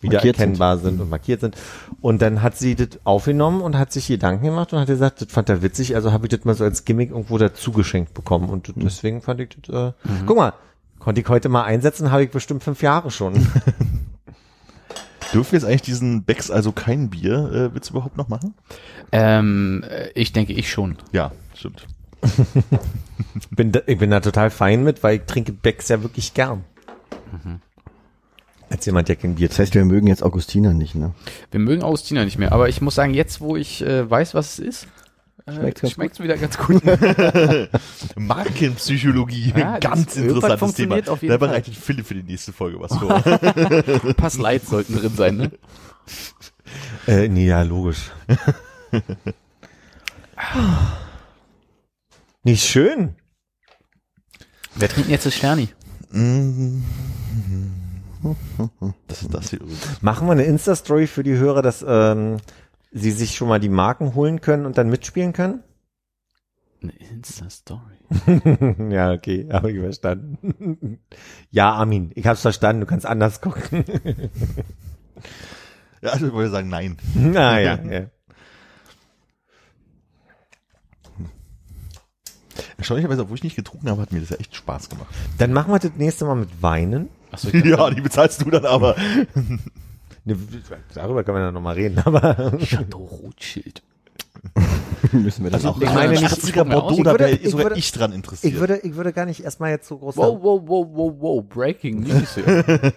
[SPEAKER 2] wieder
[SPEAKER 4] Markiert sind.
[SPEAKER 2] erkennbar sind. und markiert sind. Und dann hat sie das aufgenommen und hat sich Gedanken gemacht und hat gesagt, das fand er witzig, also habe ich das mal so als Gimmick irgendwo dazu geschenkt bekommen und deswegen fand ich das, äh, guck mal, konnte ich heute mal einsetzen, habe ich bestimmt fünf Jahre schon.
[SPEAKER 5] Dürfen wir jetzt eigentlich diesen Becks, also kein Bier, äh, Witz überhaupt noch machen?
[SPEAKER 3] Ähm, äh, ich denke, ich schon.
[SPEAKER 5] Ja, stimmt.
[SPEAKER 2] bin da, ich bin da total fein mit, weil ich trinke Becks ja wirklich gern. Mhm. Als jemand, der kein Bier
[SPEAKER 4] Das heißt, wir mögen jetzt Augustiner nicht, ne?
[SPEAKER 3] Wir mögen Augustiner nicht mehr, aber ich muss sagen, jetzt, wo ich äh, weiß, was es ist,
[SPEAKER 4] Schmeckt's
[SPEAKER 3] äh,
[SPEAKER 4] ganz
[SPEAKER 3] schmeckt's wieder ganz gut.
[SPEAKER 5] Markenpsychologie,
[SPEAKER 3] Ja, das-
[SPEAKER 5] ganz
[SPEAKER 3] irgendwas
[SPEAKER 5] interessantes Thema.
[SPEAKER 3] funktioniert auf jeden
[SPEAKER 5] da
[SPEAKER 3] Fall.
[SPEAKER 5] bereitet Philipp für die nächste Folge was vor.
[SPEAKER 3] Ein paar Slides sollten drin sein, ne?
[SPEAKER 2] Äh, nee, ja, logisch. Nicht schön.
[SPEAKER 3] Wer trinkt denn jetzt das Sterni?
[SPEAKER 5] Das ist das hier.
[SPEAKER 2] Machen wir eine Insta-Story für die Hörer, dass ähm, sie sich schon mal die Marken holen können und dann mitspielen können?
[SPEAKER 3] Eine Insta-Story.
[SPEAKER 2] ja, okay, habe ich verstanden. ja, Armin, ich hab's verstanden, du kannst anders gucken.
[SPEAKER 5] Ja, also ich wollte sagen, nein.
[SPEAKER 2] naja, Ah, ja.
[SPEAKER 5] Erstaunlicherweise, obwohl ich nicht getrunken habe, hat mir das ja echt Spaß gemacht.
[SPEAKER 2] Dann machen wir das nächste Mal mit Weinen.
[SPEAKER 3] Achso, ich dachte,
[SPEAKER 5] Ja, die bezahlst du dann aber.
[SPEAKER 2] Ne, darüber können wir dann nochmal reden, aber
[SPEAKER 3] Chateau Rothschild.
[SPEAKER 4] Müssen wir dann auch.
[SPEAKER 2] Also ich meine nicht-
[SPEAKER 5] 80er Also Bordeaux,
[SPEAKER 2] Ich
[SPEAKER 5] da
[SPEAKER 2] würde-
[SPEAKER 5] wäre
[SPEAKER 2] ich
[SPEAKER 5] sogar
[SPEAKER 2] würde-
[SPEAKER 5] ich dran
[SPEAKER 2] ich
[SPEAKER 5] interessiert.
[SPEAKER 2] würde, ich würde gar nicht erstmal jetzt so groß
[SPEAKER 3] Wow, wow, wow, wow, wow, Breaking News. hier.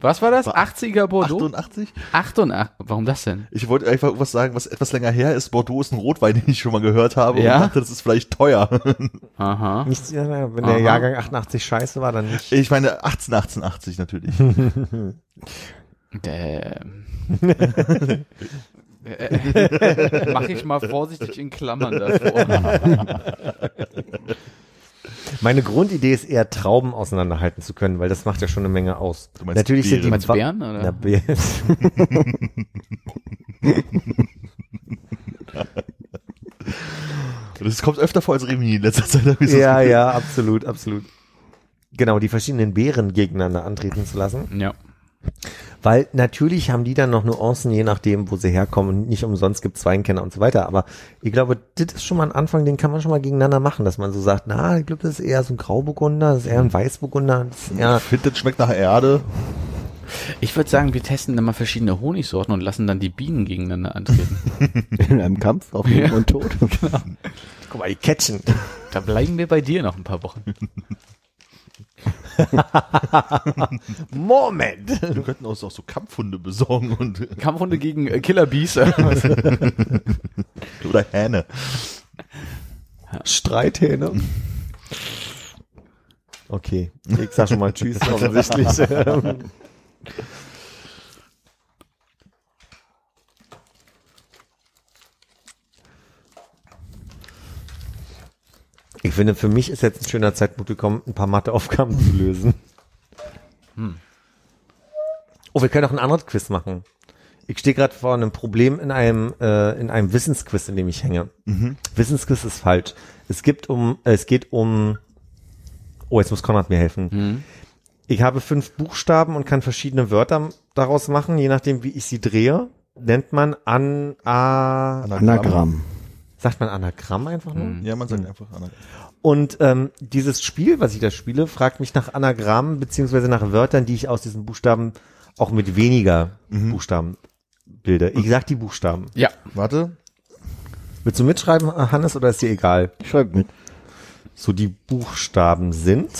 [SPEAKER 3] Was war das?
[SPEAKER 5] War
[SPEAKER 3] 80er Bordeaux?
[SPEAKER 5] 88?
[SPEAKER 3] 88. ah, Warum das denn?
[SPEAKER 5] Ich wollte einfach was sagen, was etwas länger her ist. Bordeaux ist ein Rotwein, den ich schon mal gehört habe
[SPEAKER 3] Ja?
[SPEAKER 5] und dachte, das ist vielleicht teuer.
[SPEAKER 3] Aha.
[SPEAKER 2] Nichts, ja, na, wenn
[SPEAKER 3] Aha.
[SPEAKER 2] der Jahrgang 88 scheiße war, dann nicht.
[SPEAKER 5] Ich meine 1888 natürlich.
[SPEAKER 3] Ähm. Äh, Mach ich mal vorsichtig in Klammern davor.
[SPEAKER 2] Meine Grundidee ist eher Trauben auseinanderhalten zu können, weil das macht ja schon eine Menge aus.
[SPEAKER 5] Du meinst Beeren. Du
[SPEAKER 3] meinst
[SPEAKER 2] Wa-
[SPEAKER 3] Beeren, oder?
[SPEAKER 2] Na, Beeren.
[SPEAKER 5] Das kommt öfter vor als Remy in letzter Zeit. hab ich so das
[SPEAKER 2] ja,
[SPEAKER 5] Gefühl.
[SPEAKER 2] ja, absolut, absolut. Genau, die verschiedenen Beeren gegeneinander antreten zu lassen.
[SPEAKER 3] ja.
[SPEAKER 2] Weil natürlich haben die dann noch Nuancen, je nachdem, wo sie herkommen. Und Nicht umsonst gibt's Weinkenner und so weiter. Aber ich glaube, das ist schon mal ein Anfang, den kann man schon mal gegeneinander machen, dass man so sagt, na, ich glaube, das ist eher so ein Grauburgunder, das ist eher ein Weißburgunder, das ist eher
[SPEAKER 5] Ich finde, das schmeckt nach Erde.
[SPEAKER 3] Ich würde sagen, wir testen dann mal verschiedene Honigsorten und lassen dann die Bienen gegeneinander antreten.
[SPEAKER 4] In einem Kampf auf Leben
[SPEAKER 3] Ja.
[SPEAKER 4] und Tod.
[SPEAKER 2] Guck mal, die catchen.
[SPEAKER 3] Da bleiben wir bei dir noch ein paar Wochen.
[SPEAKER 2] Moment!
[SPEAKER 5] Wir könnten uns auch so Kampfhunde besorgen und
[SPEAKER 3] Kampfrunde gegen äh, Killer Bees. Was?
[SPEAKER 5] oder Hähne.
[SPEAKER 2] Streithähne. Okay, ich sag schon mal Tschüss offensichtlich. Ich finde, für mich ist jetzt ein schöner Zeitpunkt gekommen, ein paar Matheaufgaben zu lösen. Hm. Oh, wir können auch ein anderes Quiz machen. Ich stehe gerade vor einem Problem in einem, äh, in einem Wissensquiz, in dem ich hänge. Wissensquiz ist falsch. Es gibt um, äh, es geht um, oh, jetzt muss Konrad mir helfen. Ich habe fünf Buchstaben und kann verschiedene Wörter daraus machen, je nachdem, wie ich sie drehe. Nennt man an, a,
[SPEAKER 4] Anagramm.
[SPEAKER 2] sagt man Anagramm einfach nur?
[SPEAKER 5] Ja, man sagt einfach Anagramm.
[SPEAKER 2] Und ähm, dieses Spiel, was ich da spiele, fragt mich nach Anagrammen beziehungsweise nach Wörtern, die ich aus diesen Buchstaben auch mit weniger
[SPEAKER 5] Mhm.
[SPEAKER 2] Buchstaben bilde. Ich sag die Buchstaben.
[SPEAKER 3] Ja.
[SPEAKER 5] Warte.
[SPEAKER 2] Willst du mitschreiben, Hannes, oder ist dir egal?
[SPEAKER 4] Ich schreibe mit.
[SPEAKER 2] So, die Buchstaben sind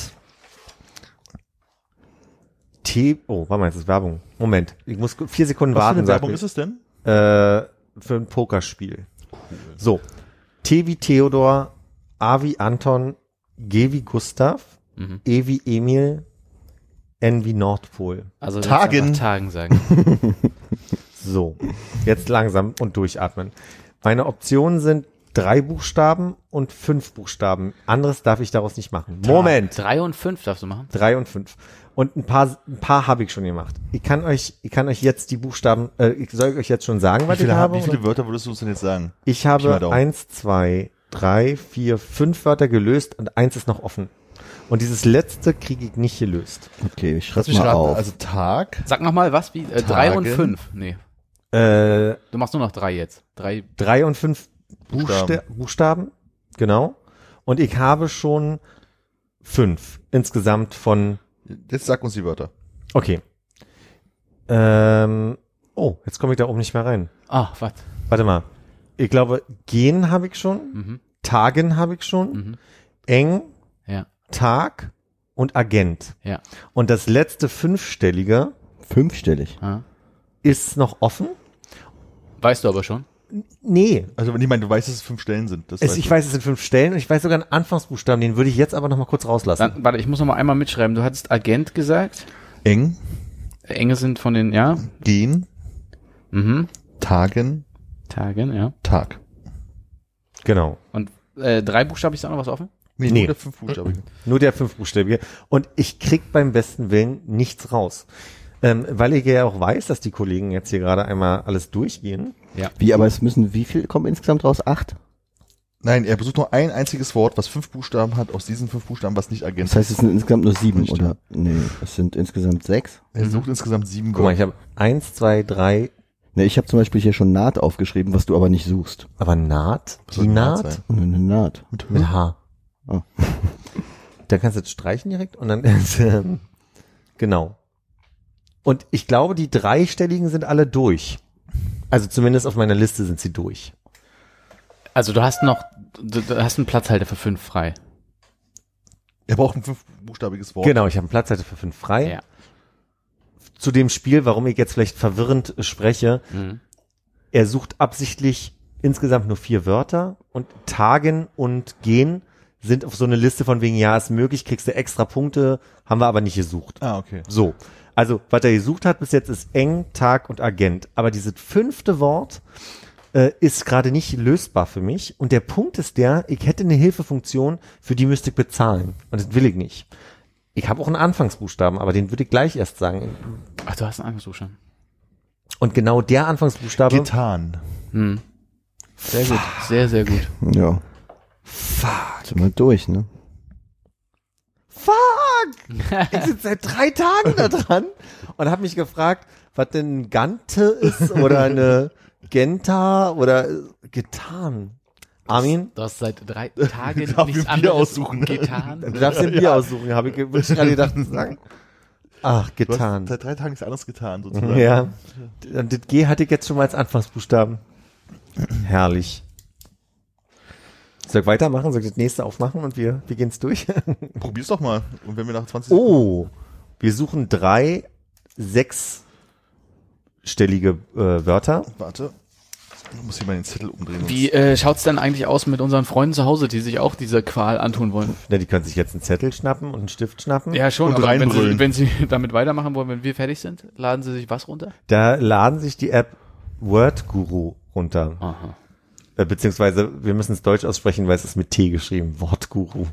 [SPEAKER 2] T. Oh, warte mal, jetzt ist Werbung. Moment, ich muss gu- vier Sekunden
[SPEAKER 5] Was für
[SPEAKER 2] warten.
[SPEAKER 5] eine
[SPEAKER 2] sagt
[SPEAKER 5] Werbung
[SPEAKER 2] mir.
[SPEAKER 5] ist es denn?
[SPEAKER 2] Äh, für ein Pokerspiel. So. T wie Theodor, A wie Anton, G wie Gustav,
[SPEAKER 5] Mhm.
[SPEAKER 2] E wie Emil, N wie Nordpol.
[SPEAKER 3] Also jetzt
[SPEAKER 5] Tagen.
[SPEAKER 3] einfach Tagen sagen.
[SPEAKER 2] So. Jetzt langsam und durchatmen. Meine Optionen sind drei Buchstaben und fünf Buchstaben. Anderes darf ich daraus nicht machen. Moment!
[SPEAKER 3] Drei und fünf darfst du machen.
[SPEAKER 2] Drei und fünf. Und ein paar, ein paar habe ich schon gemacht. Ich kann euch, ich kann euch jetzt die Buchstaben, äh, ich soll euch jetzt schon sagen,
[SPEAKER 5] Wie
[SPEAKER 2] was ich
[SPEAKER 5] viele,
[SPEAKER 2] habe.
[SPEAKER 5] wie
[SPEAKER 2] oder?
[SPEAKER 5] viele Wörter würdest du uns denn jetzt sagen?
[SPEAKER 2] Ich
[SPEAKER 5] Pi mal
[SPEAKER 2] habe
[SPEAKER 5] Daumen.
[SPEAKER 2] eins, zwei, drei, vier, fünf Wörter gelöst und eins ist noch offen. Und dieses letzte kriege ich nicht gelöst.
[SPEAKER 4] Okay, ich schreibe mal auf.
[SPEAKER 5] Also Tag.
[SPEAKER 3] Sag nochmal was, wie? Äh, drei und
[SPEAKER 5] Tagen.
[SPEAKER 3] fünf. Nee.
[SPEAKER 2] Äh,
[SPEAKER 3] Du machst nur noch drei jetzt. Drei.
[SPEAKER 2] drei und fünf
[SPEAKER 5] Buchstaben.
[SPEAKER 2] Buchstaben. Buchstaben, genau. Und ich habe schon fünf insgesamt von.
[SPEAKER 5] Jetzt sag uns die Wörter.
[SPEAKER 2] Okay. Ähm, oh, jetzt komme ich da oben nicht mehr rein.
[SPEAKER 3] Ah, was?
[SPEAKER 2] Warte mal. Ich glaube, gehen habe ich schon,
[SPEAKER 3] Mhm.
[SPEAKER 2] Tagen habe ich schon,
[SPEAKER 3] Mhm.
[SPEAKER 2] eng,
[SPEAKER 3] Ja.
[SPEAKER 2] Tag und Agent.
[SPEAKER 3] Ja.
[SPEAKER 2] Und das letzte fünfstellige
[SPEAKER 4] Fünfstellig.
[SPEAKER 3] Ah.
[SPEAKER 2] ist noch offen?
[SPEAKER 3] Weißt du aber schon.
[SPEAKER 2] Nee.
[SPEAKER 5] Also wenn ich meine, du weißt, dass es fünf Stellen sind. Das
[SPEAKER 2] Es, ich weiß, es sind fünf Stellen und ich weiß sogar einen Anfangsbuchstaben, den würde ich jetzt aber nochmal kurz rauslassen.
[SPEAKER 3] Dann, warte, ich muss noch mal einmal mitschreiben. Du hattest Agent gesagt.
[SPEAKER 5] du. Eng,
[SPEAKER 3] Enge sind von den, ja.
[SPEAKER 5] gehen,
[SPEAKER 3] Mhm.
[SPEAKER 5] Tagen,
[SPEAKER 3] Tagen, ja.
[SPEAKER 5] Tag.
[SPEAKER 2] Genau.
[SPEAKER 3] Und Äh, drei Buchstaben ist da noch was offen?
[SPEAKER 5] Nee,
[SPEAKER 2] Nee.
[SPEAKER 5] nur der fünfbuchstabige.
[SPEAKER 2] Nur der fünfbuchstabige. Und ich krieg beim besten Willen nichts raus. Ähm, weil ich ja auch weiß, dass die Kollegen jetzt hier gerade einmal alles durchgehen.
[SPEAKER 4] Wie, aber es müssen wie viel kommen insgesamt raus? Acht?
[SPEAKER 5] Nein, er besucht nur ein einziges Wort, was fünf Buchstaben hat, aus diesen fünf Buchstaben, was nicht
[SPEAKER 4] Das
[SPEAKER 5] ergänzt.
[SPEAKER 4] heißt, es sind insgesamt nur sieben,
[SPEAKER 5] Stimmt.
[SPEAKER 4] oder? Nee, es sind insgesamt sechs.
[SPEAKER 5] er sucht insgesamt sieben
[SPEAKER 2] Guck mal, ich habe eins, zwei, drei,
[SPEAKER 4] Ne, ich habe zum Beispiel hier schon Naht aufgeschrieben, was du aber nicht suchst.
[SPEAKER 2] aber Naht?
[SPEAKER 5] Was soll
[SPEAKER 2] Die Naht?
[SPEAKER 5] sein?
[SPEAKER 4] Eine Naht.
[SPEAKER 2] Mit H.
[SPEAKER 4] Oh.
[SPEAKER 2] Da kannst du jetzt streichen direkt und dann ähm, genau. Und ich glaube, die dreistelligen sind alle durch. Also zumindest auf meiner Liste sind sie durch.
[SPEAKER 3] Also du hast noch, du, du hast einen Platzhalter für fünf frei.
[SPEAKER 5] Er braucht ein fünfbuchstabiges Wort.
[SPEAKER 2] Genau, ich habe einen Platzhalter für fünf frei.
[SPEAKER 3] Ja.
[SPEAKER 2] Zu dem Spiel, warum ich jetzt vielleicht verwirrend spreche,
[SPEAKER 3] Mhm.
[SPEAKER 2] er sucht absichtlich insgesamt nur vier Wörter und tagen und gehen sind auf so eine Liste von wegen, ja, ist möglich, kriegst du extra Punkte, haben wir aber nicht gesucht.
[SPEAKER 5] Ah, okay.
[SPEAKER 2] So. Also, was er gesucht hat bis jetzt ist eng, Tag und Agent. Aber dieses fünfte Wort äh, ist gerade nicht lösbar für mich. Und der Punkt ist der, ich hätte eine Hilfefunktion, für die müsste ich bezahlen. Und das will ich nicht. Ich habe auch einen Anfangsbuchstaben, aber den würde ich gleich erst sagen.
[SPEAKER 3] Ach, du hast einen Anfangsbuchstaben.
[SPEAKER 2] Und genau der Anfangsbuchstabe.
[SPEAKER 5] Getan.
[SPEAKER 3] Mhm. Sehr gut, sehr, sehr gut.
[SPEAKER 4] Ja. Fuck. Sind wir durch, ne?
[SPEAKER 2] Fuck! Ich sitze seit drei Tagen da dran und habe mich gefragt, was denn ein Gante ist oder eine Genta oder äh, getan. Armin?
[SPEAKER 3] Du hast seit drei Tagen
[SPEAKER 5] Darf ich
[SPEAKER 3] nichts
[SPEAKER 5] Bier
[SPEAKER 3] anderes
[SPEAKER 5] aussuchen?
[SPEAKER 2] Du
[SPEAKER 3] getan.
[SPEAKER 2] darfst den Bier aussuchen, habe ich ge- wirklich gerade gedacht. sagen. Ach,
[SPEAKER 5] Du
[SPEAKER 2] getan.
[SPEAKER 5] hast seit drei Tagen nichts anderes getan, sozusagen.
[SPEAKER 2] Ja. Und das G hatte ich jetzt schon mal als Anfangsbuchstaben. Herrlich. Soll ich weitermachen? Soll ich das nächste aufmachen und wir, wir gehen's durch?
[SPEAKER 5] Probier's doch mal. Und wenn wir nach 20
[SPEAKER 2] Oh, wir suchen drei sechsstellige äh, Wörter.
[SPEAKER 5] Warte. Ich muss hier mal den Zettel umdrehen.
[SPEAKER 3] Wie äh, schaut's denn eigentlich aus mit unseren Freunden zu Hause, die sich auch dieser Qual antun wollen?
[SPEAKER 2] Na, Ne, die können sich jetzt einen Zettel schnappen und einen Stift schnappen.
[SPEAKER 3] Ja, schon.
[SPEAKER 5] Und
[SPEAKER 3] aber wenn, sie,
[SPEAKER 5] reinbrüllen.
[SPEAKER 3] wenn sie damit weitermachen wollen, wenn wir fertig sind, laden sie sich was runter?
[SPEAKER 2] Da laden sich die App Word Guru runter.
[SPEAKER 3] Aha.
[SPEAKER 2] Äh, beziehungsweise, wir müssen es deutsch aussprechen, weil es ist mit T geschrieben. Wortguru.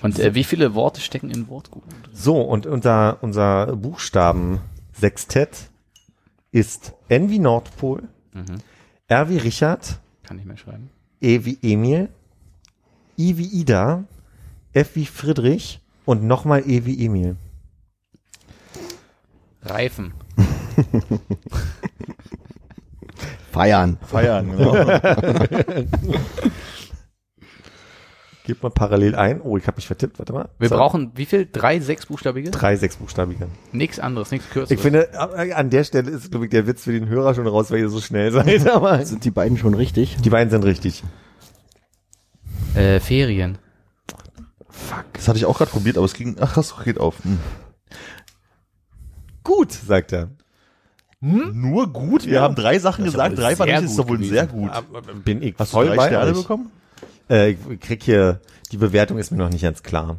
[SPEAKER 3] Und äh, wie viele Worte stecken in Wortgut?
[SPEAKER 2] So, und unser, unser Buchstaben-Sextett ist N wie Nordpol, R wie Richard,
[SPEAKER 3] Kann nicht mehr schreiben.
[SPEAKER 2] E wie Emil, I wie Ida, F wie Friedrich und nochmal E wie Emil.
[SPEAKER 3] Reifen.
[SPEAKER 4] Feiern.
[SPEAKER 5] feiern, genau.
[SPEAKER 2] Gib mal parallel ein. Oh, ich habe mich vertippt, warte mal.
[SPEAKER 3] Wir
[SPEAKER 2] So,
[SPEAKER 3] brauchen wie viel? Drei sechsbuchstabige?
[SPEAKER 2] drei sechsbuchstabige.
[SPEAKER 3] Nix anderes, nichts kürzeres.
[SPEAKER 2] Ich finde, äh, an der Stelle ist, glaube ich, der Witz für den Hörer schon raus, weil ihr so schnell seid. Aber
[SPEAKER 4] Sind die beiden schon richtig?
[SPEAKER 2] die beiden sind richtig.
[SPEAKER 3] äh, Ferien.
[SPEAKER 5] das hatte ich auch gerade probiert, aber es ging. Ach, das geht auf. Hm.
[SPEAKER 2] Gut, sagt er.
[SPEAKER 5] Nur gut? Wir haben drei Sachen
[SPEAKER 3] ist aber
[SPEAKER 5] gesagt, drei
[SPEAKER 3] sehr
[SPEAKER 5] waren richtig, ist
[SPEAKER 3] gut
[SPEAKER 5] doch wohl
[SPEAKER 3] gewesen.
[SPEAKER 5] sehr gut.
[SPEAKER 2] Bin ich
[SPEAKER 5] äh, Hast du
[SPEAKER 2] voll
[SPEAKER 5] drei
[SPEAKER 2] bei
[SPEAKER 5] Sterne
[SPEAKER 2] euch.
[SPEAKER 5] bekommen?
[SPEAKER 2] Äh, ich krieg hier, die Bewertung ist mir noch nicht ganz klar.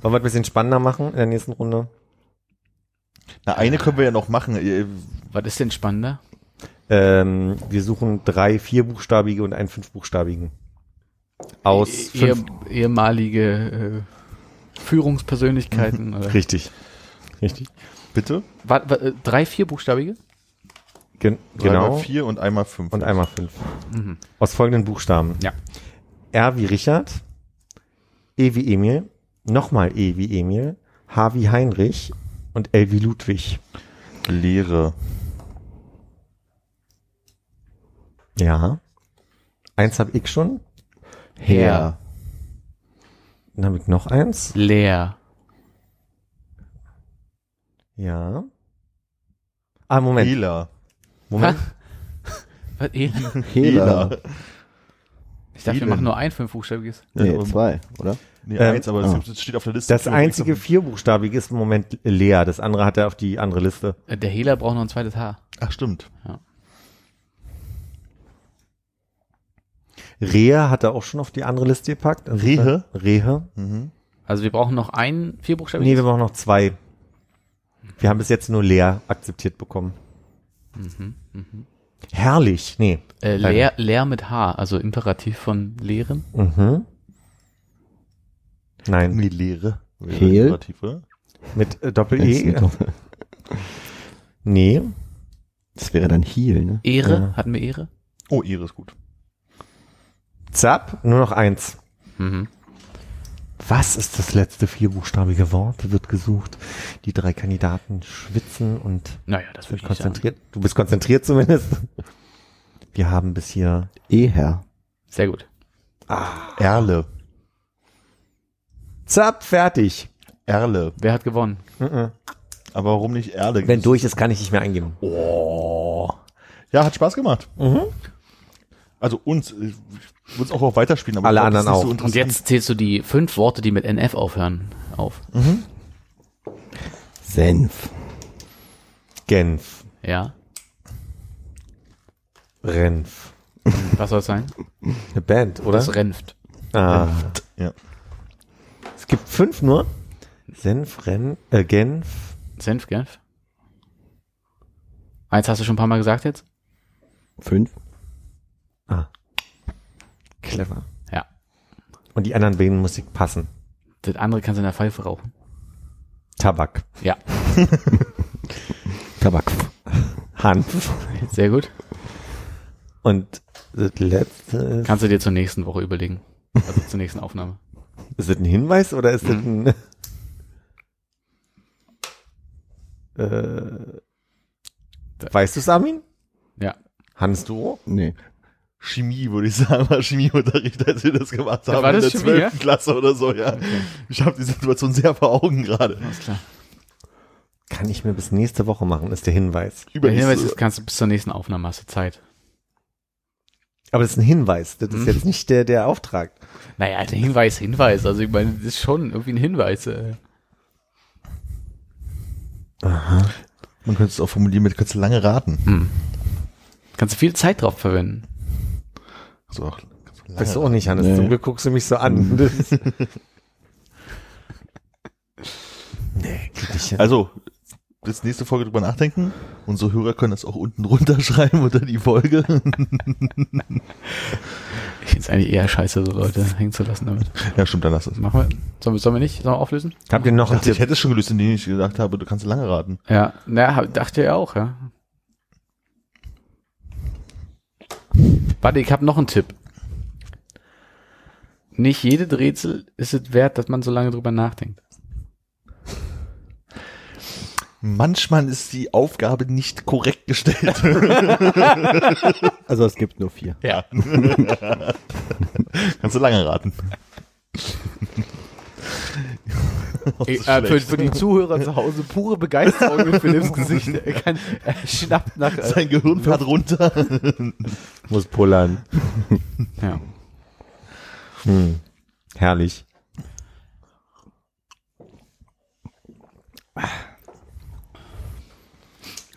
[SPEAKER 2] Wollen wir ein bisschen spannender machen in der nächsten Runde?
[SPEAKER 5] Na, eine können wir ja noch machen. Ihr-
[SPEAKER 3] Was ist denn spannender?
[SPEAKER 2] Ähm, wir suchen drei vierbuchstabige und einen fünfbuchstabigen. Aus
[SPEAKER 3] Eh-
[SPEAKER 2] fünf.
[SPEAKER 3] ehemalige äh, Führungspersönlichkeiten. oder?
[SPEAKER 2] Richtig. Richtig.
[SPEAKER 5] Bitte?
[SPEAKER 3] Wa- wa- äh, drei, vierbuchstabige?
[SPEAKER 2] Gen
[SPEAKER 5] Dreimal
[SPEAKER 2] genau.
[SPEAKER 5] vier Mhm. und einmal fünf.
[SPEAKER 2] Und einmal fünf. Aus folgenden Buchstaben.
[SPEAKER 3] Ja.
[SPEAKER 2] R wie Richard, E wie Emil, nochmal E wie Emil, H wie Heinrich und L wie Ludwig.
[SPEAKER 5] Leere.
[SPEAKER 2] Ja. Eins habe ich schon.
[SPEAKER 3] Herr.
[SPEAKER 2] Dann habe ich noch eins.
[SPEAKER 3] Leer.
[SPEAKER 2] Ja. Ah, Moment.
[SPEAKER 5] Hela.
[SPEAKER 2] Moment.
[SPEAKER 3] Was, eh?
[SPEAKER 4] Hela.
[SPEAKER 3] Ich dachte, wir
[SPEAKER 5] denn?
[SPEAKER 3] machen nur ein fünfbuchstabiges.
[SPEAKER 4] Nee, zwei, oder?
[SPEAKER 5] Nee,
[SPEAKER 2] Ähm,
[SPEAKER 5] eins, aber es
[SPEAKER 4] ah.
[SPEAKER 5] gibt- es steht auf der Liste.
[SPEAKER 2] Das einzige vierbuchstabige ist im Moment leer. Das andere hat er auf die andere Liste.
[SPEAKER 3] Äh, Der Hehler braucht noch ein zweites Haar.
[SPEAKER 5] Ach, stimmt.
[SPEAKER 2] Rehe hat er auch schon auf die andere Liste gepackt. Also
[SPEAKER 5] Rehe?
[SPEAKER 2] Rehe.
[SPEAKER 3] Also wir brauchen noch ein
[SPEAKER 2] Nee,
[SPEAKER 3] vierbuchstabiges.
[SPEAKER 2] wir brauchen noch zwei. Wir haben bis jetzt nur leer akzeptiert bekommen. Herrlich, nee.
[SPEAKER 3] Äh,
[SPEAKER 2] Leider.
[SPEAKER 3] leer, leer mit H, also Imperativ von leeren.
[SPEAKER 2] Mhm. Nein,
[SPEAKER 5] Die Leere. Wäre
[SPEAKER 4] Hehl?
[SPEAKER 5] imperativ, oder?
[SPEAKER 2] mit äh, Doppel-E.
[SPEAKER 4] Jetzt-
[SPEAKER 2] Nee.
[SPEAKER 4] Das wäre dann Heel, ne?
[SPEAKER 3] Ehre, hatten wir Ehre?
[SPEAKER 5] Oh, Ehre ist gut.
[SPEAKER 2] Zap, nur noch eins.
[SPEAKER 3] Mhm.
[SPEAKER 2] Was ist das letzte vierbuchstabige Wort? Wird gesucht. Die drei Kandidaten schwitzen und
[SPEAKER 3] Naja, das würde
[SPEAKER 2] sind
[SPEAKER 3] ich nicht sagen.
[SPEAKER 2] konzentriert. Du bist konzentriert zumindest. Wir haben bis hier
[SPEAKER 4] Eher.
[SPEAKER 3] Sehr gut.
[SPEAKER 5] Erle.
[SPEAKER 2] Zap, fertig.
[SPEAKER 5] Erle.
[SPEAKER 3] Wer hat gewonnen?
[SPEAKER 5] Aber warum nicht Erle?
[SPEAKER 2] Wenn durch ist, kann ich nicht mehr eingeben.
[SPEAKER 5] Ja, hat Spaß gemacht.
[SPEAKER 2] Mhm.
[SPEAKER 5] Also uns. Ich würde es auch, auch weiterspielen. Aber
[SPEAKER 2] Alle
[SPEAKER 5] ich
[SPEAKER 2] anderen
[SPEAKER 5] das ist
[SPEAKER 2] auch.
[SPEAKER 5] nicht
[SPEAKER 2] Und
[SPEAKER 3] Und jetzt zählst du die fünf Worte, die mit NF aufhören, auf.
[SPEAKER 2] Mhm.
[SPEAKER 4] Senf.
[SPEAKER 2] Genf,
[SPEAKER 3] Ja.
[SPEAKER 2] Renf.
[SPEAKER 3] Was soll es sein?
[SPEAKER 2] Eine Band, oder?
[SPEAKER 3] Das renft.
[SPEAKER 2] Ah.
[SPEAKER 5] Ja.
[SPEAKER 2] Es gibt fünf nur. Senf, Ren, äh, Genf.
[SPEAKER 3] Senf, gell? Eins hast du schon ein paar Mal gesagt jetzt?
[SPEAKER 4] Fünf.
[SPEAKER 2] Clever.
[SPEAKER 3] Ja.
[SPEAKER 2] Und die anderen beiden muss ich passen.
[SPEAKER 3] Das andere kannst du in der Pfeife rauchen.
[SPEAKER 2] Tabak,
[SPEAKER 3] Ja,
[SPEAKER 4] Tabak.
[SPEAKER 2] Hanf.
[SPEAKER 3] sehr gut.
[SPEAKER 2] Und das letzte ist,
[SPEAKER 3] Kannst du dir zur nächsten Woche überlegen. Also zur nächsten Aufnahme.
[SPEAKER 2] ist das ein Hinweis oder ist das ein... Äh, weißt du es, Armin?
[SPEAKER 3] Ja.
[SPEAKER 2] Hans Duro?
[SPEAKER 4] Nee.
[SPEAKER 5] Chemie, würde ich sagen, war Chemieunterricht, als wir das gemacht haben.
[SPEAKER 3] war das
[SPEAKER 5] in der
[SPEAKER 3] Chemie, ja?
[SPEAKER 5] Klasse oder so, ja. Ich habe die Situation sehr vor Augen gerade.
[SPEAKER 3] Alles klar.
[SPEAKER 2] Kann ich mir bis nächste Woche machen, ist der Hinweis.
[SPEAKER 3] Der Hinweis
[SPEAKER 5] Übernächste-
[SPEAKER 3] ist, kannst du bis zur nächsten Aufnahme hast du Zeit.
[SPEAKER 2] Aber das ist ein Hinweis. Das ist
[SPEAKER 3] Mhm.
[SPEAKER 2] jetzt nicht der, der Auftrag.
[SPEAKER 3] Naja, der Hinweis, Hinweis. Also ich meine, das ist schon irgendwie ein Hinweis. äh.
[SPEAKER 5] Man könnte es auch formulieren mit, kannst du lange raten.
[SPEAKER 3] Hm. Kannst du viel Zeit drauf verwenden.
[SPEAKER 5] Also auch, kannst du lange
[SPEAKER 2] Weißt du auch nicht, Hannes.
[SPEAKER 4] Nee.
[SPEAKER 2] Zum Glück guckst du mich so an. Das ist- nee, krieg ich hin.
[SPEAKER 5] Also, bis nächste Folge drüber nachdenken. Unsere Hörer können das auch unten runterschreiben unter die Folge.
[SPEAKER 3] Ich finde es eigentlich eher scheiße, so Leute hängen zu lassen damit.
[SPEAKER 5] ja, stimmt, dann lass es.
[SPEAKER 3] Machen wir. Sollen wir, sollen wir nicht? Sollen wir auflösen?
[SPEAKER 2] Habt ihr noch
[SPEAKER 5] Ich
[SPEAKER 2] einen
[SPEAKER 5] dachte, ich
[SPEAKER 2] Tipp?
[SPEAKER 5] hätte es schon gelöst, indem ich gesagt habe, du kannst lange raten.
[SPEAKER 3] Ja. Na, hab- dachte ja auch, ja. Warte, ich habe noch einen Tipp. Nicht jedes Rätsel ist es wert, dass man so lange drüber nachdenkt.
[SPEAKER 5] Manchmal ist die Aufgabe nicht korrekt gestellt.
[SPEAKER 4] Also es gibt nur vier.
[SPEAKER 3] Ja.
[SPEAKER 5] kannst du lange raten.
[SPEAKER 3] Ich, äh, für, für die Zuhörer zu Hause pure Begeisterung in Philipps Gesicht. Er, kann, er schnappt nach. Äh,
[SPEAKER 5] Sein Gehirn fährt runter.
[SPEAKER 2] Muss pullern.
[SPEAKER 3] ja.
[SPEAKER 2] Hm. Herrlich.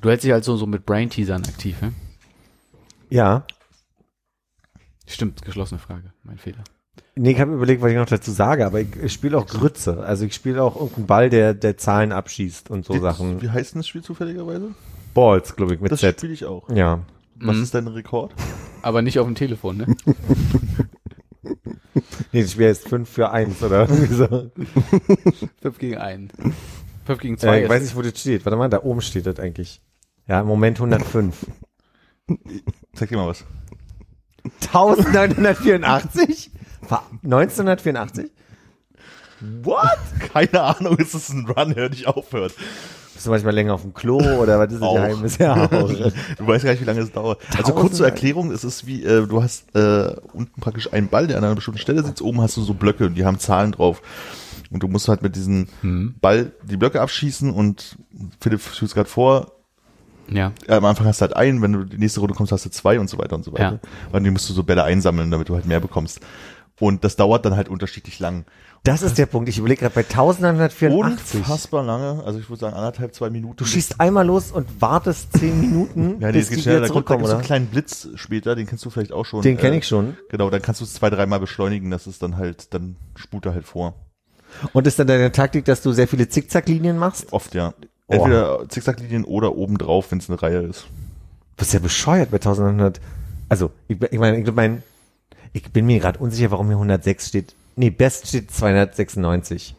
[SPEAKER 3] Du hältst dich also so mit Brain-Teasern aktiv, ne?
[SPEAKER 2] Ja.
[SPEAKER 3] Stimmt, geschlossene Frage. Mein Fehler.
[SPEAKER 2] Nee, ich habe überlegt, was ich noch dazu sage, aber ich, ich spiele auch Grütze. Also ich spiele auch irgendeinen Ball, der, der Zahlen abschießt und so Sachen.
[SPEAKER 5] Wie heißt denn das Spiel zufälligerweise?
[SPEAKER 2] Balls, glaube ich, mit
[SPEAKER 5] Das
[SPEAKER 2] Z.
[SPEAKER 5] spiele ich auch.
[SPEAKER 2] Ja.
[SPEAKER 5] Was
[SPEAKER 3] Mhm.
[SPEAKER 5] ist dein Rekord?
[SPEAKER 3] Aber nicht auf dem Telefon, ne?
[SPEAKER 2] Nee, das Spiel ist 5 für 1 oder irgendwie so.
[SPEAKER 3] 5 gegen 1. 5 gegen 2.
[SPEAKER 2] Äh, ich weiß nicht, wo das steht. Warte mal, da oben steht das eigentlich. Ja, im Moment 105.
[SPEAKER 5] Zeig dir mal was.
[SPEAKER 2] 1984? Ver- 1984?
[SPEAKER 5] What? Keine Ahnung, es ist ein Run, hör dich aufhört.
[SPEAKER 2] Bist du manchmal länger auf dem Klo oder was ist das
[SPEAKER 5] Auch.
[SPEAKER 2] Geheimnis? Ja, auch.
[SPEAKER 5] Du weißt gar nicht, wie lange es dauert. Also
[SPEAKER 2] Tausend-
[SPEAKER 5] kurz zur Erklärung, es ist wie, äh, du hast äh, unten praktisch einen Ball, der an einer bestimmten Stelle sitzt, oben hast du so Blöcke und die haben Zahlen drauf. Und du musst halt mit diesem
[SPEAKER 2] Mhm.
[SPEAKER 5] Ball die Blöcke abschießen und Philipp schießt gerade vor,
[SPEAKER 3] Ja.
[SPEAKER 5] äh, am Anfang hast du halt einen, wenn du die nächste Runde kommst, hast du zwei und so weiter und so weiter. Und die musst du so Bälle einsammeln, damit du halt mehr bekommst. Und das dauert dann halt unterschiedlich lang.
[SPEAKER 2] Das ist der Punkt. Ich überlege gerade bei 1984.
[SPEAKER 5] Unfassbar lange, also ich würde sagen anderthalb, zwei Minuten.
[SPEAKER 2] Du schießt einmal los und wartest 10 Minuten,
[SPEAKER 5] Ja, nee,
[SPEAKER 2] bis
[SPEAKER 5] es geht
[SPEAKER 2] die
[SPEAKER 5] schneller.
[SPEAKER 2] wieder
[SPEAKER 5] Da kommt da
[SPEAKER 2] zurückkommen,
[SPEAKER 5] gibt's so
[SPEAKER 2] oder?
[SPEAKER 5] einen kleinen Blitz später, den kennst du vielleicht auch schon.
[SPEAKER 2] Den kenne
[SPEAKER 5] Äh,
[SPEAKER 2] ich schon.
[SPEAKER 5] Genau, dann kannst du es zwei, dreimal beschleunigen, das ist dann halt, dann spult er halt vor.
[SPEAKER 2] Und ist dann deine Taktik, dass du sehr viele Zickzacklinien machst?
[SPEAKER 5] Oft, ja.
[SPEAKER 2] Oh.
[SPEAKER 5] Entweder Zickzacklinien oder obendrauf, wenn es eine Reihe ist.
[SPEAKER 2] bist ja bescheuert bei 1100. Also, ich, ich meine, ich mein, ich bin mir gerade unsicher, warum hier 106 steht. Nee, Best steht 296.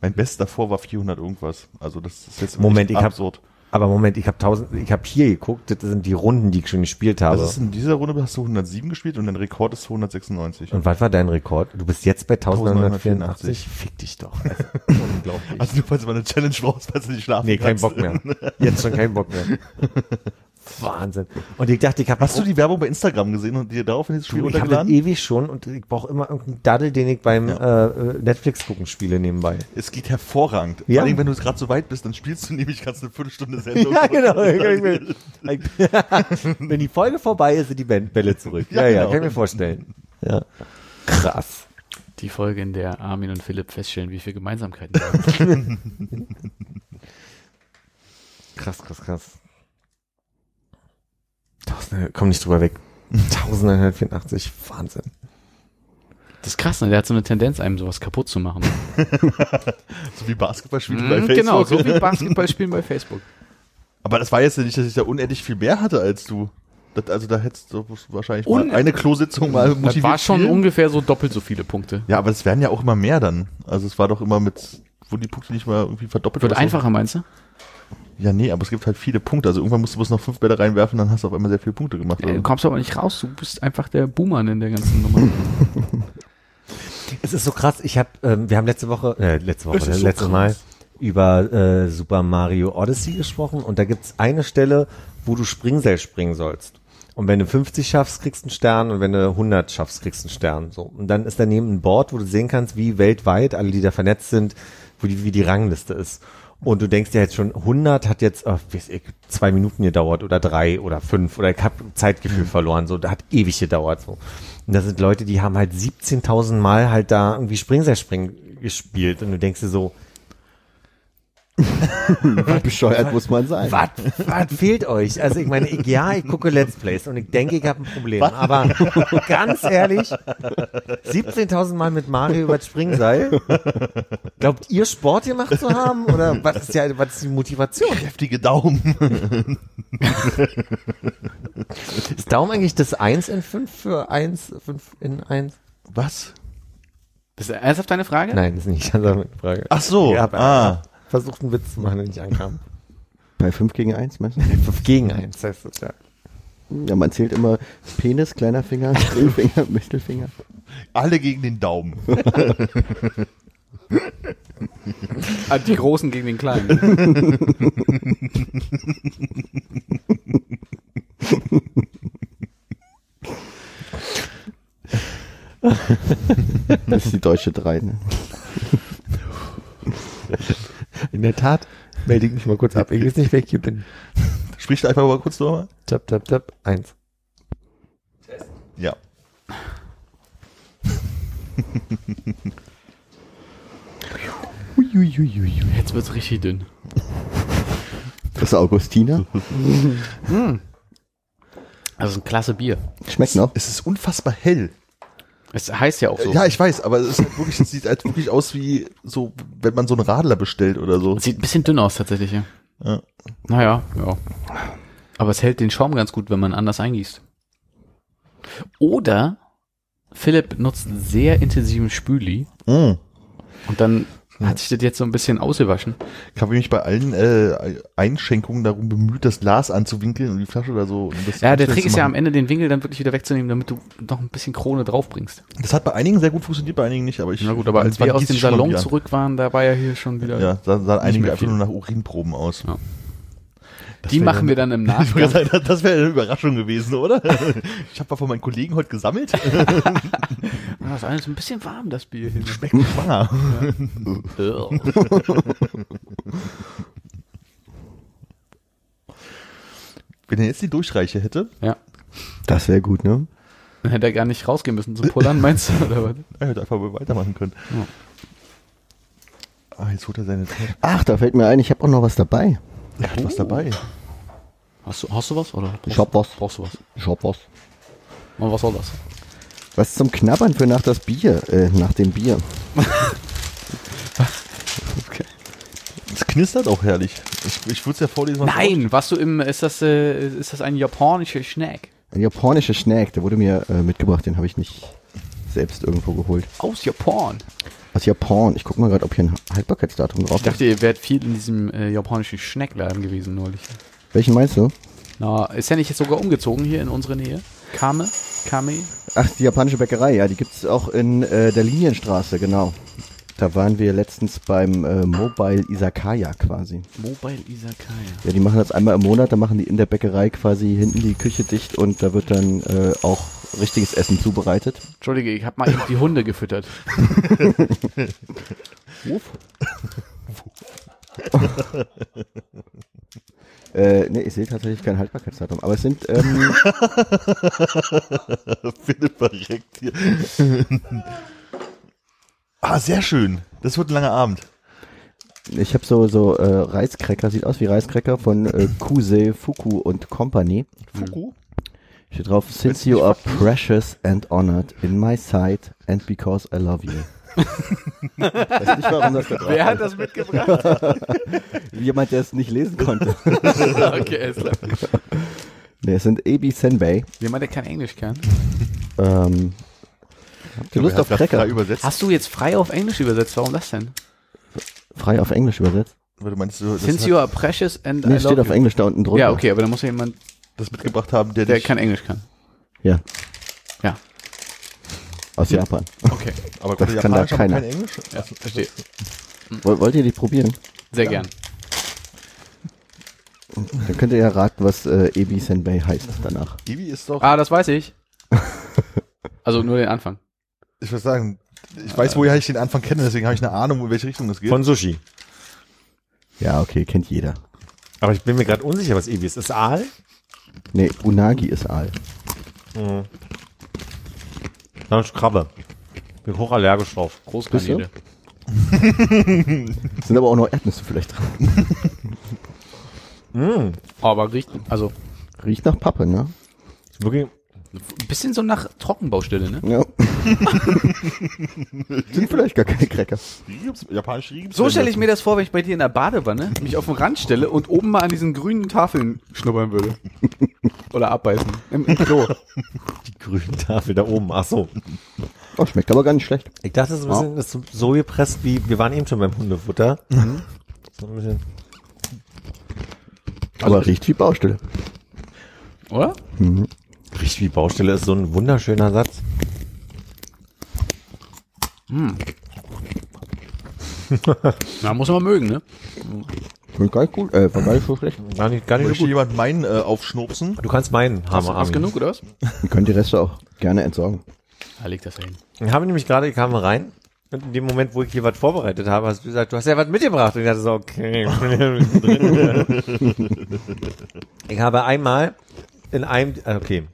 [SPEAKER 5] Mein Best davor war 400 irgendwas. Also das ist jetzt
[SPEAKER 2] Moment,
[SPEAKER 5] echt
[SPEAKER 2] ich hab-
[SPEAKER 5] absurd.
[SPEAKER 2] Aber Moment, ich habe 1000, ich habe hier geguckt, das sind die Runden, die ich schon gespielt habe.
[SPEAKER 5] Also es ist in dieser Runde hast du 107 gespielt und dein Rekord ist 296.
[SPEAKER 2] Und was war dein Rekord? Du bist jetzt bei 1984.
[SPEAKER 5] 1984.
[SPEAKER 2] Fick dich doch. Also, unglaublich.
[SPEAKER 5] Also du falls mal eine Challenge brauchst, falls du nicht schlafen
[SPEAKER 2] nee, kein
[SPEAKER 5] kannst.
[SPEAKER 2] Bock mehr. Jetzt schon kein Bock mehr. Wahnsinn. Und ich dachte, ich habe
[SPEAKER 5] Hast du die Werbung bei Instagram gesehen und dir daraufhin dieses Spiel
[SPEAKER 2] Du, ich habe das
[SPEAKER 5] runtergeladen?
[SPEAKER 2] ewig schon und ich brauche immer irgendeinen Daddel, den ich beim äh, äh, Netflix gucken spiele nebenbei.
[SPEAKER 5] Es geht hervorragend.
[SPEAKER 2] Ja.
[SPEAKER 5] Vor allem, wenn du gerade so weit bist, dann spielst du nämlich ganz eine Viertelstunde Sendung.
[SPEAKER 2] Wenn die Folge vorbei ist, sind die Band- Bälle zurück. Ja, ja,
[SPEAKER 5] Ja, genau.
[SPEAKER 2] kann ich mir vorstellen. Ja. Krass.
[SPEAKER 3] Die Folge, in der Armin und Philipp feststellen, wie viele Gemeinsamkeiten wir haben.
[SPEAKER 2] Krass, krass, krass. Tausende, komm nicht drüber weg. 1184, Wahnsinn.
[SPEAKER 3] Das ist krass, ne? Der hat so eine Tendenz, einem sowas kaputt zu machen.
[SPEAKER 5] so wie Basketballspiele bei
[SPEAKER 3] Mhm,
[SPEAKER 5] Facebook.
[SPEAKER 3] genau, so wie Basketballspielen bei Facebook.
[SPEAKER 5] Aber das war jetzt ja nicht, dass ich da unendlich viel mehr hatte als du. Das, also da hättest du wahrscheinlich mal
[SPEAKER 3] Un-
[SPEAKER 5] eine Klositzung mal
[SPEAKER 3] Das
[SPEAKER 5] motiviert.
[SPEAKER 3] war schon
[SPEAKER 5] spielen.
[SPEAKER 3] ungefähr so doppelt so viele Punkte.
[SPEAKER 5] Ja, aber es werden ja auch immer mehr dann. Also es war doch immer mit, wurden die Punkte nicht mal irgendwie verdoppelt.
[SPEAKER 3] Wird
[SPEAKER 5] oder so.
[SPEAKER 3] einfacher, meinst du?
[SPEAKER 5] Ja, nee, aber es gibt halt viele Punkte. Also irgendwann musst du bloß noch fünf Bälle reinwerfen, dann hast du auf einmal sehr viele Punkte gemacht.
[SPEAKER 3] Du kommst aber nicht raus, du bist einfach der Boomer in der ganzen Nummer.
[SPEAKER 2] Es ist so krass, ich habe, ähm, wir haben letzte Woche, äh, letzte Woche,
[SPEAKER 5] Es ist so
[SPEAKER 2] letztes
[SPEAKER 5] krass.
[SPEAKER 2] Mal über äh, Super Mario Odyssey gesprochen und da gibt's eine Stelle, wo du Springseil springen sollst. Und wenn du 50 schaffst, kriegst du einen Stern und wenn du 100 schaffst, kriegst du einen Stern. So. Und dann ist daneben ein Board, wo du sehen kannst, wie weltweit alle, die da vernetzt sind, wo die, wie die Rangliste ist. Und du denkst dir jetzt schon, 100 hat jetzt, ach, weiß ich, zwei Minuten gedauert oder drei oder fünf oder ich habe Zeitgefühl verloren, so, da hat ewig gedauert. So. Und das sind Leute, die haben halt 17.000 Mal halt da irgendwie Springseilspringen gespielt und du denkst dir so,
[SPEAKER 4] Bescheuert muss man sein.
[SPEAKER 2] was, was fehlt euch? Also ich meine, ich, ja, ich gucke Let's Plays und ich denke, ich habe ein Problem. Aber ganz ehrlich, 17.000 Mal mit Mario über das Springseil. Glaubt ihr, Sport gemacht zu haben? Oder was ist, ja, was ist die Motivation?
[SPEAKER 5] Heftige Daumen.
[SPEAKER 2] Ist Daumen eigentlich das 1 in 5 für 1, 5 in 1?
[SPEAKER 5] Was?
[SPEAKER 3] Das ist ernsthaft deine Frage?
[SPEAKER 2] Nein, das ist nicht also eine Frage.
[SPEAKER 5] Ach so.
[SPEAKER 2] Ich hab
[SPEAKER 5] ah.
[SPEAKER 2] versucht, einen Witz zu machen, der nicht ankam.
[SPEAKER 4] Bei 5 gegen 1, meinst du?
[SPEAKER 2] 5 gegen 1 heißt das ja.
[SPEAKER 4] Ja, man zählt immer Penis, kleiner Finger, Ringfinger, Mittelfinger.
[SPEAKER 5] Alle gegen den Daumen.
[SPEAKER 3] Ah, Die Großen gegen den Kleinen.
[SPEAKER 4] Das ist die deutsche 3, ne?
[SPEAKER 2] In der Tat, melde ich mich mal kurz ab. Ich weiß nicht, wer ich hier bin.
[SPEAKER 5] Sprich einfach mal kurz drüber.
[SPEAKER 2] Tap, tap, tap, 1.
[SPEAKER 5] Ja.
[SPEAKER 3] Jetzt wird's richtig dünn.
[SPEAKER 4] Das ist Augustiner.
[SPEAKER 3] Das ist Also ein klasse Bier.
[SPEAKER 4] Schmeckt noch.
[SPEAKER 5] Es ist unfassbar hell.
[SPEAKER 3] Es heißt ja auch so.
[SPEAKER 5] Äh, Ja, ich weiß, aber es ist halt wirklich, es sieht halt wirklich aus wie so, wenn man so einen Radler bestellt oder so.
[SPEAKER 3] Sieht ein bisschen dünn aus tatsächlich, ja.
[SPEAKER 5] Ja.
[SPEAKER 3] Naja, ja. Aber es hält den Schaum ganz gut, wenn man anders eingießt. Oder Philipp nutzt sehr intensiven Spüli
[SPEAKER 5] Mm.
[SPEAKER 3] und dann hat sich das jetzt so ein bisschen ausgewaschen.
[SPEAKER 5] Ich habe mich bei allen äh, Einschenkungen darum bemüht, das Glas anzuwinkeln und die Flasche da so. Und das
[SPEAKER 3] Ja, der
[SPEAKER 5] anständig
[SPEAKER 3] Trick
[SPEAKER 5] zu
[SPEAKER 3] ist ja am
[SPEAKER 5] machen.
[SPEAKER 3] Ende den Winkel dann wirklich wieder wegzunehmen, damit du noch ein bisschen Krone draufbringst.
[SPEAKER 5] Das hat bei einigen sehr gut funktioniert, bei einigen nicht. Aber ich.
[SPEAKER 3] Na gut, aber als
[SPEAKER 5] wann
[SPEAKER 3] wir aus
[SPEAKER 5] gießt
[SPEAKER 3] dem
[SPEAKER 5] schon mal
[SPEAKER 3] Salon
[SPEAKER 5] Bier an?
[SPEAKER 3] zurück waren, da war ja hier schon wieder.
[SPEAKER 5] Ja, sahen, sahen einige
[SPEAKER 3] mehr
[SPEAKER 5] einfach
[SPEAKER 3] viel.
[SPEAKER 5] nur nach Urinproben aus.
[SPEAKER 3] Ja.
[SPEAKER 5] Das
[SPEAKER 3] die
[SPEAKER 5] wär
[SPEAKER 3] machen
[SPEAKER 5] ja-
[SPEAKER 3] wir dann im
[SPEAKER 5] Ich wollte
[SPEAKER 3] Nachgang.
[SPEAKER 5] gerade sagen, das wäre eine Überraschung gewesen, oder? Ich habe mal von meinen Kollegen heute gesammelt.
[SPEAKER 3] Ah, das eine ist ein bisschen warm, das Bier hier.
[SPEAKER 5] Schmeckt schwanger. Wenn er jetzt die Durchreiche hätte,
[SPEAKER 3] ja.
[SPEAKER 4] Das wäre gut, ne?
[SPEAKER 3] Dann hätte er gar nicht rausgehen müssen zum Pullern, meinst du? Oder was?
[SPEAKER 5] er hätte einfach wohl weitermachen können.
[SPEAKER 3] Ja.
[SPEAKER 5] Ah, jetzt holt er seine Tasche.
[SPEAKER 4] Ach, da fällt mir ein, ich habe auch noch was dabei.
[SPEAKER 5] Er
[SPEAKER 3] Oh.
[SPEAKER 5] hat was dabei.
[SPEAKER 3] Hast du, hast du was? Oder brauchst,
[SPEAKER 4] Ich hab was.
[SPEAKER 3] Brauchst du was?
[SPEAKER 4] Ich hab was.
[SPEAKER 3] Und was soll das?
[SPEAKER 4] Was zum Knabbern für nach das Bier, äh, nach dem Bier.
[SPEAKER 3] Okay.
[SPEAKER 4] Das
[SPEAKER 5] knistert auch herrlich. Ich, ich würde es ja vorlesen. was
[SPEAKER 3] Nein, was du im, ist das, äh, ist das ein japanischer Snack?
[SPEAKER 4] Ein japanischer Snack, der wurde mir äh, mitgebracht, den habe ich nicht selbst irgendwo geholt.
[SPEAKER 3] Aus Japan.
[SPEAKER 4] Aus Japan. Ich gucke mal gerade, ob hier ein Haltbarkeitsdatum drauf
[SPEAKER 3] Ich
[SPEAKER 4] ist.
[SPEAKER 3] dachte, ihr wärt viel in diesem äh, japanischen Snackladen gewesen neulich.
[SPEAKER 4] Welchen meinst du?
[SPEAKER 3] Na, ist ja nicht jetzt sogar umgezogen hier in unsere Nähe? Kame? Kame?
[SPEAKER 4] Ach, die japanische Bäckerei, ja, die gibt's auch in äh, der Linienstraße, genau. Da waren wir letztens beim äh, Mobile Izakaya quasi.
[SPEAKER 3] Mobile Isakaya.
[SPEAKER 4] Ja, die machen das einmal im Monat, da machen die in der Bäckerei quasi hinten die Küche dicht und da wird dann äh, auch richtiges Essen zubereitet.
[SPEAKER 3] Entschuldige, ich habe mal eben die Hunde gefüttert.
[SPEAKER 4] Äh, ne, ich sehe tatsächlich kein Haltbarkeitsdatum, aber es sind, ähm,
[SPEAKER 5] drauf- Philipp verreckt hier. ah, sehr schön. Das wird ein langer Abend.
[SPEAKER 4] ich habe so, so äh, Reiskräcker, sieht aus wie Reiskräcker von äh, Kusei, Fuku und Company.
[SPEAKER 5] Fuku?
[SPEAKER 4] Steht drauf, since you are precious and honored in my sight and because I love you. Weiß nicht, warum das da drauf
[SPEAKER 3] Wer hat das mitgebracht?
[SPEAKER 4] Jemand, der es nicht lesen konnte.
[SPEAKER 3] okay, ist klar.
[SPEAKER 4] Nee, es sind Ebi Senbei.
[SPEAKER 3] Jemand, der kein Englisch kann.
[SPEAKER 4] Ähm, habt ihr Lust auf Cracker?
[SPEAKER 5] übersetzt.
[SPEAKER 3] Hast du jetzt frei auf Englisch übersetzt? Warum das denn?
[SPEAKER 4] Frei auf Englisch übersetzt.
[SPEAKER 5] Warte, meinst du, das,
[SPEAKER 3] Since
[SPEAKER 5] hat,
[SPEAKER 3] you are precious and I
[SPEAKER 4] Nee,
[SPEAKER 3] love
[SPEAKER 4] steht auf
[SPEAKER 3] you.
[SPEAKER 4] Englisch da unten drunter.
[SPEAKER 3] Ja, okay, aber dann muss ja jemand,
[SPEAKER 5] das mitgebracht haben, der,
[SPEAKER 3] der
[SPEAKER 5] dich-
[SPEAKER 3] kein Englisch kann.
[SPEAKER 4] Ja,
[SPEAKER 3] Ja,
[SPEAKER 4] aus Japan.
[SPEAKER 3] okay,
[SPEAKER 5] aber
[SPEAKER 4] das
[SPEAKER 5] konnte
[SPEAKER 4] kann da
[SPEAKER 5] Japanisch, aber
[SPEAKER 4] keiner.
[SPEAKER 5] kein Englisch?
[SPEAKER 3] ja, verstehe. Mhm.
[SPEAKER 4] Woll- Wollt ihr die probieren?
[SPEAKER 3] Sehr gern.
[SPEAKER 4] Dann könnt ihr ja raten, was äh, Ebi Senbei heißt danach.
[SPEAKER 5] Ewi ist doch,
[SPEAKER 3] Ah, das weiß ich. Also nur den Anfang.
[SPEAKER 5] ich würde sagen, ich weiß, woher ich den Anfang kenne, deswegen habe ich eine Ahnung, in welche Richtung es geht.
[SPEAKER 2] Von Sushi.
[SPEAKER 4] Ja, okay, kennt jeder.
[SPEAKER 2] Aber ich bin mir gerade unsicher, was Ebi ist. Ist Aal?
[SPEAKER 4] Nee, Unagi ist Aal.
[SPEAKER 2] Na, ist Krabbe. Bin hochallergisch drauf.
[SPEAKER 3] Großkanäle.
[SPEAKER 4] Sind aber auch noch Erdnüsse vielleicht dran.
[SPEAKER 3] Aber riecht, also
[SPEAKER 4] Riecht nach Pappe, ne?
[SPEAKER 2] Ist wirklich
[SPEAKER 3] ein bisschen so nach Trockenbaustelle, ne?
[SPEAKER 4] Ja. sind vielleicht gar keine Cracker.
[SPEAKER 5] Riebs, Japanisch Riebs.
[SPEAKER 3] So stelle ich mir das vor, wenn ich bei dir in der Badewanne mich auf den Rand stelle und oben mal an diesen grünen Tafeln schnuppern würde. Oder abbeißen. Im, im Klo.
[SPEAKER 2] die grüne Tafel da oben. Ach so.
[SPEAKER 4] Oh, schmeckt aber gar nicht schlecht.
[SPEAKER 2] Ich dachte, es ist ein bisschen das ist so gepresst wie, wir waren eben schon beim Hundefutter.
[SPEAKER 3] Mhm.
[SPEAKER 2] So ein bisschen.
[SPEAKER 4] Aber riecht wie Baustelle.
[SPEAKER 3] Oder?
[SPEAKER 2] Riecht wie Baustelle ist so ein wunderschöner Satz.
[SPEAKER 3] Na, muss man mögen, ne?
[SPEAKER 4] Schmeckt gar nicht gut. Äh, war gar nicht so schlecht.
[SPEAKER 2] Gar nicht, gar nicht so
[SPEAKER 5] Möchte
[SPEAKER 2] gut.
[SPEAKER 5] jemand meinen äh, aufschnurpsen?
[SPEAKER 2] Du kannst meinen Hammer
[SPEAKER 3] Hast
[SPEAKER 2] haben.
[SPEAKER 3] genug, oder was?
[SPEAKER 4] Ihr könnt die Reste auch gerne entsorgen.
[SPEAKER 3] Da liegt das hin.
[SPEAKER 2] Ich habe nämlich gerade, ich kam rein. Und in dem Moment, wo ich hier was vorbereitet habe, hast du gesagt, du hast ja was mitgebracht. Und ich dachte so, okay. ich habe einmal in einem, ah, okay.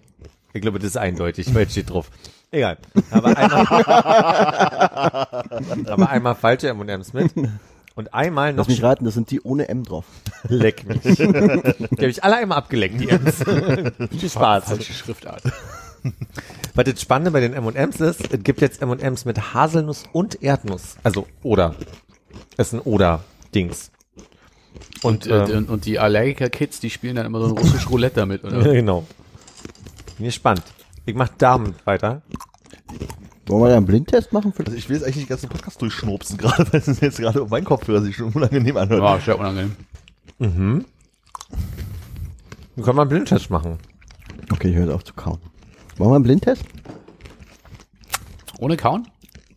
[SPEAKER 2] Ich glaube, das ist eindeutig, weil es steht drauf. Egal. Aber einmal, aber einmal falsche M&M's mit. Und einmal noch
[SPEAKER 4] Lass mich raten, das sind die ohne M drauf.
[SPEAKER 2] leck mich. Die habe ich alle einmal abgeleckt, die M's. Viel Spaß.
[SPEAKER 3] Falsche Schriftart.
[SPEAKER 2] Was das Spannende bei den M&M's ist, es gibt jetzt M&M's mit Haselnuss und Erdnuss. Also oder. Es ist ein oder-Dings.
[SPEAKER 3] Und,
[SPEAKER 2] ähm,
[SPEAKER 3] äh, und, und die Allergiker-Kids, die spielen dann immer so ein russisch Roulette damit, oder?
[SPEAKER 2] genau. Bin gespannt. Ich mach Damen weiter.
[SPEAKER 4] Wollen wir da einen Blindtest machen? Für
[SPEAKER 5] Also ich will jetzt eigentlich den ganzen Podcast durchschnurpsen gerade, weil es jetzt gerade um meinen Kopfhörer sich schon unangenehm anhört.
[SPEAKER 3] Ja, sehr unangenehm.
[SPEAKER 2] Wir können mal einen Blindtest machen.
[SPEAKER 4] Okay, ich höre jetzt auf zu kauen. Machen wir einen Blindtest?
[SPEAKER 3] Ohne Kauen?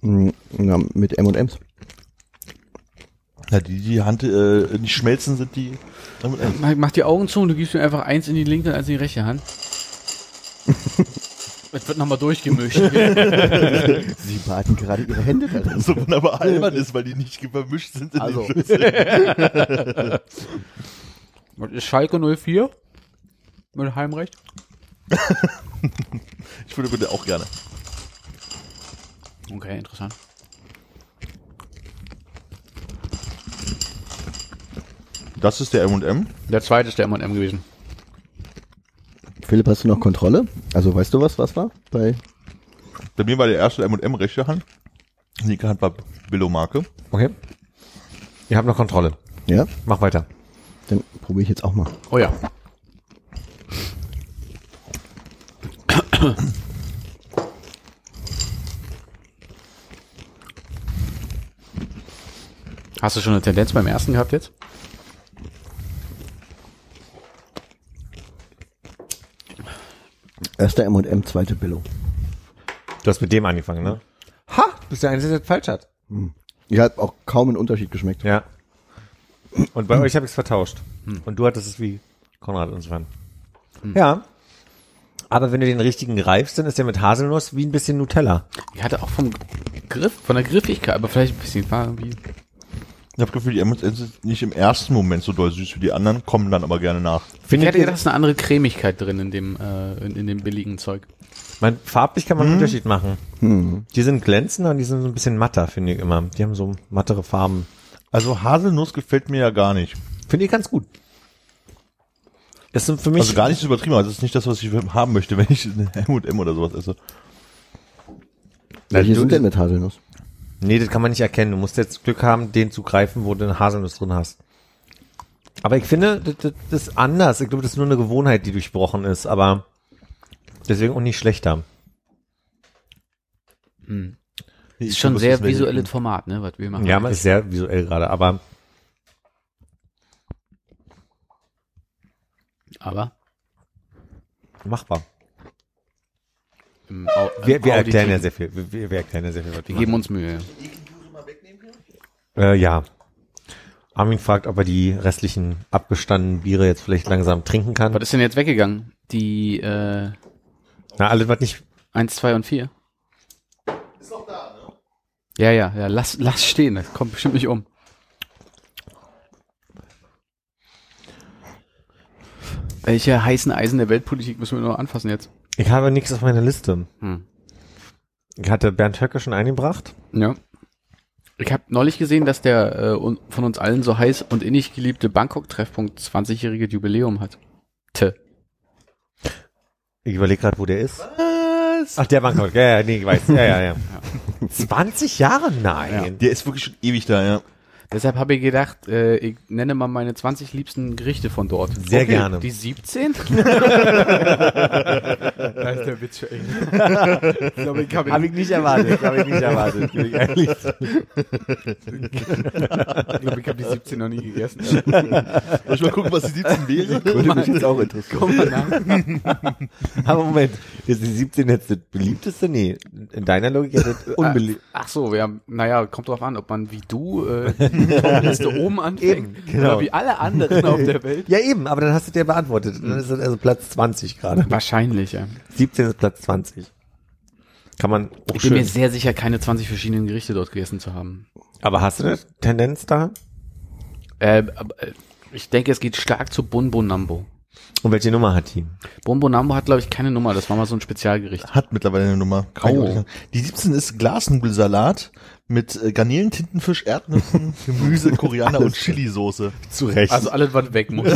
[SPEAKER 4] Mm, Na, mit M&Ms.
[SPEAKER 5] Ja, die, die Hand äh, nicht schmelzen, sind die. Äh,
[SPEAKER 3] Mach, mach die Augen zu und du gibst mir einfach eins in die linke und eins in die rechte Hand. Es wird nochmal durchgemischt.
[SPEAKER 4] Sie baden gerade ihre Hände darin.
[SPEAKER 5] so wunderbar albern ist, weil die nicht vermischt sind. In
[SPEAKER 4] Also.
[SPEAKER 5] den Schlüssel.
[SPEAKER 3] Was ist Schalke 04? Mit Heimrecht?
[SPEAKER 5] ich würde bitte auch gerne.
[SPEAKER 3] Okay, interessant.
[SPEAKER 5] Das ist der M&M.
[SPEAKER 3] Der zweite ist der M&M gewesen.
[SPEAKER 4] Philipp, hast du noch Kontrolle? Also weißt du was, was war? Bei
[SPEAKER 5] Bei mir war der erste M&M rechte Hand. Die linke Hand war Billo Marke.
[SPEAKER 2] Okay. Ihr habt noch Kontrolle.
[SPEAKER 4] Ja,
[SPEAKER 2] Mach weiter.
[SPEAKER 4] dann probiere ich jetzt auch mal.
[SPEAKER 3] Oh ja. Hast du schon eine Tendenz beim ersten gehabt jetzt?
[SPEAKER 4] Erster M&M, zweite Billo.
[SPEAKER 2] Du hast mit dem angefangen, ne? Ha! Bist der Einzige, der das falsch hat.
[SPEAKER 4] Ich habe auch kaum einen Unterschied geschmeckt.
[SPEAKER 2] Ja. Und bei euch habe ich es vertauscht. Und du hattest es wie Konrad und Sven. Ja. Aber wenn du den richtigen reifst, dann ist der mit Haselnuss wie ein bisschen Nutella.
[SPEAKER 3] Ich hatte auch vom Griff, von der Griffigkeit, aber vielleicht ein bisschen war irgendwie.
[SPEAKER 5] Ich habe Gefühl, die M&M's sind nicht im ersten Moment so doll süß wie die anderen, kommen dann aber gerne nach.
[SPEAKER 3] Ich
[SPEAKER 2] Findet
[SPEAKER 3] hätte
[SPEAKER 2] ihr
[SPEAKER 3] gedacht, es ist eine andere Cremigkeit drin in dem, äh, in, in dem billigen Zeug.
[SPEAKER 2] Man, farblich kann man einen Unterschied machen. Die sind glänzender und die sind so ein bisschen matter, finde ich immer. Die haben so mattere Farben.
[SPEAKER 5] Also Haselnuss gefällt mir ja gar nicht.
[SPEAKER 2] Finde ich ganz gut. Das sind für mich.
[SPEAKER 5] Also gar nicht so übertrieben, aber das ist nicht das, was ich haben möchte, wenn ich eine M&M oder sowas esse.
[SPEAKER 4] Welche
[SPEAKER 2] du-
[SPEAKER 4] sind denn mit Haselnuss?
[SPEAKER 2] nee, das kann man nicht erkennen. Du musst jetzt Glück haben, den zu greifen, wo du eine Haselnuss drin hast. Aber ich finde, das, das, das ist anders. Ich glaube, das ist nur eine Gewohnheit, die durchbrochen ist, aber deswegen auch nicht schlechter.
[SPEAKER 3] Ist schon sehr visuelles Format, ne, was wir machen.
[SPEAKER 2] Ja, man ist sehr visuell gerade, aber
[SPEAKER 3] Aber
[SPEAKER 2] machbar.
[SPEAKER 3] im Au
[SPEAKER 2] Wir,
[SPEAKER 3] im
[SPEAKER 2] wir
[SPEAKER 3] Auditiv-
[SPEAKER 2] erklären ja sehr viel. Wir- Wir, wir erklären ja sehr viel. was
[SPEAKER 3] Wir
[SPEAKER 2] wir
[SPEAKER 3] geben uns Mühe.
[SPEAKER 2] Äh, ja. Armin fragt, ob er die restlichen abgestandenen Biere jetzt vielleicht langsam trinken kann.
[SPEAKER 3] Was ist denn jetzt weggegangen? Die äh,
[SPEAKER 2] Na, alles, was nicht.
[SPEAKER 3] 1, 2 und 4. Ist doch da, ne? Ja, ja, ja, lass, lass stehen, das kommt bestimmt nicht um. Welche heißen Eisen der Weltpolitik müssen wir noch anfassen jetzt?
[SPEAKER 2] Ich habe nichts auf meiner Liste.
[SPEAKER 3] Hm.
[SPEAKER 2] Ich hatte Bernd Höcke schon eingebracht.
[SPEAKER 3] Ja. Ich habe neulich gesehen, dass der äh, un- von uns allen so heiß und innig geliebte Bangkok-Treffpunkt 20-jährige Jubiläum hat. T.
[SPEAKER 2] Ich überlege gerade, wo der ist. Was? Ach, der Bangkok. Ja, ja, nee, ich weiß. Ja, ja, ja. 20 Jahre? Nein.
[SPEAKER 5] Der ist wirklich schon ewig da, ja.
[SPEAKER 3] Deshalb habe ich gedacht, äh, ich nenne mal meine 20 liebsten Gerichte von dort.
[SPEAKER 2] Sehr gerne.
[SPEAKER 3] Die 17? da ist der Witz für eng. ich glaube, ich habe
[SPEAKER 2] ich nicht erwartet. Habe ich nicht erwartet. Bin ich ehrlich.
[SPEAKER 3] glaub, ich hab die 17 noch nie gegessen.
[SPEAKER 5] Soll ich mal gucken, was die 17 wäre?
[SPEAKER 4] Würde mich jetzt auch interessieren.
[SPEAKER 3] Komm mal nach.
[SPEAKER 2] Aber Moment, ist die 17 jetzt das beliebteste? Nee, in deiner Logik Ah, ist das unbeliebt.
[SPEAKER 3] Ach so, ja, naja, kommt drauf an, ob man wie du äh, die Top-Liste oben anfängt
[SPEAKER 2] genau.
[SPEAKER 3] oder wie alle anderen auf der Welt.
[SPEAKER 2] Ja, eben, aber dann hast du dir beantwortet. Dann ist das also Platz 20 gerade.
[SPEAKER 3] Wahrscheinlich, ja.
[SPEAKER 2] 17 ist Platz 20. Kann man auch
[SPEAKER 3] Ich bin mir
[SPEAKER 2] schön.
[SPEAKER 3] sehr sicher, keine 20 verschiedenen Gerichte dort gegessen zu haben.
[SPEAKER 2] Aber hast du eine Tendenz da?
[SPEAKER 3] Äh, aber, äh, ich denke, es geht stark zu Bonbonambo.
[SPEAKER 2] Und welche Nummer hat die?
[SPEAKER 3] Bonbonambo hat, glaube ich, keine Nummer. Das war mal so ein Spezialgericht.
[SPEAKER 5] Hat mittlerweile eine Nummer. Kann ich
[SPEAKER 3] Oh.
[SPEAKER 5] auch nicht sagen. Die 17 ist Glasnudelsalat mit äh, Garnelen, Tintenfisch, Erdnüssen, Gemüse, Koriander und Chili-Soße.
[SPEAKER 2] Zu Recht.
[SPEAKER 3] Also alles, was weg muss.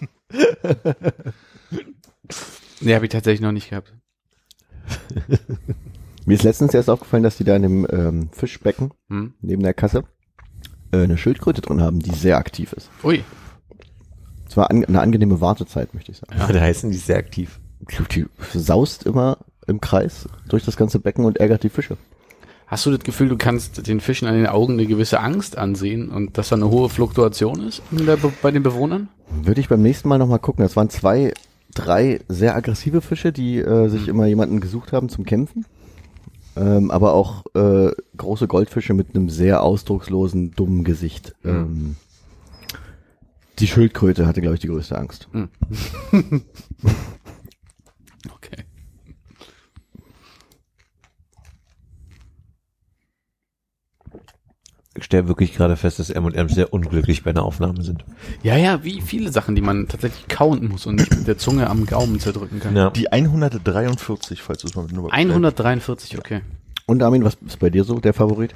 [SPEAKER 3] nee, habe ich tatsächlich noch nicht gehabt.
[SPEAKER 4] Mir ist letztens erst aufgefallen, dass die da in dem ähm, Fischbecken
[SPEAKER 3] Hm?
[SPEAKER 4] neben der Kasse äh, eine Schildkröte drin haben, die sehr aktiv ist.
[SPEAKER 3] Ui.
[SPEAKER 4] Es war an, eine angenehme Wartezeit, möchte ich sagen.
[SPEAKER 2] ja. Da heißen die sehr aktiv.
[SPEAKER 4] Die saust immer im Kreis durch das ganze Becken und ärgert die Fische.
[SPEAKER 3] Hast du das Gefühl, du kannst den Fischen an den Augen eine gewisse Angst ansehen und dass da eine hohe Fluktuation ist in der, Be- bei den Bewohnern?
[SPEAKER 4] Würde ich beim nächsten Mal nochmal gucken. Das waren zwei, drei sehr aggressive Fische, die äh,
[SPEAKER 5] Mhm.
[SPEAKER 4] sich immer jemanden gesucht haben zum Kämpfen. Ähm, aber auch äh, große Goldfische mit einem sehr ausdruckslosen, dummen Gesicht. Ähm, die Schildkröte hatte, glaube ich, die größte Angst.
[SPEAKER 5] Mhm.
[SPEAKER 3] Okay.
[SPEAKER 2] Ich stelle wirklich gerade fest, dass M&M sehr unglücklich bei einer Aufnahme sind.
[SPEAKER 3] Ja, ja, wie viele Sachen, die man tatsächlich kauen muss und nicht mit der Zunge am Gaumen zerdrücken kann.
[SPEAKER 2] Ja.
[SPEAKER 5] Die 143, falls du es mal mit Nummer
[SPEAKER 3] 143, okay.
[SPEAKER 4] Und Armin, was ist bei dir so der Favorit?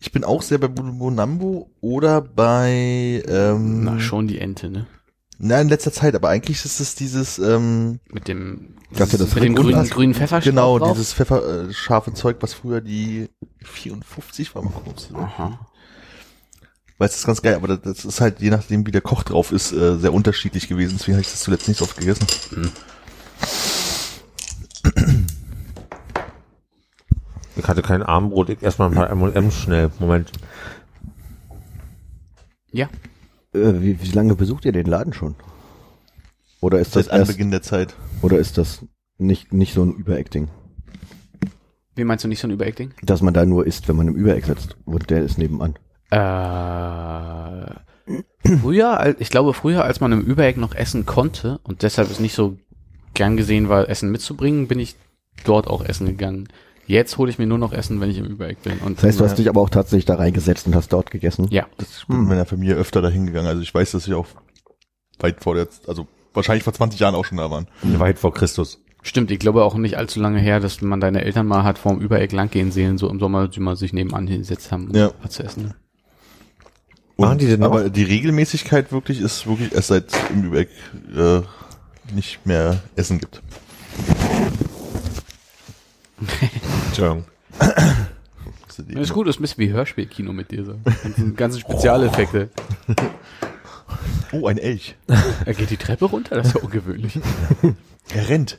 [SPEAKER 5] Ich bin auch sehr bei Bonambo oder bei, ähm,
[SPEAKER 3] Na, schon die Ente, ne?
[SPEAKER 5] na, in letzter Zeit, aber eigentlich ist es dieses, ähm,
[SPEAKER 3] Mit dem,
[SPEAKER 4] Dass wir das
[SPEAKER 3] mit dem
[SPEAKER 5] Rindgrund
[SPEAKER 3] grünen,
[SPEAKER 5] hast-
[SPEAKER 3] grünen Pfeffer
[SPEAKER 5] genau,
[SPEAKER 3] drauf?
[SPEAKER 5] dieses Pfeffer, äh, scharfe Zeug, was früher die 54 war, mal kurz.
[SPEAKER 3] Aha.
[SPEAKER 5] Weil es ist ganz geil, aber das- das ist halt, je nachdem, wie der Koch drauf ist, äh, sehr unterschiedlich gewesen. Deswegen habe ich das zuletzt nicht so oft gegessen.
[SPEAKER 2] Ich hatte kein Armbrot, ich erstmal ein paar M&M schnell. Moment.
[SPEAKER 3] Ja.
[SPEAKER 4] Äh, wie, wie lange besucht ihr den Laden schon? Oder ist das,
[SPEAKER 5] Seit
[SPEAKER 4] erst,
[SPEAKER 5] Anbeginn der Zeit.
[SPEAKER 4] oder ist das nicht, nicht so ein Überacting?
[SPEAKER 3] Wie meinst du nicht so ein Überacting?
[SPEAKER 4] Dass man da nur isst, wenn man im Übereck sitzt und der ist nebenan.
[SPEAKER 3] Äh, früher, al- ich glaube früher, als man im Übereck noch essen konnte und deshalb es nicht so gern gesehen war, Essen mitzubringen, bin ich dort auch essen gegangen. Jetzt hole ich mir nur noch Essen, wenn ich im Übereck bin. Und
[SPEAKER 4] Das heißt, du hast dich aber auch tatsächlich da reingesetzt und hast dort gegessen?
[SPEAKER 3] ja,
[SPEAKER 5] Ich bin mit meiner Familie öfter dahin gegangen. Also ich weiß, dass ich auch weit vor der, also wahrscheinlich vor 20 Jahren auch schon da waren.
[SPEAKER 2] Weit vor Christus.
[SPEAKER 3] stimmt. Ich glaube auch nicht allzu lange her, dass man deine Eltern mal hat vorm Übereck langgehen sehen, so im Sommer, die mal sich nebenan hingesetzt haben, um
[SPEAKER 5] Ja.
[SPEAKER 3] was zu essen.
[SPEAKER 2] Machen die denn noch?
[SPEAKER 5] aber die Regelmäßigkeit wirklich ist wirklich erst seit im Lübeck äh, nicht mehr Essen gibt.
[SPEAKER 2] Entschuldigung.
[SPEAKER 3] Ist gut, ist ein bisschen wie Hörspielkino mit dir so. Ganzen, ganzen Spezialeffekte.
[SPEAKER 5] Oh, ein Elch.
[SPEAKER 3] Er geht die Treppe runter, das ist ja ungewöhnlich.
[SPEAKER 5] Er rennt.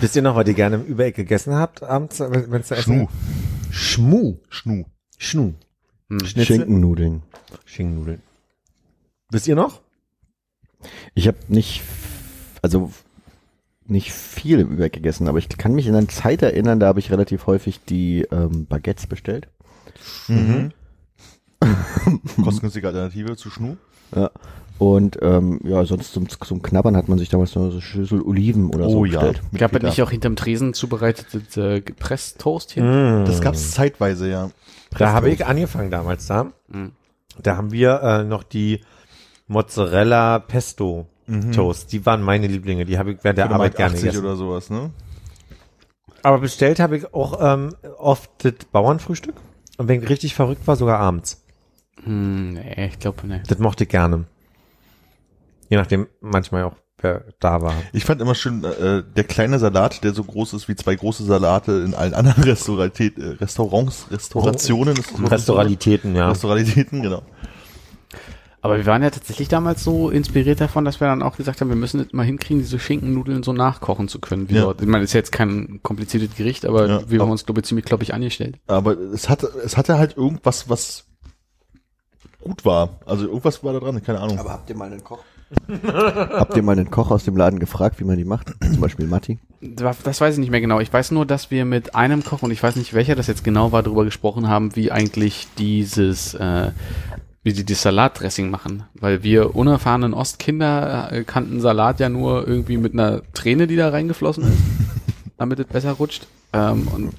[SPEAKER 2] Wisst ihr noch, was ihr gerne im Übereck gegessen habt abends, wenn es da Essen Schmu.
[SPEAKER 5] Schnu.
[SPEAKER 2] Schnu. Schnitzel?
[SPEAKER 4] Schinkennudeln.
[SPEAKER 2] Schinkennudeln. Wisst ihr noch?
[SPEAKER 4] Ich habe nicht, f- also nicht viel im Übereck gegessen, aber ich kann mich in eine Zeit erinnern, da habe ich relativ häufig die ähm, Baguettes bestellt.
[SPEAKER 5] Kostengünstige Alternative zu Schnu.
[SPEAKER 4] Ja. Und ähm, ja, sonst zum, zum Knabbern hat man sich damals nur so eine Schüssel Oliven oder so
[SPEAKER 5] Oh ja.
[SPEAKER 4] bestellt.
[SPEAKER 3] Gab es nicht auch hinterm Tresen zubereitetes äh, Presstoast hier?
[SPEAKER 5] Das gab es zeitweise, ja.
[SPEAKER 2] Da habe ich angefangen damals da.
[SPEAKER 3] Hm,
[SPEAKER 2] Da haben wir äh, noch die Mozzarella Pesto Toast. Die waren meine Lieblinge. Die habe ich während der Arbeit gerne
[SPEAKER 5] 80
[SPEAKER 2] gegessen.
[SPEAKER 5] oder sowas, ne?
[SPEAKER 2] Aber bestellt habe ich auch ähm, oft das Bauernfrühstück. Und wenn ich richtig verrückt war, sogar abends.
[SPEAKER 3] Hm, nee, ich glaube, nee.
[SPEAKER 2] Das mochte ich gerne. Je nachdem, manchmal auch, wer da war.
[SPEAKER 5] Ich fand immer schön, äh, der kleine Salat, der so groß ist wie zwei große Salate in allen anderen Restauralität, äh, Restaurants, Restaurationen. ist-
[SPEAKER 2] Restauralitäten, ja.
[SPEAKER 5] Restauralitäten, genau.
[SPEAKER 3] Aber wir waren ja tatsächlich damals so inspiriert davon, dass wir dann auch gesagt haben, wir müssen das mal hinkriegen, diese Schinkennudeln so nachkochen zu können. Wie
[SPEAKER 5] Ja.
[SPEAKER 3] dort. Ich meine, das ist jetzt kein kompliziertes Gericht, aber
[SPEAKER 5] Ja.
[SPEAKER 3] wir haben uns, glaube ich, ziemlich kloppig angestellt.
[SPEAKER 5] Aber es hatte, es hatte halt irgendwas, was gut war. Also irgendwas war da dran, keine Ahnung.
[SPEAKER 4] Aber habt ihr mal einen Koch? habt ihr mal einen Koch aus dem Laden gefragt, wie man die macht? Zum Beispiel Matti.
[SPEAKER 3] Das das weiß ich nicht mehr genau. Ich weiß nur, dass wir mit einem Koch, und ich weiß nicht, welcher das jetzt genau war, darüber gesprochen haben, wie eigentlich dieses, äh, wie die das Salatdressing machen. Weil wir unerfahrenen Ostkinder äh, kannten Salat ja nur irgendwie mit einer Träne, die da reingeflossen ist, damit es besser rutscht. Ähm, und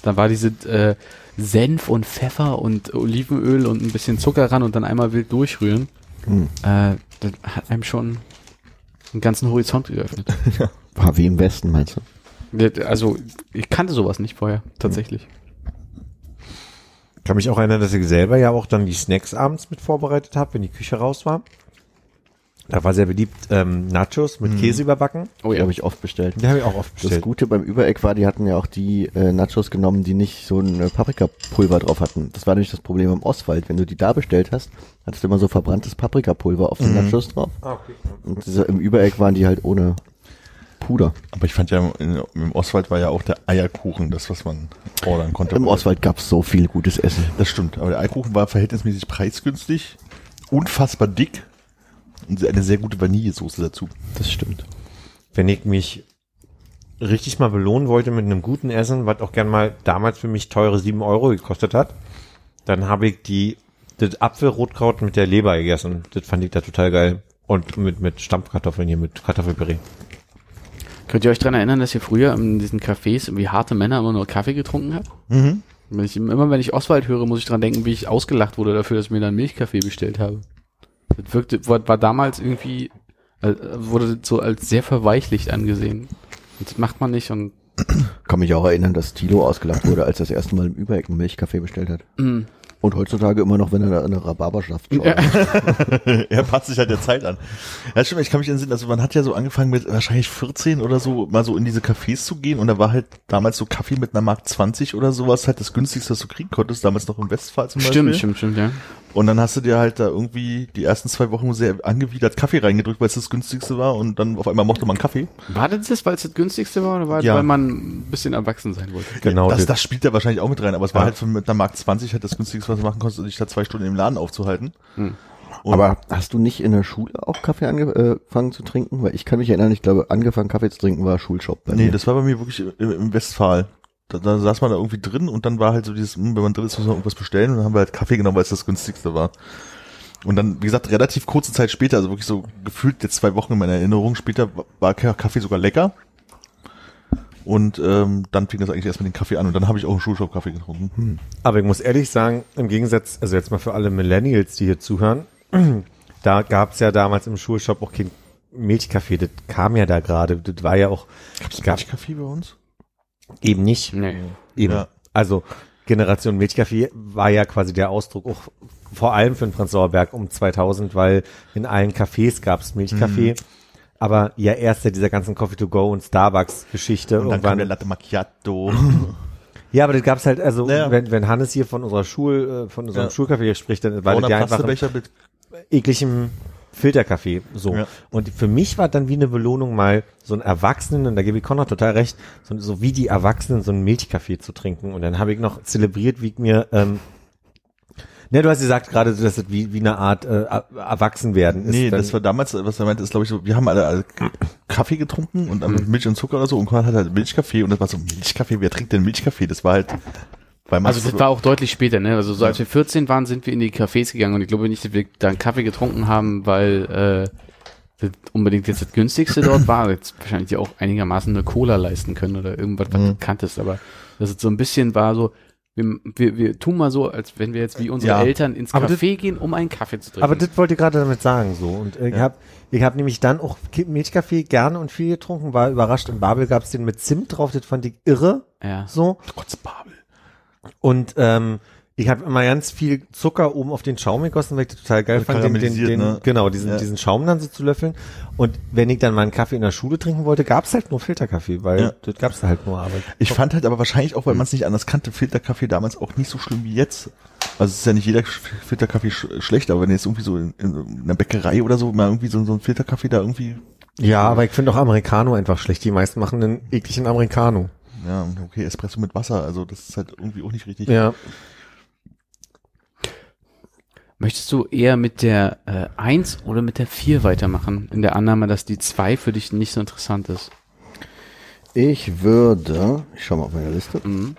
[SPEAKER 3] dann war diese äh, Senf und Pfeffer und Olivenöl und ein bisschen Zucker ran und dann einmal wild durchrühren. Äh, das hat einem schon einen ganzen Horizont geöffnet.
[SPEAKER 4] Ah, wie im Westen, meinst du?
[SPEAKER 3] Das- Also, ich kannte sowas nicht vorher, tatsächlich.
[SPEAKER 2] Ich kann mich auch erinnern, dass ich selber ja auch dann die Snacks abends mit vorbereitet habe, wenn die Küche raus war. Da war sehr beliebt ähm, Nachos mit Käse überbacken.
[SPEAKER 3] Oh
[SPEAKER 4] Die habe ich oft bestellt.
[SPEAKER 2] Die habe ich auch oft
[SPEAKER 4] Das
[SPEAKER 2] bestellt.
[SPEAKER 4] Gute beim Übereck war, die hatten ja auch die äh, Nachos genommen, die nicht so ein äh, Paprikapulver drauf hatten. Das war nämlich das Problem im Oswald. Wenn du die da bestellt hast, hattest du immer so verbranntes Paprikapulver auf den Nachos drauf. Und diese, im Übereck waren die halt ohne Puder.
[SPEAKER 5] Aber ich fand ja, in, im Oswald war ja auch der Eierkuchen das, was man ordern konnte.
[SPEAKER 2] Ähm.
[SPEAKER 4] Im Oswald gab's so viel gutes Essen.
[SPEAKER 5] Das stimmt, aber der Eierkuchen war verhältnismäßig preisgünstig, unfassbar dick und eine sehr gute Vanillesoße dazu.
[SPEAKER 4] Das stimmt.
[SPEAKER 2] Wenn ich mich richtig mal belohnen wollte mit einem guten Essen, was auch gern mal damals für mich teure 7 Euro gekostet hat, dann habe ich die das Apfelrotkraut mit der Leber gegessen. Das fand ich da total geil. Und mit, mit Stampfkartoffeln hier, mit Kartoffelpüree.
[SPEAKER 3] Könnt ihr euch dran erinnern, dass ihr früher in diesen Cafés irgendwie harte Männer immer nur Kaffee getrunken habt?
[SPEAKER 5] Mhm.
[SPEAKER 3] Wenn ich, immer wenn ich Oswald höre, muss ich dran denken, wie ich ausgelacht wurde dafür, dass ich mir dann Milchkaffee bestellt habe. Das wirkte, war, war damals irgendwie, äh, wurde so als sehr verweichlicht angesehen. Und das macht man nicht und
[SPEAKER 4] Kann mich auch erinnern, dass Tilo ausgelacht wurde, als er das erste Mal im Übereck einen Milchkaffee bestellt hat. Und heutzutage immer noch, wenn er da eine Rhabarberschaft schaut.
[SPEAKER 5] er passt sich halt der Zeit an. Ja, stimmt, ich kann mich entsinnen, also man hat ja so angefangen mit wahrscheinlich 14 oder so, mal so in diese Cafés zu gehen und da war halt damals so Kaffee mit einer Mark 20 oder sowas halt das günstigste, was du kriegen konntest, damals noch im Westphal zum Beispiel.
[SPEAKER 3] Stimmt, stimmt, stimmt, ja.
[SPEAKER 5] Und dann hast du dir halt da irgendwie die ersten zwei Wochen sehr angewidert Kaffee reingedrückt, weil es das günstigste war und dann auf einmal mochte man Kaffee.
[SPEAKER 3] War das das, weil es das günstigste war oder war das,
[SPEAKER 5] Ja.
[SPEAKER 3] weil man ein bisschen erwachsen sein wollte?
[SPEAKER 2] Genau.
[SPEAKER 5] Das,
[SPEAKER 2] das-
[SPEAKER 5] das spielt da wahrscheinlich auch mit rein, aber es war
[SPEAKER 2] Ja.
[SPEAKER 5] halt für mit einer Mark 20 halt das günstigste, was du machen konntest, dich da zwei Stunden im Laden aufzuhalten.
[SPEAKER 2] Hm.
[SPEAKER 5] Und-
[SPEAKER 4] Aber hast du nicht in der Schule auch Kaffee angefangen zu trinken? Weil ich kann mich erinnern, ich glaube, angefangen Kaffee zu trinken war Schulshop bei
[SPEAKER 5] Nee,
[SPEAKER 4] mir.
[SPEAKER 5] das war bei mir wirklich im, im Westfalen. Da, da saß man da irgendwie drin und dann war halt so dieses, hm, wenn man drin ist, muss man irgendwas bestellen und dann haben wir halt Kaffee genommen, weil es das günstigste war. Und dann, wie gesagt, relativ kurze Zeit später, also wirklich so gefühlt jetzt zwei Wochen in meiner Erinnerung später, wa- war Ka- Kaffee sogar lecker. Und ähm, dann fing das eigentlich erst mit dem Kaffee an und dann habe ich auch einen Schulshop Kaffee getrunken.
[SPEAKER 2] Aber ich muss ehrlich sagen, im Gegensatz, also jetzt mal für alle Millennials, die hier zuhören, da gab's ja damals im Schulshop auch kein Milchkaffee, das kam ja da gerade, das war ja auch gab
[SPEAKER 5] Kaffee bei uns?
[SPEAKER 2] eben nicht.
[SPEAKER 3] Nee.
[SPEAKER 2] Eben.
[SPEAKER 5] Ja.
[SPEAKER 2] Also Generation Milchkaffee war ja quasi der Ausdruck auch vor allem für den Prenzlauer Berg um 2000, weil in allen Cafés gab's Milchkaffee.
[SPEAKER 5] Mhm.
[SPEAKER 2] Aber ja, erst ja dieser ganzen Coffee-to-go und Starbucks-Geschichte.
[SPEAKER 5] Und dann
[SPEAKER 2] irgendwann.
[SPEAKER 5] kam der Latte Macchiato.
[SPEAKER 2] Ja, aber das gab's halt, also
[SPEAKER 5] Ja.
[SPEAKER 2] wenn, wenn Hannes hier von unserer Schul, äh, von unserem
[SPEAKER 5] Ja.
[SPEAKER 2] Schulkaffee hier spricht, dann war das
[SPEAKER 5] Brauner
[SPEAKER 2] ja einfach ein
[SPEAKER 5] Pastebecher mit
[SPEAKER 2] ekligem Filterkaffee. So.
[SPEAKER 5] Ja.
[SPEAKER 2] Und für mich war dann wie eine Belohnung mal so ein Erwachsenen, und da gebe ich Konrad total recht, so, so wie die Erwachsenen so einen Milchkaffee zu trinken. Und dann habe ich noch zelebriert, wie ich mir, ähm, ne, du hast gesagt gerade, dass das wie, wie eine Art äh, Er- Erwachsenwerden ist.
[SPEAKER 5] Nee,
[SPEAKER 2] dann,
[SPEAKER 5] das war damals, was er meinte, ist glaube ich so, wir haben alle, alle K- Kaffee getrunken und dann mit Milch und Zucker oder so und Konrad hat halt Milchkaffee und das war so, Milchkaffee, wer trinkt denn Milchkaffee? Das war halt, weil man
[SPEAKER 3] Also das war auch deutlich später, ne? Also so als wir 14 waren, sind wir in die Cafés gegangen und ich glaube nicht, dass wir da einen Kaffee getrunken haben, weil äh, das unbedingt jetzt das günstigste dort war. Jetzt wahrscheinlich dir auch einigermaßen eine Cola leisten können oder irgendwas, was du kanntest, aber das ist so ein bisschen war so, wir, wir, wir tun mal so, als wenn wir jetzt wie unsere
[SPEAKER 5] Ja.
[SPEAKER 3] Eltern ins
[SPEAKER 2] Aber
[SPEAKER 3] Café gehen, um einen Kaffee zu trinken.
[SPEAKER 2] aber das wollte ich gerade damit sagen, so. Und äh, ich habe ich hab nämlich dann auch Ki- Milchkaffee gerne und viel getrunken, war überrascht. In Babel gab's den mit Zimt drauf, das fand ich irre.
[SPEAKER 3] ja.
[SPEAKER 2] So.
[SPEAKER 5] Kotzbabel.
[SPEAKER 2] Und ähm, ich habe immer ganz viel Zucker oben auf den Schaum gegossen, weil ich das total geil
[SPEAKER 5] Und
[SPEAKER 2] fand, den, den,
[SPEAKER 5] karamellisiert,
[SPEAKER 2] den,
[SPEAKER 5] ne?
[SPEAKER 2] genau, diesen,
[SPEAKER 5] Ja.
[SPEAKER 2] diesen Schaum dann so zu löffeln. Und wenn ich dann mal einen Kaffee in der Schule trinken wollte, gab's halt nur Filterkaffee, weil
[SPEAKER 5] Ja.
[SPEAKER 2] das gab's halt nur Arbeit.
[SPEAKER 5] Ich fand halt aber wahrscheinlich auch, weil man es nicht anders kannte, Filterkaffee damals auch nicht so schlimm wie jetzt. Also es ist ja nicht jeder Sch- Filterkaffee sch schlecht, aber wenn du jetzt irgendwie so in, in einer Bäckerei oder so mal irgendwie so, so einen Filterkaffee da irgendwie,
[SPEAKER 2] Ja, aber ich finde auch Americano einfach schlecht. Die meisten machen einen ekligen Americano.
[SPEAKER 5] ja, okay, Espresso mit Wasser, also das ist halt irgendwie auch nicht richtig.
[SPEAKER 2] Ja.
[SPEAKER 3] Möchtest du eher mit der äh, 1 oder mit der 4 weitermachen, in der Annahme, dass die 2 für dich nicht so interessant ist?
[SPEAKER 4] Ich würde, ich schau mal auf meine Liste.
[SPEAKER 3] Mhm.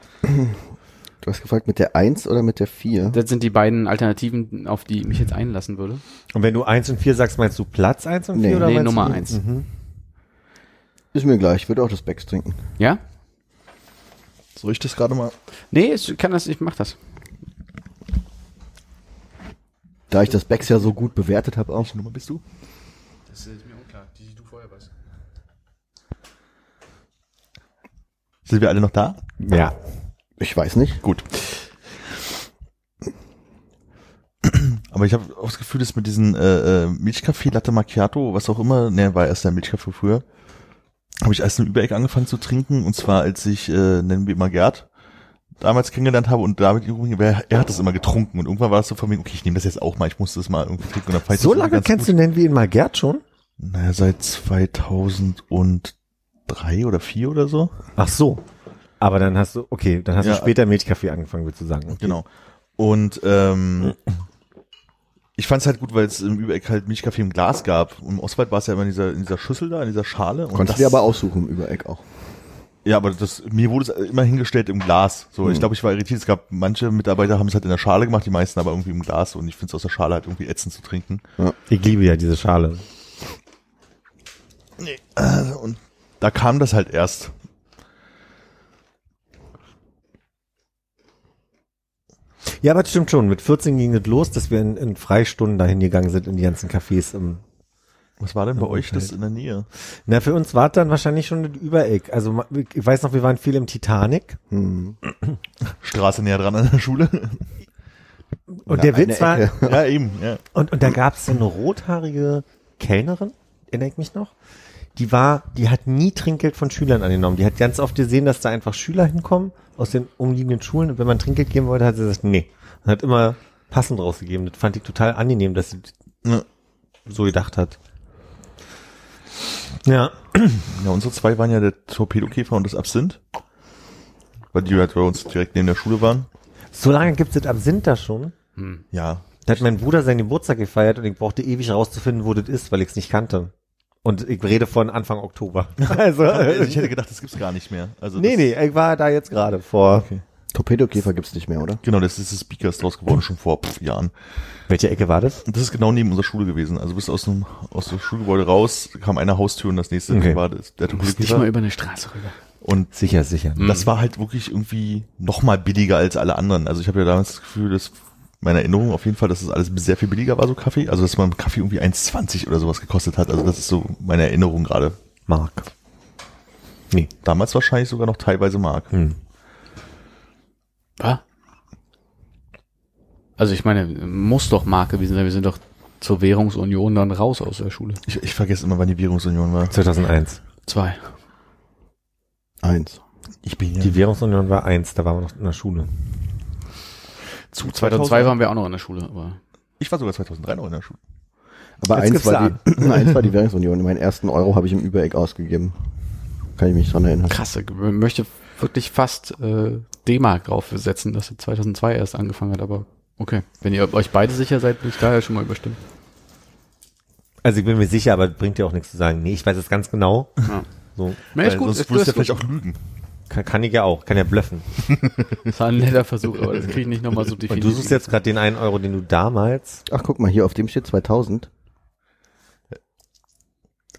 [SPEAKER 4] Du hast gefragt, mit der 1 oder mit der 4?
[SPEAKER 3] Das sind die beiden Alternativen, auf die ich mich jetzt einlassen würde.
[SPEAKER 2] Und wenn du eins und vier sagst, meinst du Platz eins und
[SPEAKER 4] Nee.
[SPEAKER 2] vier oder
[SPEAKER 3] nee,
[SPEAKER 2] meinst
[SPEAKER 3] Nummer
[SPEAKER 2] du,
[SPEAKER 3] 1.
[SPEAKER 4] Ist mir gleich, ich würde auch das Becks trinken.
[SPEAKER 3] Ja?
[SPEAKER 5] Soll ich das gerade mal?
[SPEAKER 3] Nee, ich kann das, ich mach das.
[SPEAKER 4] Da ich das Becks ja so gut bewertet habe auch.
[SPEAKER 5] Welche Nummer bist du?
[SPEAKER 3] Das ist mir unklar, die, die du vorher warst.
[SPEAKER 5] Sind wir alle noch da?
[SPEAKER 2] Ja.
[SPEAKER 4] Ich weiß nicht.
[SPEAKER 5] Gut. Aber ich habe auch das Gefühl, dass mit diesen äh, äh, Milchkaffee, Latte Macchiato, was auch immer, ne, war erst der Milchkaffee früher, habe ich erst im Übereck angefangen zu trinken und zwar als ich, äh, nennen wir immer Gerd, damals kennengelernt habe und damit er, er hat das immer getrunken und irgendwann war das so von mir, okay, ich nehme das jetzt auch mal, ich muss das mal irgendwie trinken. Und dann fand ich
[SPEAKER 2] So
[SPEAKER 5] das irgendwie
[SPEAKER 2] lange
[SPEAKER 5] ganz
[SPEAKER 2] kennst
[SPEAKER 5] gut.
[SPEAKER 2] du nennen wir ihn mal Gerd schon?
[SPEAKER 5] Naja, seit 2003 oder 4 oder so.
[SPEAKER 2] Ach so. Aber dann hast du, okay, dann hast
[SPEAKER 5] Ja.
[SPEAKER 2] du später Milchkaffee angefangen, willst du sagen.
[SPEAKER 5] Genau. Und ähm, ich fand's halt gut, weil es im Übereck halt Milchkaffee im Glas gab. Und im Ostwald war es ja immer in dieser, in dieser Schüssel da, in dieser Schale. Und
[SPEAKER 4] Konntest du dir aber aussuchen über Eck auch.
[SPEAKER 5] Ja, aber das, mir wurde es immer hingestellt im Glas. So,
[SPEAKER 4] Hm.
[SPEAKER 5] ich glaube, ich war irritiert. Es gab manche Mitarbeiter haben es halt in der Schale gemacht, die meisten aber irgendwie im Glas. Und ich find's aus der Schale halt irgendwie ätzend zu trinken.
[SPEAKER 2] Ich liebe ja diese Schale.
[SPEAKER 5] Und da kam das halt erst.
[SPEAKER 2] Ja, aber das stimmt schon. Mit 14 ging es los, dass wir in, in Freistunden dahin gegangen sind in die ganzen Cafés. Im
[SPEAKER 5] Was war denn bei euch
[SPEAKER 4] halt.
[SPEAKER 5] das in der Nähe?
[SPEAKER 2] Na, für uns war es dann wahrscheinlich schon das Übereck. Also ma- ich weiß noch, wir waren viel im Titanic.
[SPEAKER 5] Straße näher dran an der Schule?
[SPEAKER 2] Und der Witz war,
[SPEAKER 5] Ja, eben. Ja.
[SPEAKER 2] Und, und da gab's so eine rothaarige Kellnerin, erinnere ich mich noch. Die war, die hat nie Trinkgeld von Schülern angenommen. Die hat ganz oft gesehen, dass da einfach Schüler hinkommen aus den umliegenden Schulen. Und wenn man Trinkgeld geben wollte, hat sie gesagt, nee. Und hat immer passend rausgegeben. Das fand ich total angenehm, dass sie ne,
[SPEAKER 5] Ja.
[SPEAKER 2] so gedacht hat. Ja.
[SPEAKER 5] ja, unsere zwei waren ja der Torpedokäfer und das Absinth. Weil die halt bei uns direkt neben der Schule waren.
[SPEAKER 2] So lange gibt's das Absinth da schon.
[SPEAKER 5] Ja.
[SPEAKER 2] Da hat mein Bruder seinen Geburtstag gefeiert und ich brauchte ewig rauszufinden, wo das ist, weil ich's nicht kannte. Und ich rede von Anfang Oktober. Also,
[SPEAKER 5] Ich hätte gedacht, das gibt's gar nicht mehr. Also
[SPEAKER 2] Nee,
[SPEAKER 5] das,
[SPEAKER 2] nee, ich war da jetzt gerade vor.
[SPEAKER 4] Torpedokäfer gibt's nicht mehr, oder?
[SPEAKER 5] Genau, das ist das Speaker ist draus geworden, schon vor pff, Jahren.
[SPEAKER 2] Welche Ecke war das?
[SPEAKER 5] Und das ist genau neben unserer Schule gewesen. Also bist aus dem, aus dem Schulgebäude raus, kam eine Haustür und das nächste
[SPEAKER 2] Okay.
[SPEAKER 5] war das, der
[SPEAKER 3] Nicht mal Mhm.
[SPEAKER 5] Torpedokäfer.
[SPEAKER 3] über eine Straße rüber.
[SPEAKER 5] Und
[SPEAKER 2] Sicher, sicher.
[SPEAKER 5] das war halt wirklich irgendwie noch mal billiger als alle anderen. Also ich habe ja damals das Gefühl, dass meine Erinnerung auf jeden Fall, dass das alles sehr viel billiger war, so Kaffee. Also dass man Kaffee irgendwie 1,20 oder sowas gekostet hat. Also das ist so meine Erinnerung gerade.
[SPEAKER 2] Mark. Nee.
[SPEAKER 5] Damals wahrscheinlich sogar noch teilweise Mark.
[SPEAKER 3] Hm, Was? Also ich meine, muss doch Marke gewesen sein. Wir sind doch zur Währungsunion dann raus aus der Schule.
[SPEAKER 5] Ich, ich vergesse immer, wann die Währungsunion war.
[SPEAKER 2] 2001.
[SPEAKER 3] Zwei.
[SPEAKER 4] Eins.
[SPEAKER 5] Ich bin ja
[SPEAKER 2] Die Währungsunion war eins, da waren wir noch in der Schule.
[SPEAKER 5] zu
[SPEAKER 3] 2002 waren wir auch noch in der Schule, aber
[SPEAKER 5] Ich war sogar 2003 noch in der Schule.
[SPEAKER 4] Aber
[SPEAKER 2] Jetzt
[SPEAKER 4] eins
[SPEAKER 2] gibt's
[SPEAKER 4] war, die, eins war die Währungsunion. Meinen ersten Euro habe ich im Übereck ausgegeben. Kann ich mich dran erinnern.
[SPEAKER 3] krasse. Ich möchte wirklich fast äh, D-Mark draufsetzen, dass sie 2002 erst angefangen hat, aber okay. Wenn ihr euch beide sicher seid, bin ich daher schon mal überstimmt.
[SPEAKER 2] Also ich bin mir sicher, aber bringt dir auch nichts zu sagen. Nee, ich weiß es ganz genau.
[SPEAKER 3] Ja.
[SPEAKER 2] So
[SPEAKER 3] Na, ist
[SPEAKER 5] Weil
[SPEAKER 3] gut,
[SPEAKER 5] sonst würdest du ja
[SPEAKER 3] ist gut.
[SPEAKER 5] vielleicht auch lügen.
[SPEAKER 2] kann, kann ich ja auch, kann ja bluffen.
[SPEAKER 3] Das war ein netter Versuch, aber das kriege ich nicht nochmal so
[SPEAKER 2] Und
[SPEAKER 3] definiert.
[SPEAKER 2] du suchst jetzt gerade den einen Euro, den du damals.
[SPEAKER 4] Ach, guck mal, hier auf dem steht 2000.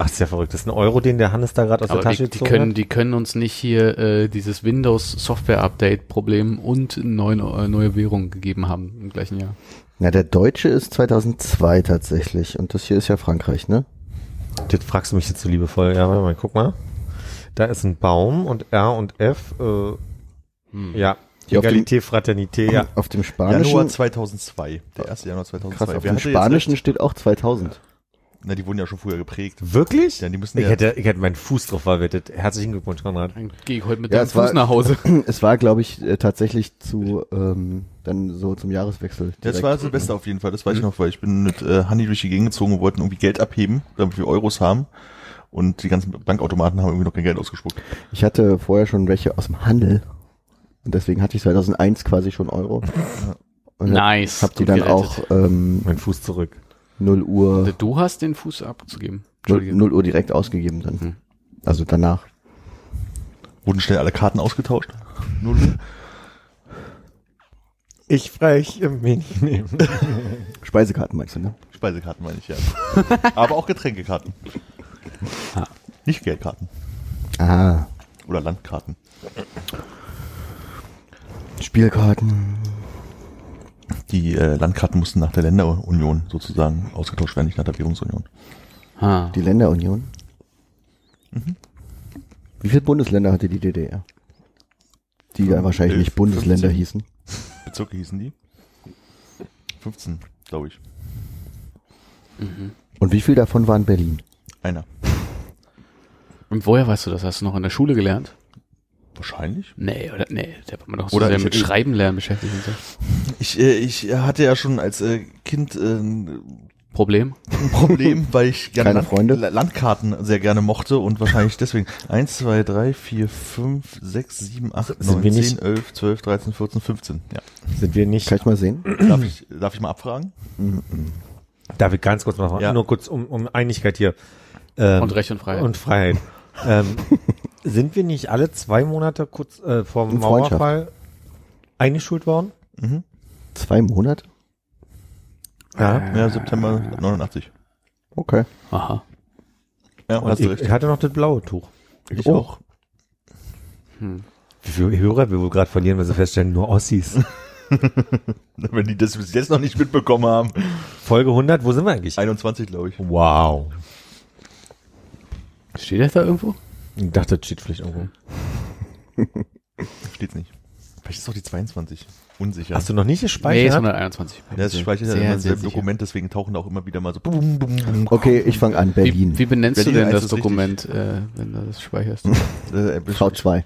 [SPEAKER 2] Ach, ist ja verrückt. Das ist ein Euro, den der Hannes da gerade aus
[SPEAKER 3] aber
[SPEAKER 2] der Tasche
[SPEAKER 3] Also die, die, können, die können uns nicht hier äh, dieses Windows-Software-Update-Problem und neun, äh, neue Währung gegeben haben im gleichen Jahr.
[SPEAKER 4] Na, der Deutsche ist 2002 tatsächlich. Und das hier ist ja Frankreich, ne?
[SPEAKER 2] hat. Das fragst du mich jetzt so liebevoll. Ja, warte mal, guck mal. Da ist ein Baum und R und F. Äh,
[SPEAKER 3] Hm.
[SPEAKER 2] Ja.
[SPEAKER 4] Hier auf dem-
[SPEAKER 2] Egalité, Fraternité, ja.
[SPEAKER 4] Auf dem
[SPEAKER 5] Januar
[SPEAKER 4] Spanischen.
[SPEAKER 5] 2002. Der 1. Januar 2002.
[SPEAKER 4] Krass, auf
[SPEAKER 5] Wer
[SPEAKER 4] dem
[SPEAKER 5] hatte jetzt
[SPEAKER 4] Spanischen
[SPEAKER 5] recht?
[SPEAKER 4] steht auch 2000.
[SPEAKER 5] Na, die wurden ja schon früher geprägt.
[SPEAKER 2] Wirklich?
[SPEAKER 5] Ja, die müssen
[SPEAKER 2] ich,
[SPEAKER 5] ja-
[SPEAKER 2] hätte, ich hätte meinen Fuß drauf verwettet. Herzlichen Glückwunsch, Konrad.
[SPEAKER 3] Dann gehe ich heute mit
[SPEAKER 4] Ja,
[SPEAKER 3] dem
[SPEAKER 4] es war-
[SPEAKER 3] Fuß nach Hause.
[SPEAKER 4] Es war, glaube ich, äh, tatsächlich zu ähm, dann so zum Jahreswechsel.
[SPEAKER 5] Das
[SPEAKER 4] direkt.
[SPEAKER 5] war das Beste auf jeden Fall, das weiß ich noch, weil ich bin mit äh, Hanni durch die Gegend gezogen und wollten irgendwie Geld abheben, damit wir Euros haben. Und die ganzen Bankautomaten haben irgendwie noch kein Geld ausgespuckt.
[SPEAKER 4] Ich hatte vorher schon welche aus dem Handel. Und deswegen hatte ich 2001 quasi schon Euro. Und
[SPEAKER 3] Nice.
[SPEAKER 4] Hab die
[SPEAKER 3] gut
[SPEAKER 4] dann
[SPEAKER 3] gerettet.
[SPEAKER 4] auch äh, ähm,
[SPEAKER 2] Mein Fuß zurück.
[SPEAKER 4] 0 Uhr,
[SPEAKER 3] Du hast den Fuß abzugeben.
[SPEAKER 4] 0,
[SPEAKER 3] Entschuldigung.
[SPEAKER 4] Uhr direkt ausgegeben dann.
[SPEAKER 3] Hm.
[SPEAKER 4] Also danach.
[SPEAKER 5] Wurden schnell alle Karten ausgetauscht. Nur du?
[SPEAKER 2] Ich frech im Mini.
[SPEAKER 4] Speisekarten meinst du, ne?
[SPEAKER 5] Speisekarten meine ich ja. Aber auch Getränkekarten. Nicht Geldkarten.
[SPEAKER 4] Ah,
[SPEAKER 5] Oder Landkarten.
[SPEAKER 4] Spielkarten.
[SPEAKER 5] Die äh, Landkarten mussten nach der Länderunion sozusagen ausgetauscht werden, nicht nach der Währungsunion.
[SPEAKER 3] Ah.
[SPEAKER 4] Die Länderunion. Wie viele Bundesländer hatte die DDR? Die ja wahrscheinlich
[SPEAKER 5] elf,
[SPEAKER 4] nicht Bundesländer
[SPEAKER 5] 15.
[SPEAKER 4] hießen.
[SPEAKER 5] Bezirke hießen die? 15, glaube ich.
[SPEAKER 3] Mhm.
[SPEAKER 4] Und wie viel davon waren Berlin?
[SPEAKER 5] Einer.
[SPEAKER 3] Und woher weißt du das? Hast du noch in der Schule gelernt?
[SPEAKER 5] Wahrscheinlich.
[SPEAKER 3] Nee, oder? Nee, da war man doch so
[SPEAKER 5] Oder
[SPEAKER 3] sehr
[SPEAKER 5] ich-
[SPEAKER 3] mit
[SPEAKER 5] ich-
[SPEAKER 3] Schreiben lernen beschäftigt und so.
[SPEAKER 5] Ich, äh, ich hatte ja schon als äh, Kind äh, ein
[SPEAKER 3] Problem?
[SPEAKER 5] Problem, weil ich gerne
[SPEAKER 4] Keine Freunde?
[SPEAKER 5] La- Landkarten sehr gerne mochte und wahrscheinlich deswegen 1, 2, 3, 4, 5, 6, 7, 8,
[SPEAKER 2] Sind
[SPEAKER 5] 9,
[SPEAKER 2] wir
[SPEAKER 5] 10,
[SPEAKER 2] nicht-
[SPEAKER 5] 11, 12, 13, 14, 15. Ja.
[SPEAKER 2] Sind wir nicht.
[SPEAKER 4] Kann ich mal sehen?
[SPEAKER 5] Darf, ich, darf ich mal abfragen?
[SPEAKER 2] Darf ich ganz kurz machen?
[SPEAKER 5] Ja.
[SPEAKER 2] Nur kurz um, um Einigkeit hier. Ähm,
[SPEAKER 3] Und Recht und Freiheit.
[SPEAKER 2] Und Freiheit. ähm, sind wir nicht alle zwei Monate kurz äh, vom
[SPEAKER 4] Und Freundschaft.
[SPEAKER 2] Mauerfall eingeschult worden?
[SPEAKER 4] Zwei Monate?
[SPEAKER 2] Ja.
[SPEAKER 5] Ja, September 89.
[SPEAKER 4] Okay.
[SPEAKER 3] Aha.
[SPEAKER 5] Ja,
[SPEAKER 2] Und
[SPEAKER 5] hast du
[SPEAKER 2] ich, ich
[SPEAKER 5] recht.
[SPEAKER 2] hatte noch das blaue Tuch. Oh.
[SPEAKER 5] Ich auch.
[SPEAKER 2] Wie viele Hörer wir wohl gerade verlieren, weil sie feststellen, nur Ossis.
[SPEAKER 5] Wenn die das bis jetzt noch nicht mitbekommen haben.
[SPEAKER 2] Folge 100, wo sind wir eigentlich?
[SPEAKER 5] 21, glaube ich. Oh,
[SPEAKER 2] Wow.
[SPEAKER 3] Steht das da irgendwo?
[SPEAKER 2] Ich dachte, das steht vielleicht irgendwo.
[SPEAKER 5] Steht's nicht. Vielleicht ist es auch die 22. Unsicher.
[SPEAKER 2] Hast du noch nicht
[SPEAKER 3] Nee, ist
[SPEAKER 2] gespeichert?
[SPEAKER 3] 121.
[SPEAKER 5] das speichert ja
[SPEAKER 3] Sehr,
[SPEAKER 5] immer
[SPEAKER 3] sehr
[SPEAKER 5] sehr
[SPEAKER 3] sicher.
[SPEAKER 5] Dokument, deswegen tauchen da auch immer wieder mal so bum, bum, bum,
[SPEAKER 4] Okay, ich fange an, Berlin.
[SPEAKER 3] Wie, wie benennst
[SPEAKER 5] Berlin
[SPEAKER 3] du denn
[SPEAKER 5] heißt
[SPEAKER 3] das
[SPEAKER 5] es richtig.
[SPEAKER 3] Dokument, äh, wenn du das speicherst?
[SPEAKER 5] äh,
[SPEAKER 4] Cloud 2.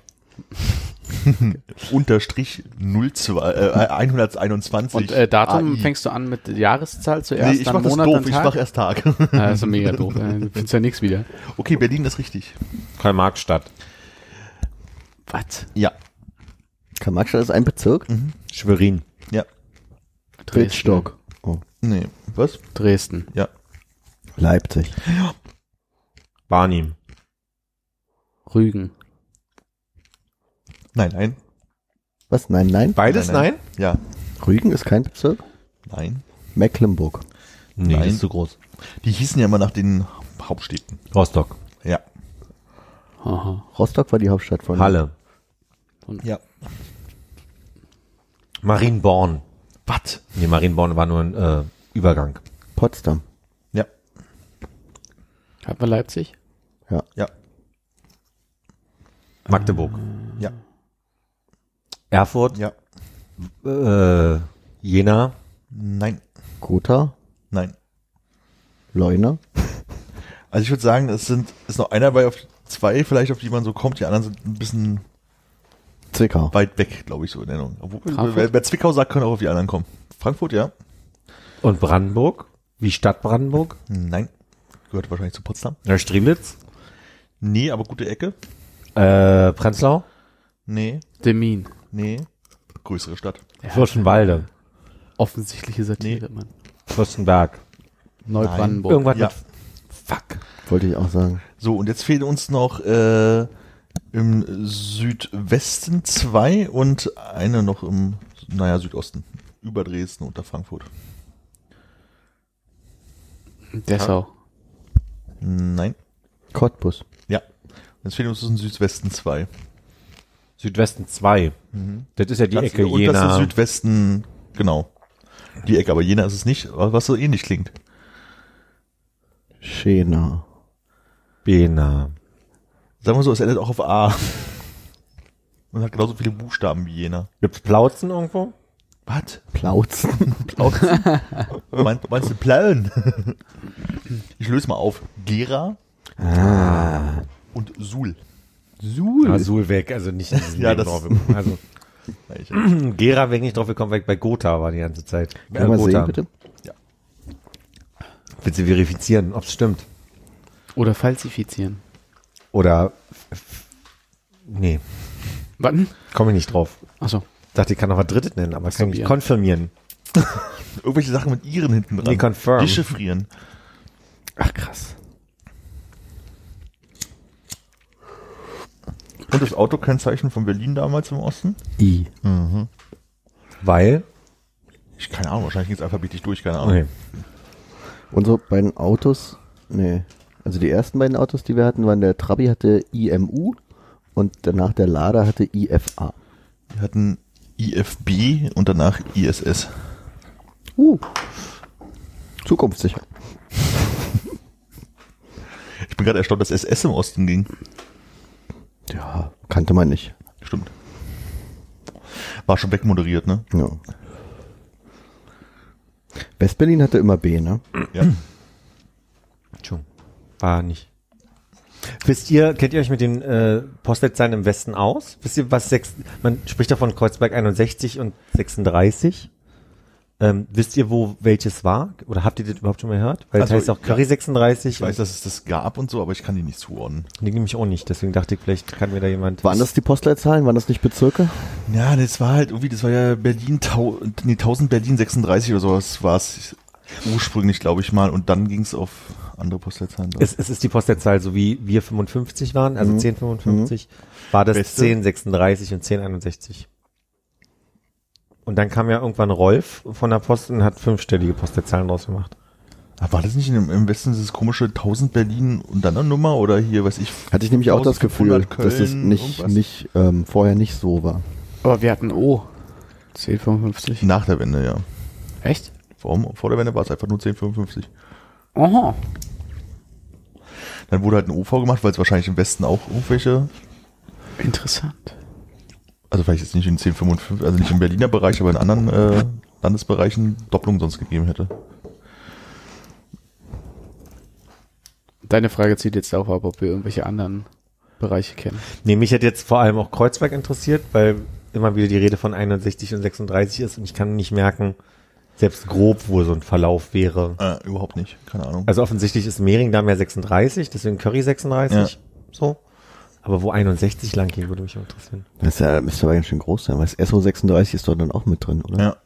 [SPEAKER 5] unterstrich 02, äh, 121.
[SPEAKER 3] Und äh, Datum
[SPEAKER 5] AI.
[SPEAKER 3] fängst du an mit Jahreszahl
[SPEAKER 5] Ah, Nee,
[SPEAKER 3] zuerst,
[SPEAKER 5] ich mach
[SPEAKER 3] dann
[SPEAKER 5] das
[SPEAKER 3] Monat,
[SPEAKER 5] doof,
[SPEAKER 3] dann
[SPEAKER 5] ich mach
[SPEAKER 3] Tag?
[SPEAKER 5] erst Tag.
[SPEAKER 3] Ja, das ist mega doof. äh, Du findest ja nichts wieder.
[SPEAKER 5] Okay, Berlin ist richtig.
[SPEAKER 2] Karl-Marx-Stadt.
[SPEAKER 3] Was?
[SPEAKER 5] Ja.
[SPEAKER 4] Karl-Marx-Stadt ist ein Bezirk?
[SPEAKER 2] Schwerin.
[SPEAKER 5] Ja.
[SPEAKER 4] Bildstock. Oh.
[SPEAKER 5] Nee. Was?
[SPEAKER 3] Dresden.
[SPEAKER 5] Ja.
[SPEAKER 4] Leipzig.
[SPEAKER 2] Barnim.
[SPEAKER 3] Rügen.
[SPEAKER 5] Nein, nein.
[SPEAKER 4] Was? Nein, nein.
[SPEAKER 2] Beides nein?
[SPEAKER 5] Nein, Ja.
[SPEAKER 4] Rügen ist kein Bezirk?
[SPEAKER 5] Nein.
[SPEAKER 4] Mecklenburg.
[SPEAKER 2] Nee,
[SPEAKER 5] Nein.
[SPEAKER 2] das ist zu groß.
[SPEAKER 5] Die hießen ja immer nach den Hauptstädten.
[SPEAKER 2] Rostock.
[SPEAKER 5] Ja.
[SPEAKER 3] Aha.
[SPEAKER 4] Rostock war die Hauptstadt
[SPEAKER 5] Mhm.
[SPEAKER 4] von
[SPEAKER 2] Halle.
[SPEAKER 5] Ja.
[SPEAKER 2] Marienborn. Was? Nee, Marienborn war nur ein äh, Übergang.
[SPEAKER 4] Potsdam.
[SPEAKER 5] Ja.
[SPEAKER 3] Hat man Leipzig?
[SPEAKER 5] Ja.
[SPEAKER 2] Magdeburg.
[SPEAKER 5] Ja.
[SPEAKER 2] Erfurt.
[SPEAKER 5] Ja.
[SPEAKER 2] Äh, Jena.
[SPEAKER 5] Nein.
[SPEAKER 4] Gotha.
[SPEAKER 5] Nein.
[SPEAKER 4] Leuna.
[SPEAKER 5] Also ich würde sagen, es sind, ist noch einer bei auf zwei vielleicht, auf die man so kommt. Die anderen sind ein bisschen
[SPEAKER 4] Zwickau.
[SPEAKER 5] weit weg, glaube ich, so in Erinnerung. Obwohl,
[SPEAKER 3] Frankfurt?
[SPEAKER 5] Wer, wer Zwickau sagt, können auch auf die anderen kommen. Frankfurt, ja?
[SPEAKER 2] Und Brandenburg. Wie Stadt Brandenburg.
[SPEAKER 5] Nein. Gehört wahrscheinlich zu Potsdam.
[SPEAKER 2] Äh, Strelitz.
[SPEAKER 5] Nee, aber gute Ecke.
[SPEAKER 2] Äh, Prenzlau.
[SPEAKER 5] Nee.
[SPEAKER 3] Demin.
[SPEAKER 5] Nee. Größere Stadt.
[SPEAKER 2] Fürstenwalde.
[SPEAKER 3] Offensichtliche Satire, Mann.
[SPEAKER 2] Fürstenberg.
[SPEAKER 3] Neubrandenburg.
[SPEAKER 2] Irgendwas
[SPEAKER 5] Ja.
[SPEAKER 2] mit Fuck.
[SPEAKER 4] Wollte ich auch sagen.
[SPEAKER 5] So, und jetzt fehlen uns noch äh, im Südwesten zwei und eine noch im, naja, Südosten. Über Dresden unter Frankfurt.
[SPEAKER 3] Dessau.
[SPEAKER 5] Nein.
[SPEAKER 4] Cottbus.
[SPEAKER 5] Ja. Jetzt fehlen uns im Südwesten zwei.
[SPEAKER 2] Südwesten 2. Das ist ja die
[SPEAKER 5] Mhm. Ganz-
[SPEAKER 2] Ecke
[SPEAKER 5] und das ist
[SPEAKER 2] Jena.
[SPEAKER 5] Südwesten, genau. Die Ecke, aber Jena ist es nicht, was so ähnlich klingt.
[SPEAKER 4] Schena.
[SPEAKER 2] Jena.
[SPEAKER 5] Sagen wir so, es endet auch auf A. Und hat genauso viele Buchstaben wie Jena.
[SPEAKER 2] Gibt's Plauzen irgendwo?
[SPEAKER 5] Was?
[SPEAKER 4] Plautzen.
[SPEAKER 5] Mein, meinst du Plauen? Ich löse mal auf. Gera und Suhl.
[SPEAKER 3] Suhl.
[SPEAKER 2] Ah, Suhl weg, also nicht in diesem
[SPEAKER 5] Ja,
[SPEAKER 2] Leben
[SPEAKER 5] das-
[SPEAKER 2] drauf gekommen. Also, Gera weg nicht drauf gekommen, weg bei Gotha war die ganze Zeit.
[SPEAKER 4] Kann man sehen, bitte?
[SPEAKER 2] Willst du verifizieren, ob's stimmt?
[SPEAKER 3] Oder falsifizieren.
[SPEAKER 2] Oder f- nee,
[SPEAKER 3] Wann?
[SPEAKER 2] komme ich nicht drauf.
[SPEAKER 3] Achso.
[SPEAKER 2] Dachte, ich kann noch was Drittes nennen, aber kann ich
[SPEAKER 3] Konfirmieren.
[SPEAKER 2] konfirmieren.
[SPEAKER 5] Irgendwelche Sachen mit ihren hinten dran.
[SPEAKER 2] Nee, confirm.
[SPEAKER 5] Dechiffrieren.
[SPEAKER 2] Ach krass.
[SPEAKER 5] Und das Autokennzeichen von Berlin damals im Osten?
[SPEAKER 4] I.
[SPEAKER 2] Weil?
[SPEAKER 5] Ich keine Ahnung, wahrscheinlich ging es alphabetisch durch, keine Ahnung.
[SPEAKER 2] Okay.
[SPEAKER 4] Unsere beiden Autos, nee, also die ersten beiden Autos, die wir hatten, waren der Trabi hatte IMU und danach der Lada hatte IFA.
[SPEAKER 5] Wir hatten IFB und danach ISS.
[SPEAKER 4] Uh. Zukunftssicher.
[SPEAKER 5] Ich bin gerade erstaunt, dass SS im Osten ging.
[SPEAKER 4] Ja, kannte man nicht.
[SPEAKER 5] Stimmt. War schon wegmoderiert, ne?
[SPEAKER 4] Ja. Westberlin hatte immer B, ne?
[SPEAKER 5] Ja.
[SPEAKER 2] Schon. War nicht. Wisst ihr, kennt ihr euch mit den äh, Postleitzahlen im Westen aus? Wisst ihr, was sechs, man spricht davon Kreuzberg 61 und 36? Ähm, wisst ihr, wo welches war? Oder habt ihr das überhaupt schon mal gehört? Weil
[SPEAKER 5] Also,
[SPEAKER 2] das heißt auch Curry 36.
[SPEAKER 5] Ich weiß, dass es das gab und so, aber ich kann die nicht zuordnen.
[SPEAKER 2] Die nehme ich auch nicht, deswegen dachte ich, vielleicht kann mir da jemand.
[SPEAKER 4] Waren das die Postleitzahlen? Waren das nicht Bezirke?
[SPEAKER 5] Ja, das war halt irgendwie, das war ja Berlin, tau, nee, 1000 Berlin 36 oder sowas war es ursprünglich, glaube ich mal. Und dann ging es auf andere Postleitzahlen. drauf.
[SPEAKER 2] Es, es ist die Postleitzahl, so wie wir 55 waren, also 1055, war das
[SPEAKER 5] Beste.
[SPEAKER 2] 1036 und 1061. Und dann kam ja irgendwann Rolf von der Post und hat fünfstellige Postleitzahlen draus gemacht.
[SPEAKER 5] Aber war das nicht im, im Westen dieses komische 1000 Berlin und dann eine Nummer oder hier, weiß ich.
[SPEAKER 4] Hatte ich nämlich auch das Gefühl,
[SPEAKER 5] 1500
[SPEAKER 4] dass es
[SPEAKER 5] Köln,
[SPEAKER 4] nicht,
[SPEAKER 5] irgendwas?
[SPEAKER 4] nicht ähm, vorher nicht so war.
[SPEAKER 3] Aber wir hatten O. 1055.
[SPEAKER 5] Nach der Wende, ja.
[SPEAKER 3] Echt?
[SPEAKER 5] Warum? Vor der Wende war es einfach nur 1055.
[SPEAKER 3] Aha.
[SPEAKER 5] Dann wurde halt ein OV gemacht, weil es wahrscheinlich im Westen auch irgendwelche
[SPEAKER 3] Interessant.
[SPEAKER 5] also vielleicht jetzt nicht in 1055, also nicht im Berliner Bereich, aber in anderen äh, Landesbereichen Doppelung sonst gegeben hätte.
[SPEAKER 3] Deine Frage zielt jetzt darauf ab, ob wir irgendwelche anderen Bereiche kennen.
[SPEAKER 2] Nee, mich hätte jetzt vor allem auch Kreuzberg interessiert, weil immer wieder die Rede von 61 und 36 ist und ich kann nicht merken, selbst grob, wo so ein Verlauf wäre.
[SPEAKER 5] Äh, überhaupt nicht, keine Ahnung.
[SPEAKER 2] Also offensichtlich ist Mehring da mehr 36, deswegen Curry 36, so. Aber wo 61 lang ging, würde mich auch interessieren.
[SPEAKER 4] Das ist ja, müsste aber ganz schön groß sein, weil das SO36 ist dort dann auch mit drin, oder?
[SPEAKER 5] ja.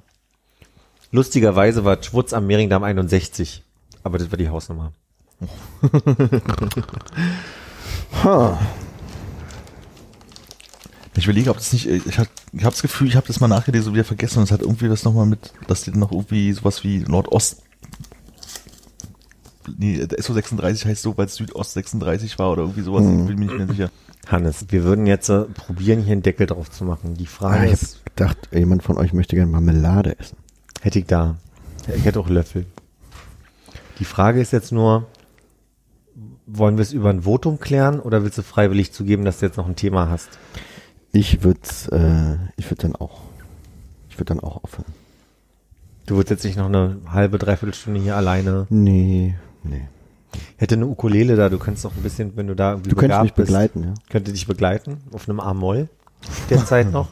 [SPEAKER 2] Lustigerweise war Schwutz am Mehringdamm 61, aber das war die Hausnummer.
[SPEAKER 5] Ich überlege, ob das nicht, äh, ich habe ich hab das Gefühl, ich habe das mal nachgelesen und wieder vergessen und es hat irgendwie was nochmal mit, dass die noch irgendwie sowas wie Nordost, nee, äh, der SO36 heißt so, weil es Südost 36 war oder irgendwie sowas, ich bin mir nicht mehr sicher.
[SPEAKER 2] Hannes, wir würden jetzt äh, probieren, hier einen Deckel drauf zu machen. Die
[SPEAKER 4] Ah,
[SPEAKER 2] Frage
[SPEAKER 4] ich
[SPEAKER 2] ist,
[SPEAKER 4] hab gedacht, jemand von euch möchte gerne Marmelade essen.
[SPEAKER 2] hätte ich da. Ich hätte auch Löffel. Die Frage ist jetzt nur, wollen wir es über ein Votum klären oder willst du freiwillig zugeben, dass du jetzt noch ein Thema hast?
[SPEAKER 4] Ich würd's, äh, ich würd dann auch, ich würd dann auch aufhören.
[SPEAKER 2] Du würdest jetzt nicht noch eine halbe, dreiviertel Stunde hier alleine.
[SPEAKER 4] Nee, nee.
[SPEAKER 2] Hätte eine Ukulele da, du könntest noch ein bisschen, wenn du da irgendwie
[SPEAKER 4] Du könntest
[SPEAKER 2] begabt
[SPEAKER 4] mich
[SPEAKER 2] bist,
[SPEAKER 4] begleiten, ja.
[SPEAKER 2] Könnte dich begleiten auf einem A-Moll derzeit noch.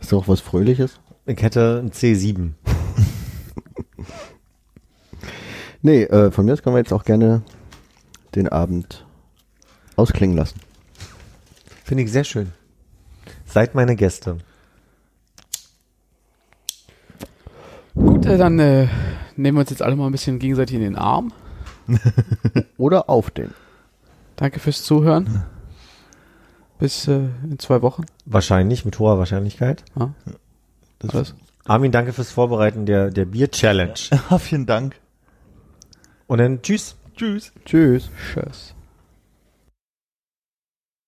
[SPEAKER 4] Ist doch was Fröhliches?
[SPEAKER 2] Ich hätte ein C7.
[SPEAKER 4] Nee, äh, von mir aus können wir jetzt auch gerne den Abend ausklingen lassen.
[SPEAKER 2] Finde ich sehr schön. Seid meine Gäste.
[SPEAKER 3] Gut, äh, dann äh, nehmen wir uns jetzt alle mal ein bisschen gegenseitig in den Arm.
[SPEAKER 4] Oder auf den.
[SPEAKER 3] Danke fürs Zuhören. Bis äh, in zwei Wochen.
[SPEAKER 2] Wahrscheinlich, mit hoher Wahrscheinlichkeit.
[SPEAKER 3] Ja, alles.
[SPEAKER 2] Armin, danke fürs Vorbereiten der, der Bier-Challenge.
[SPEAKER 5] Ah, vielen Dank.
[SPEAKER 2] Und dann tschüss.
[SPEAKER 5] Tschüss.
[SPEAKER 4] Tschüss.
[SPEAKER 3] Tschüss.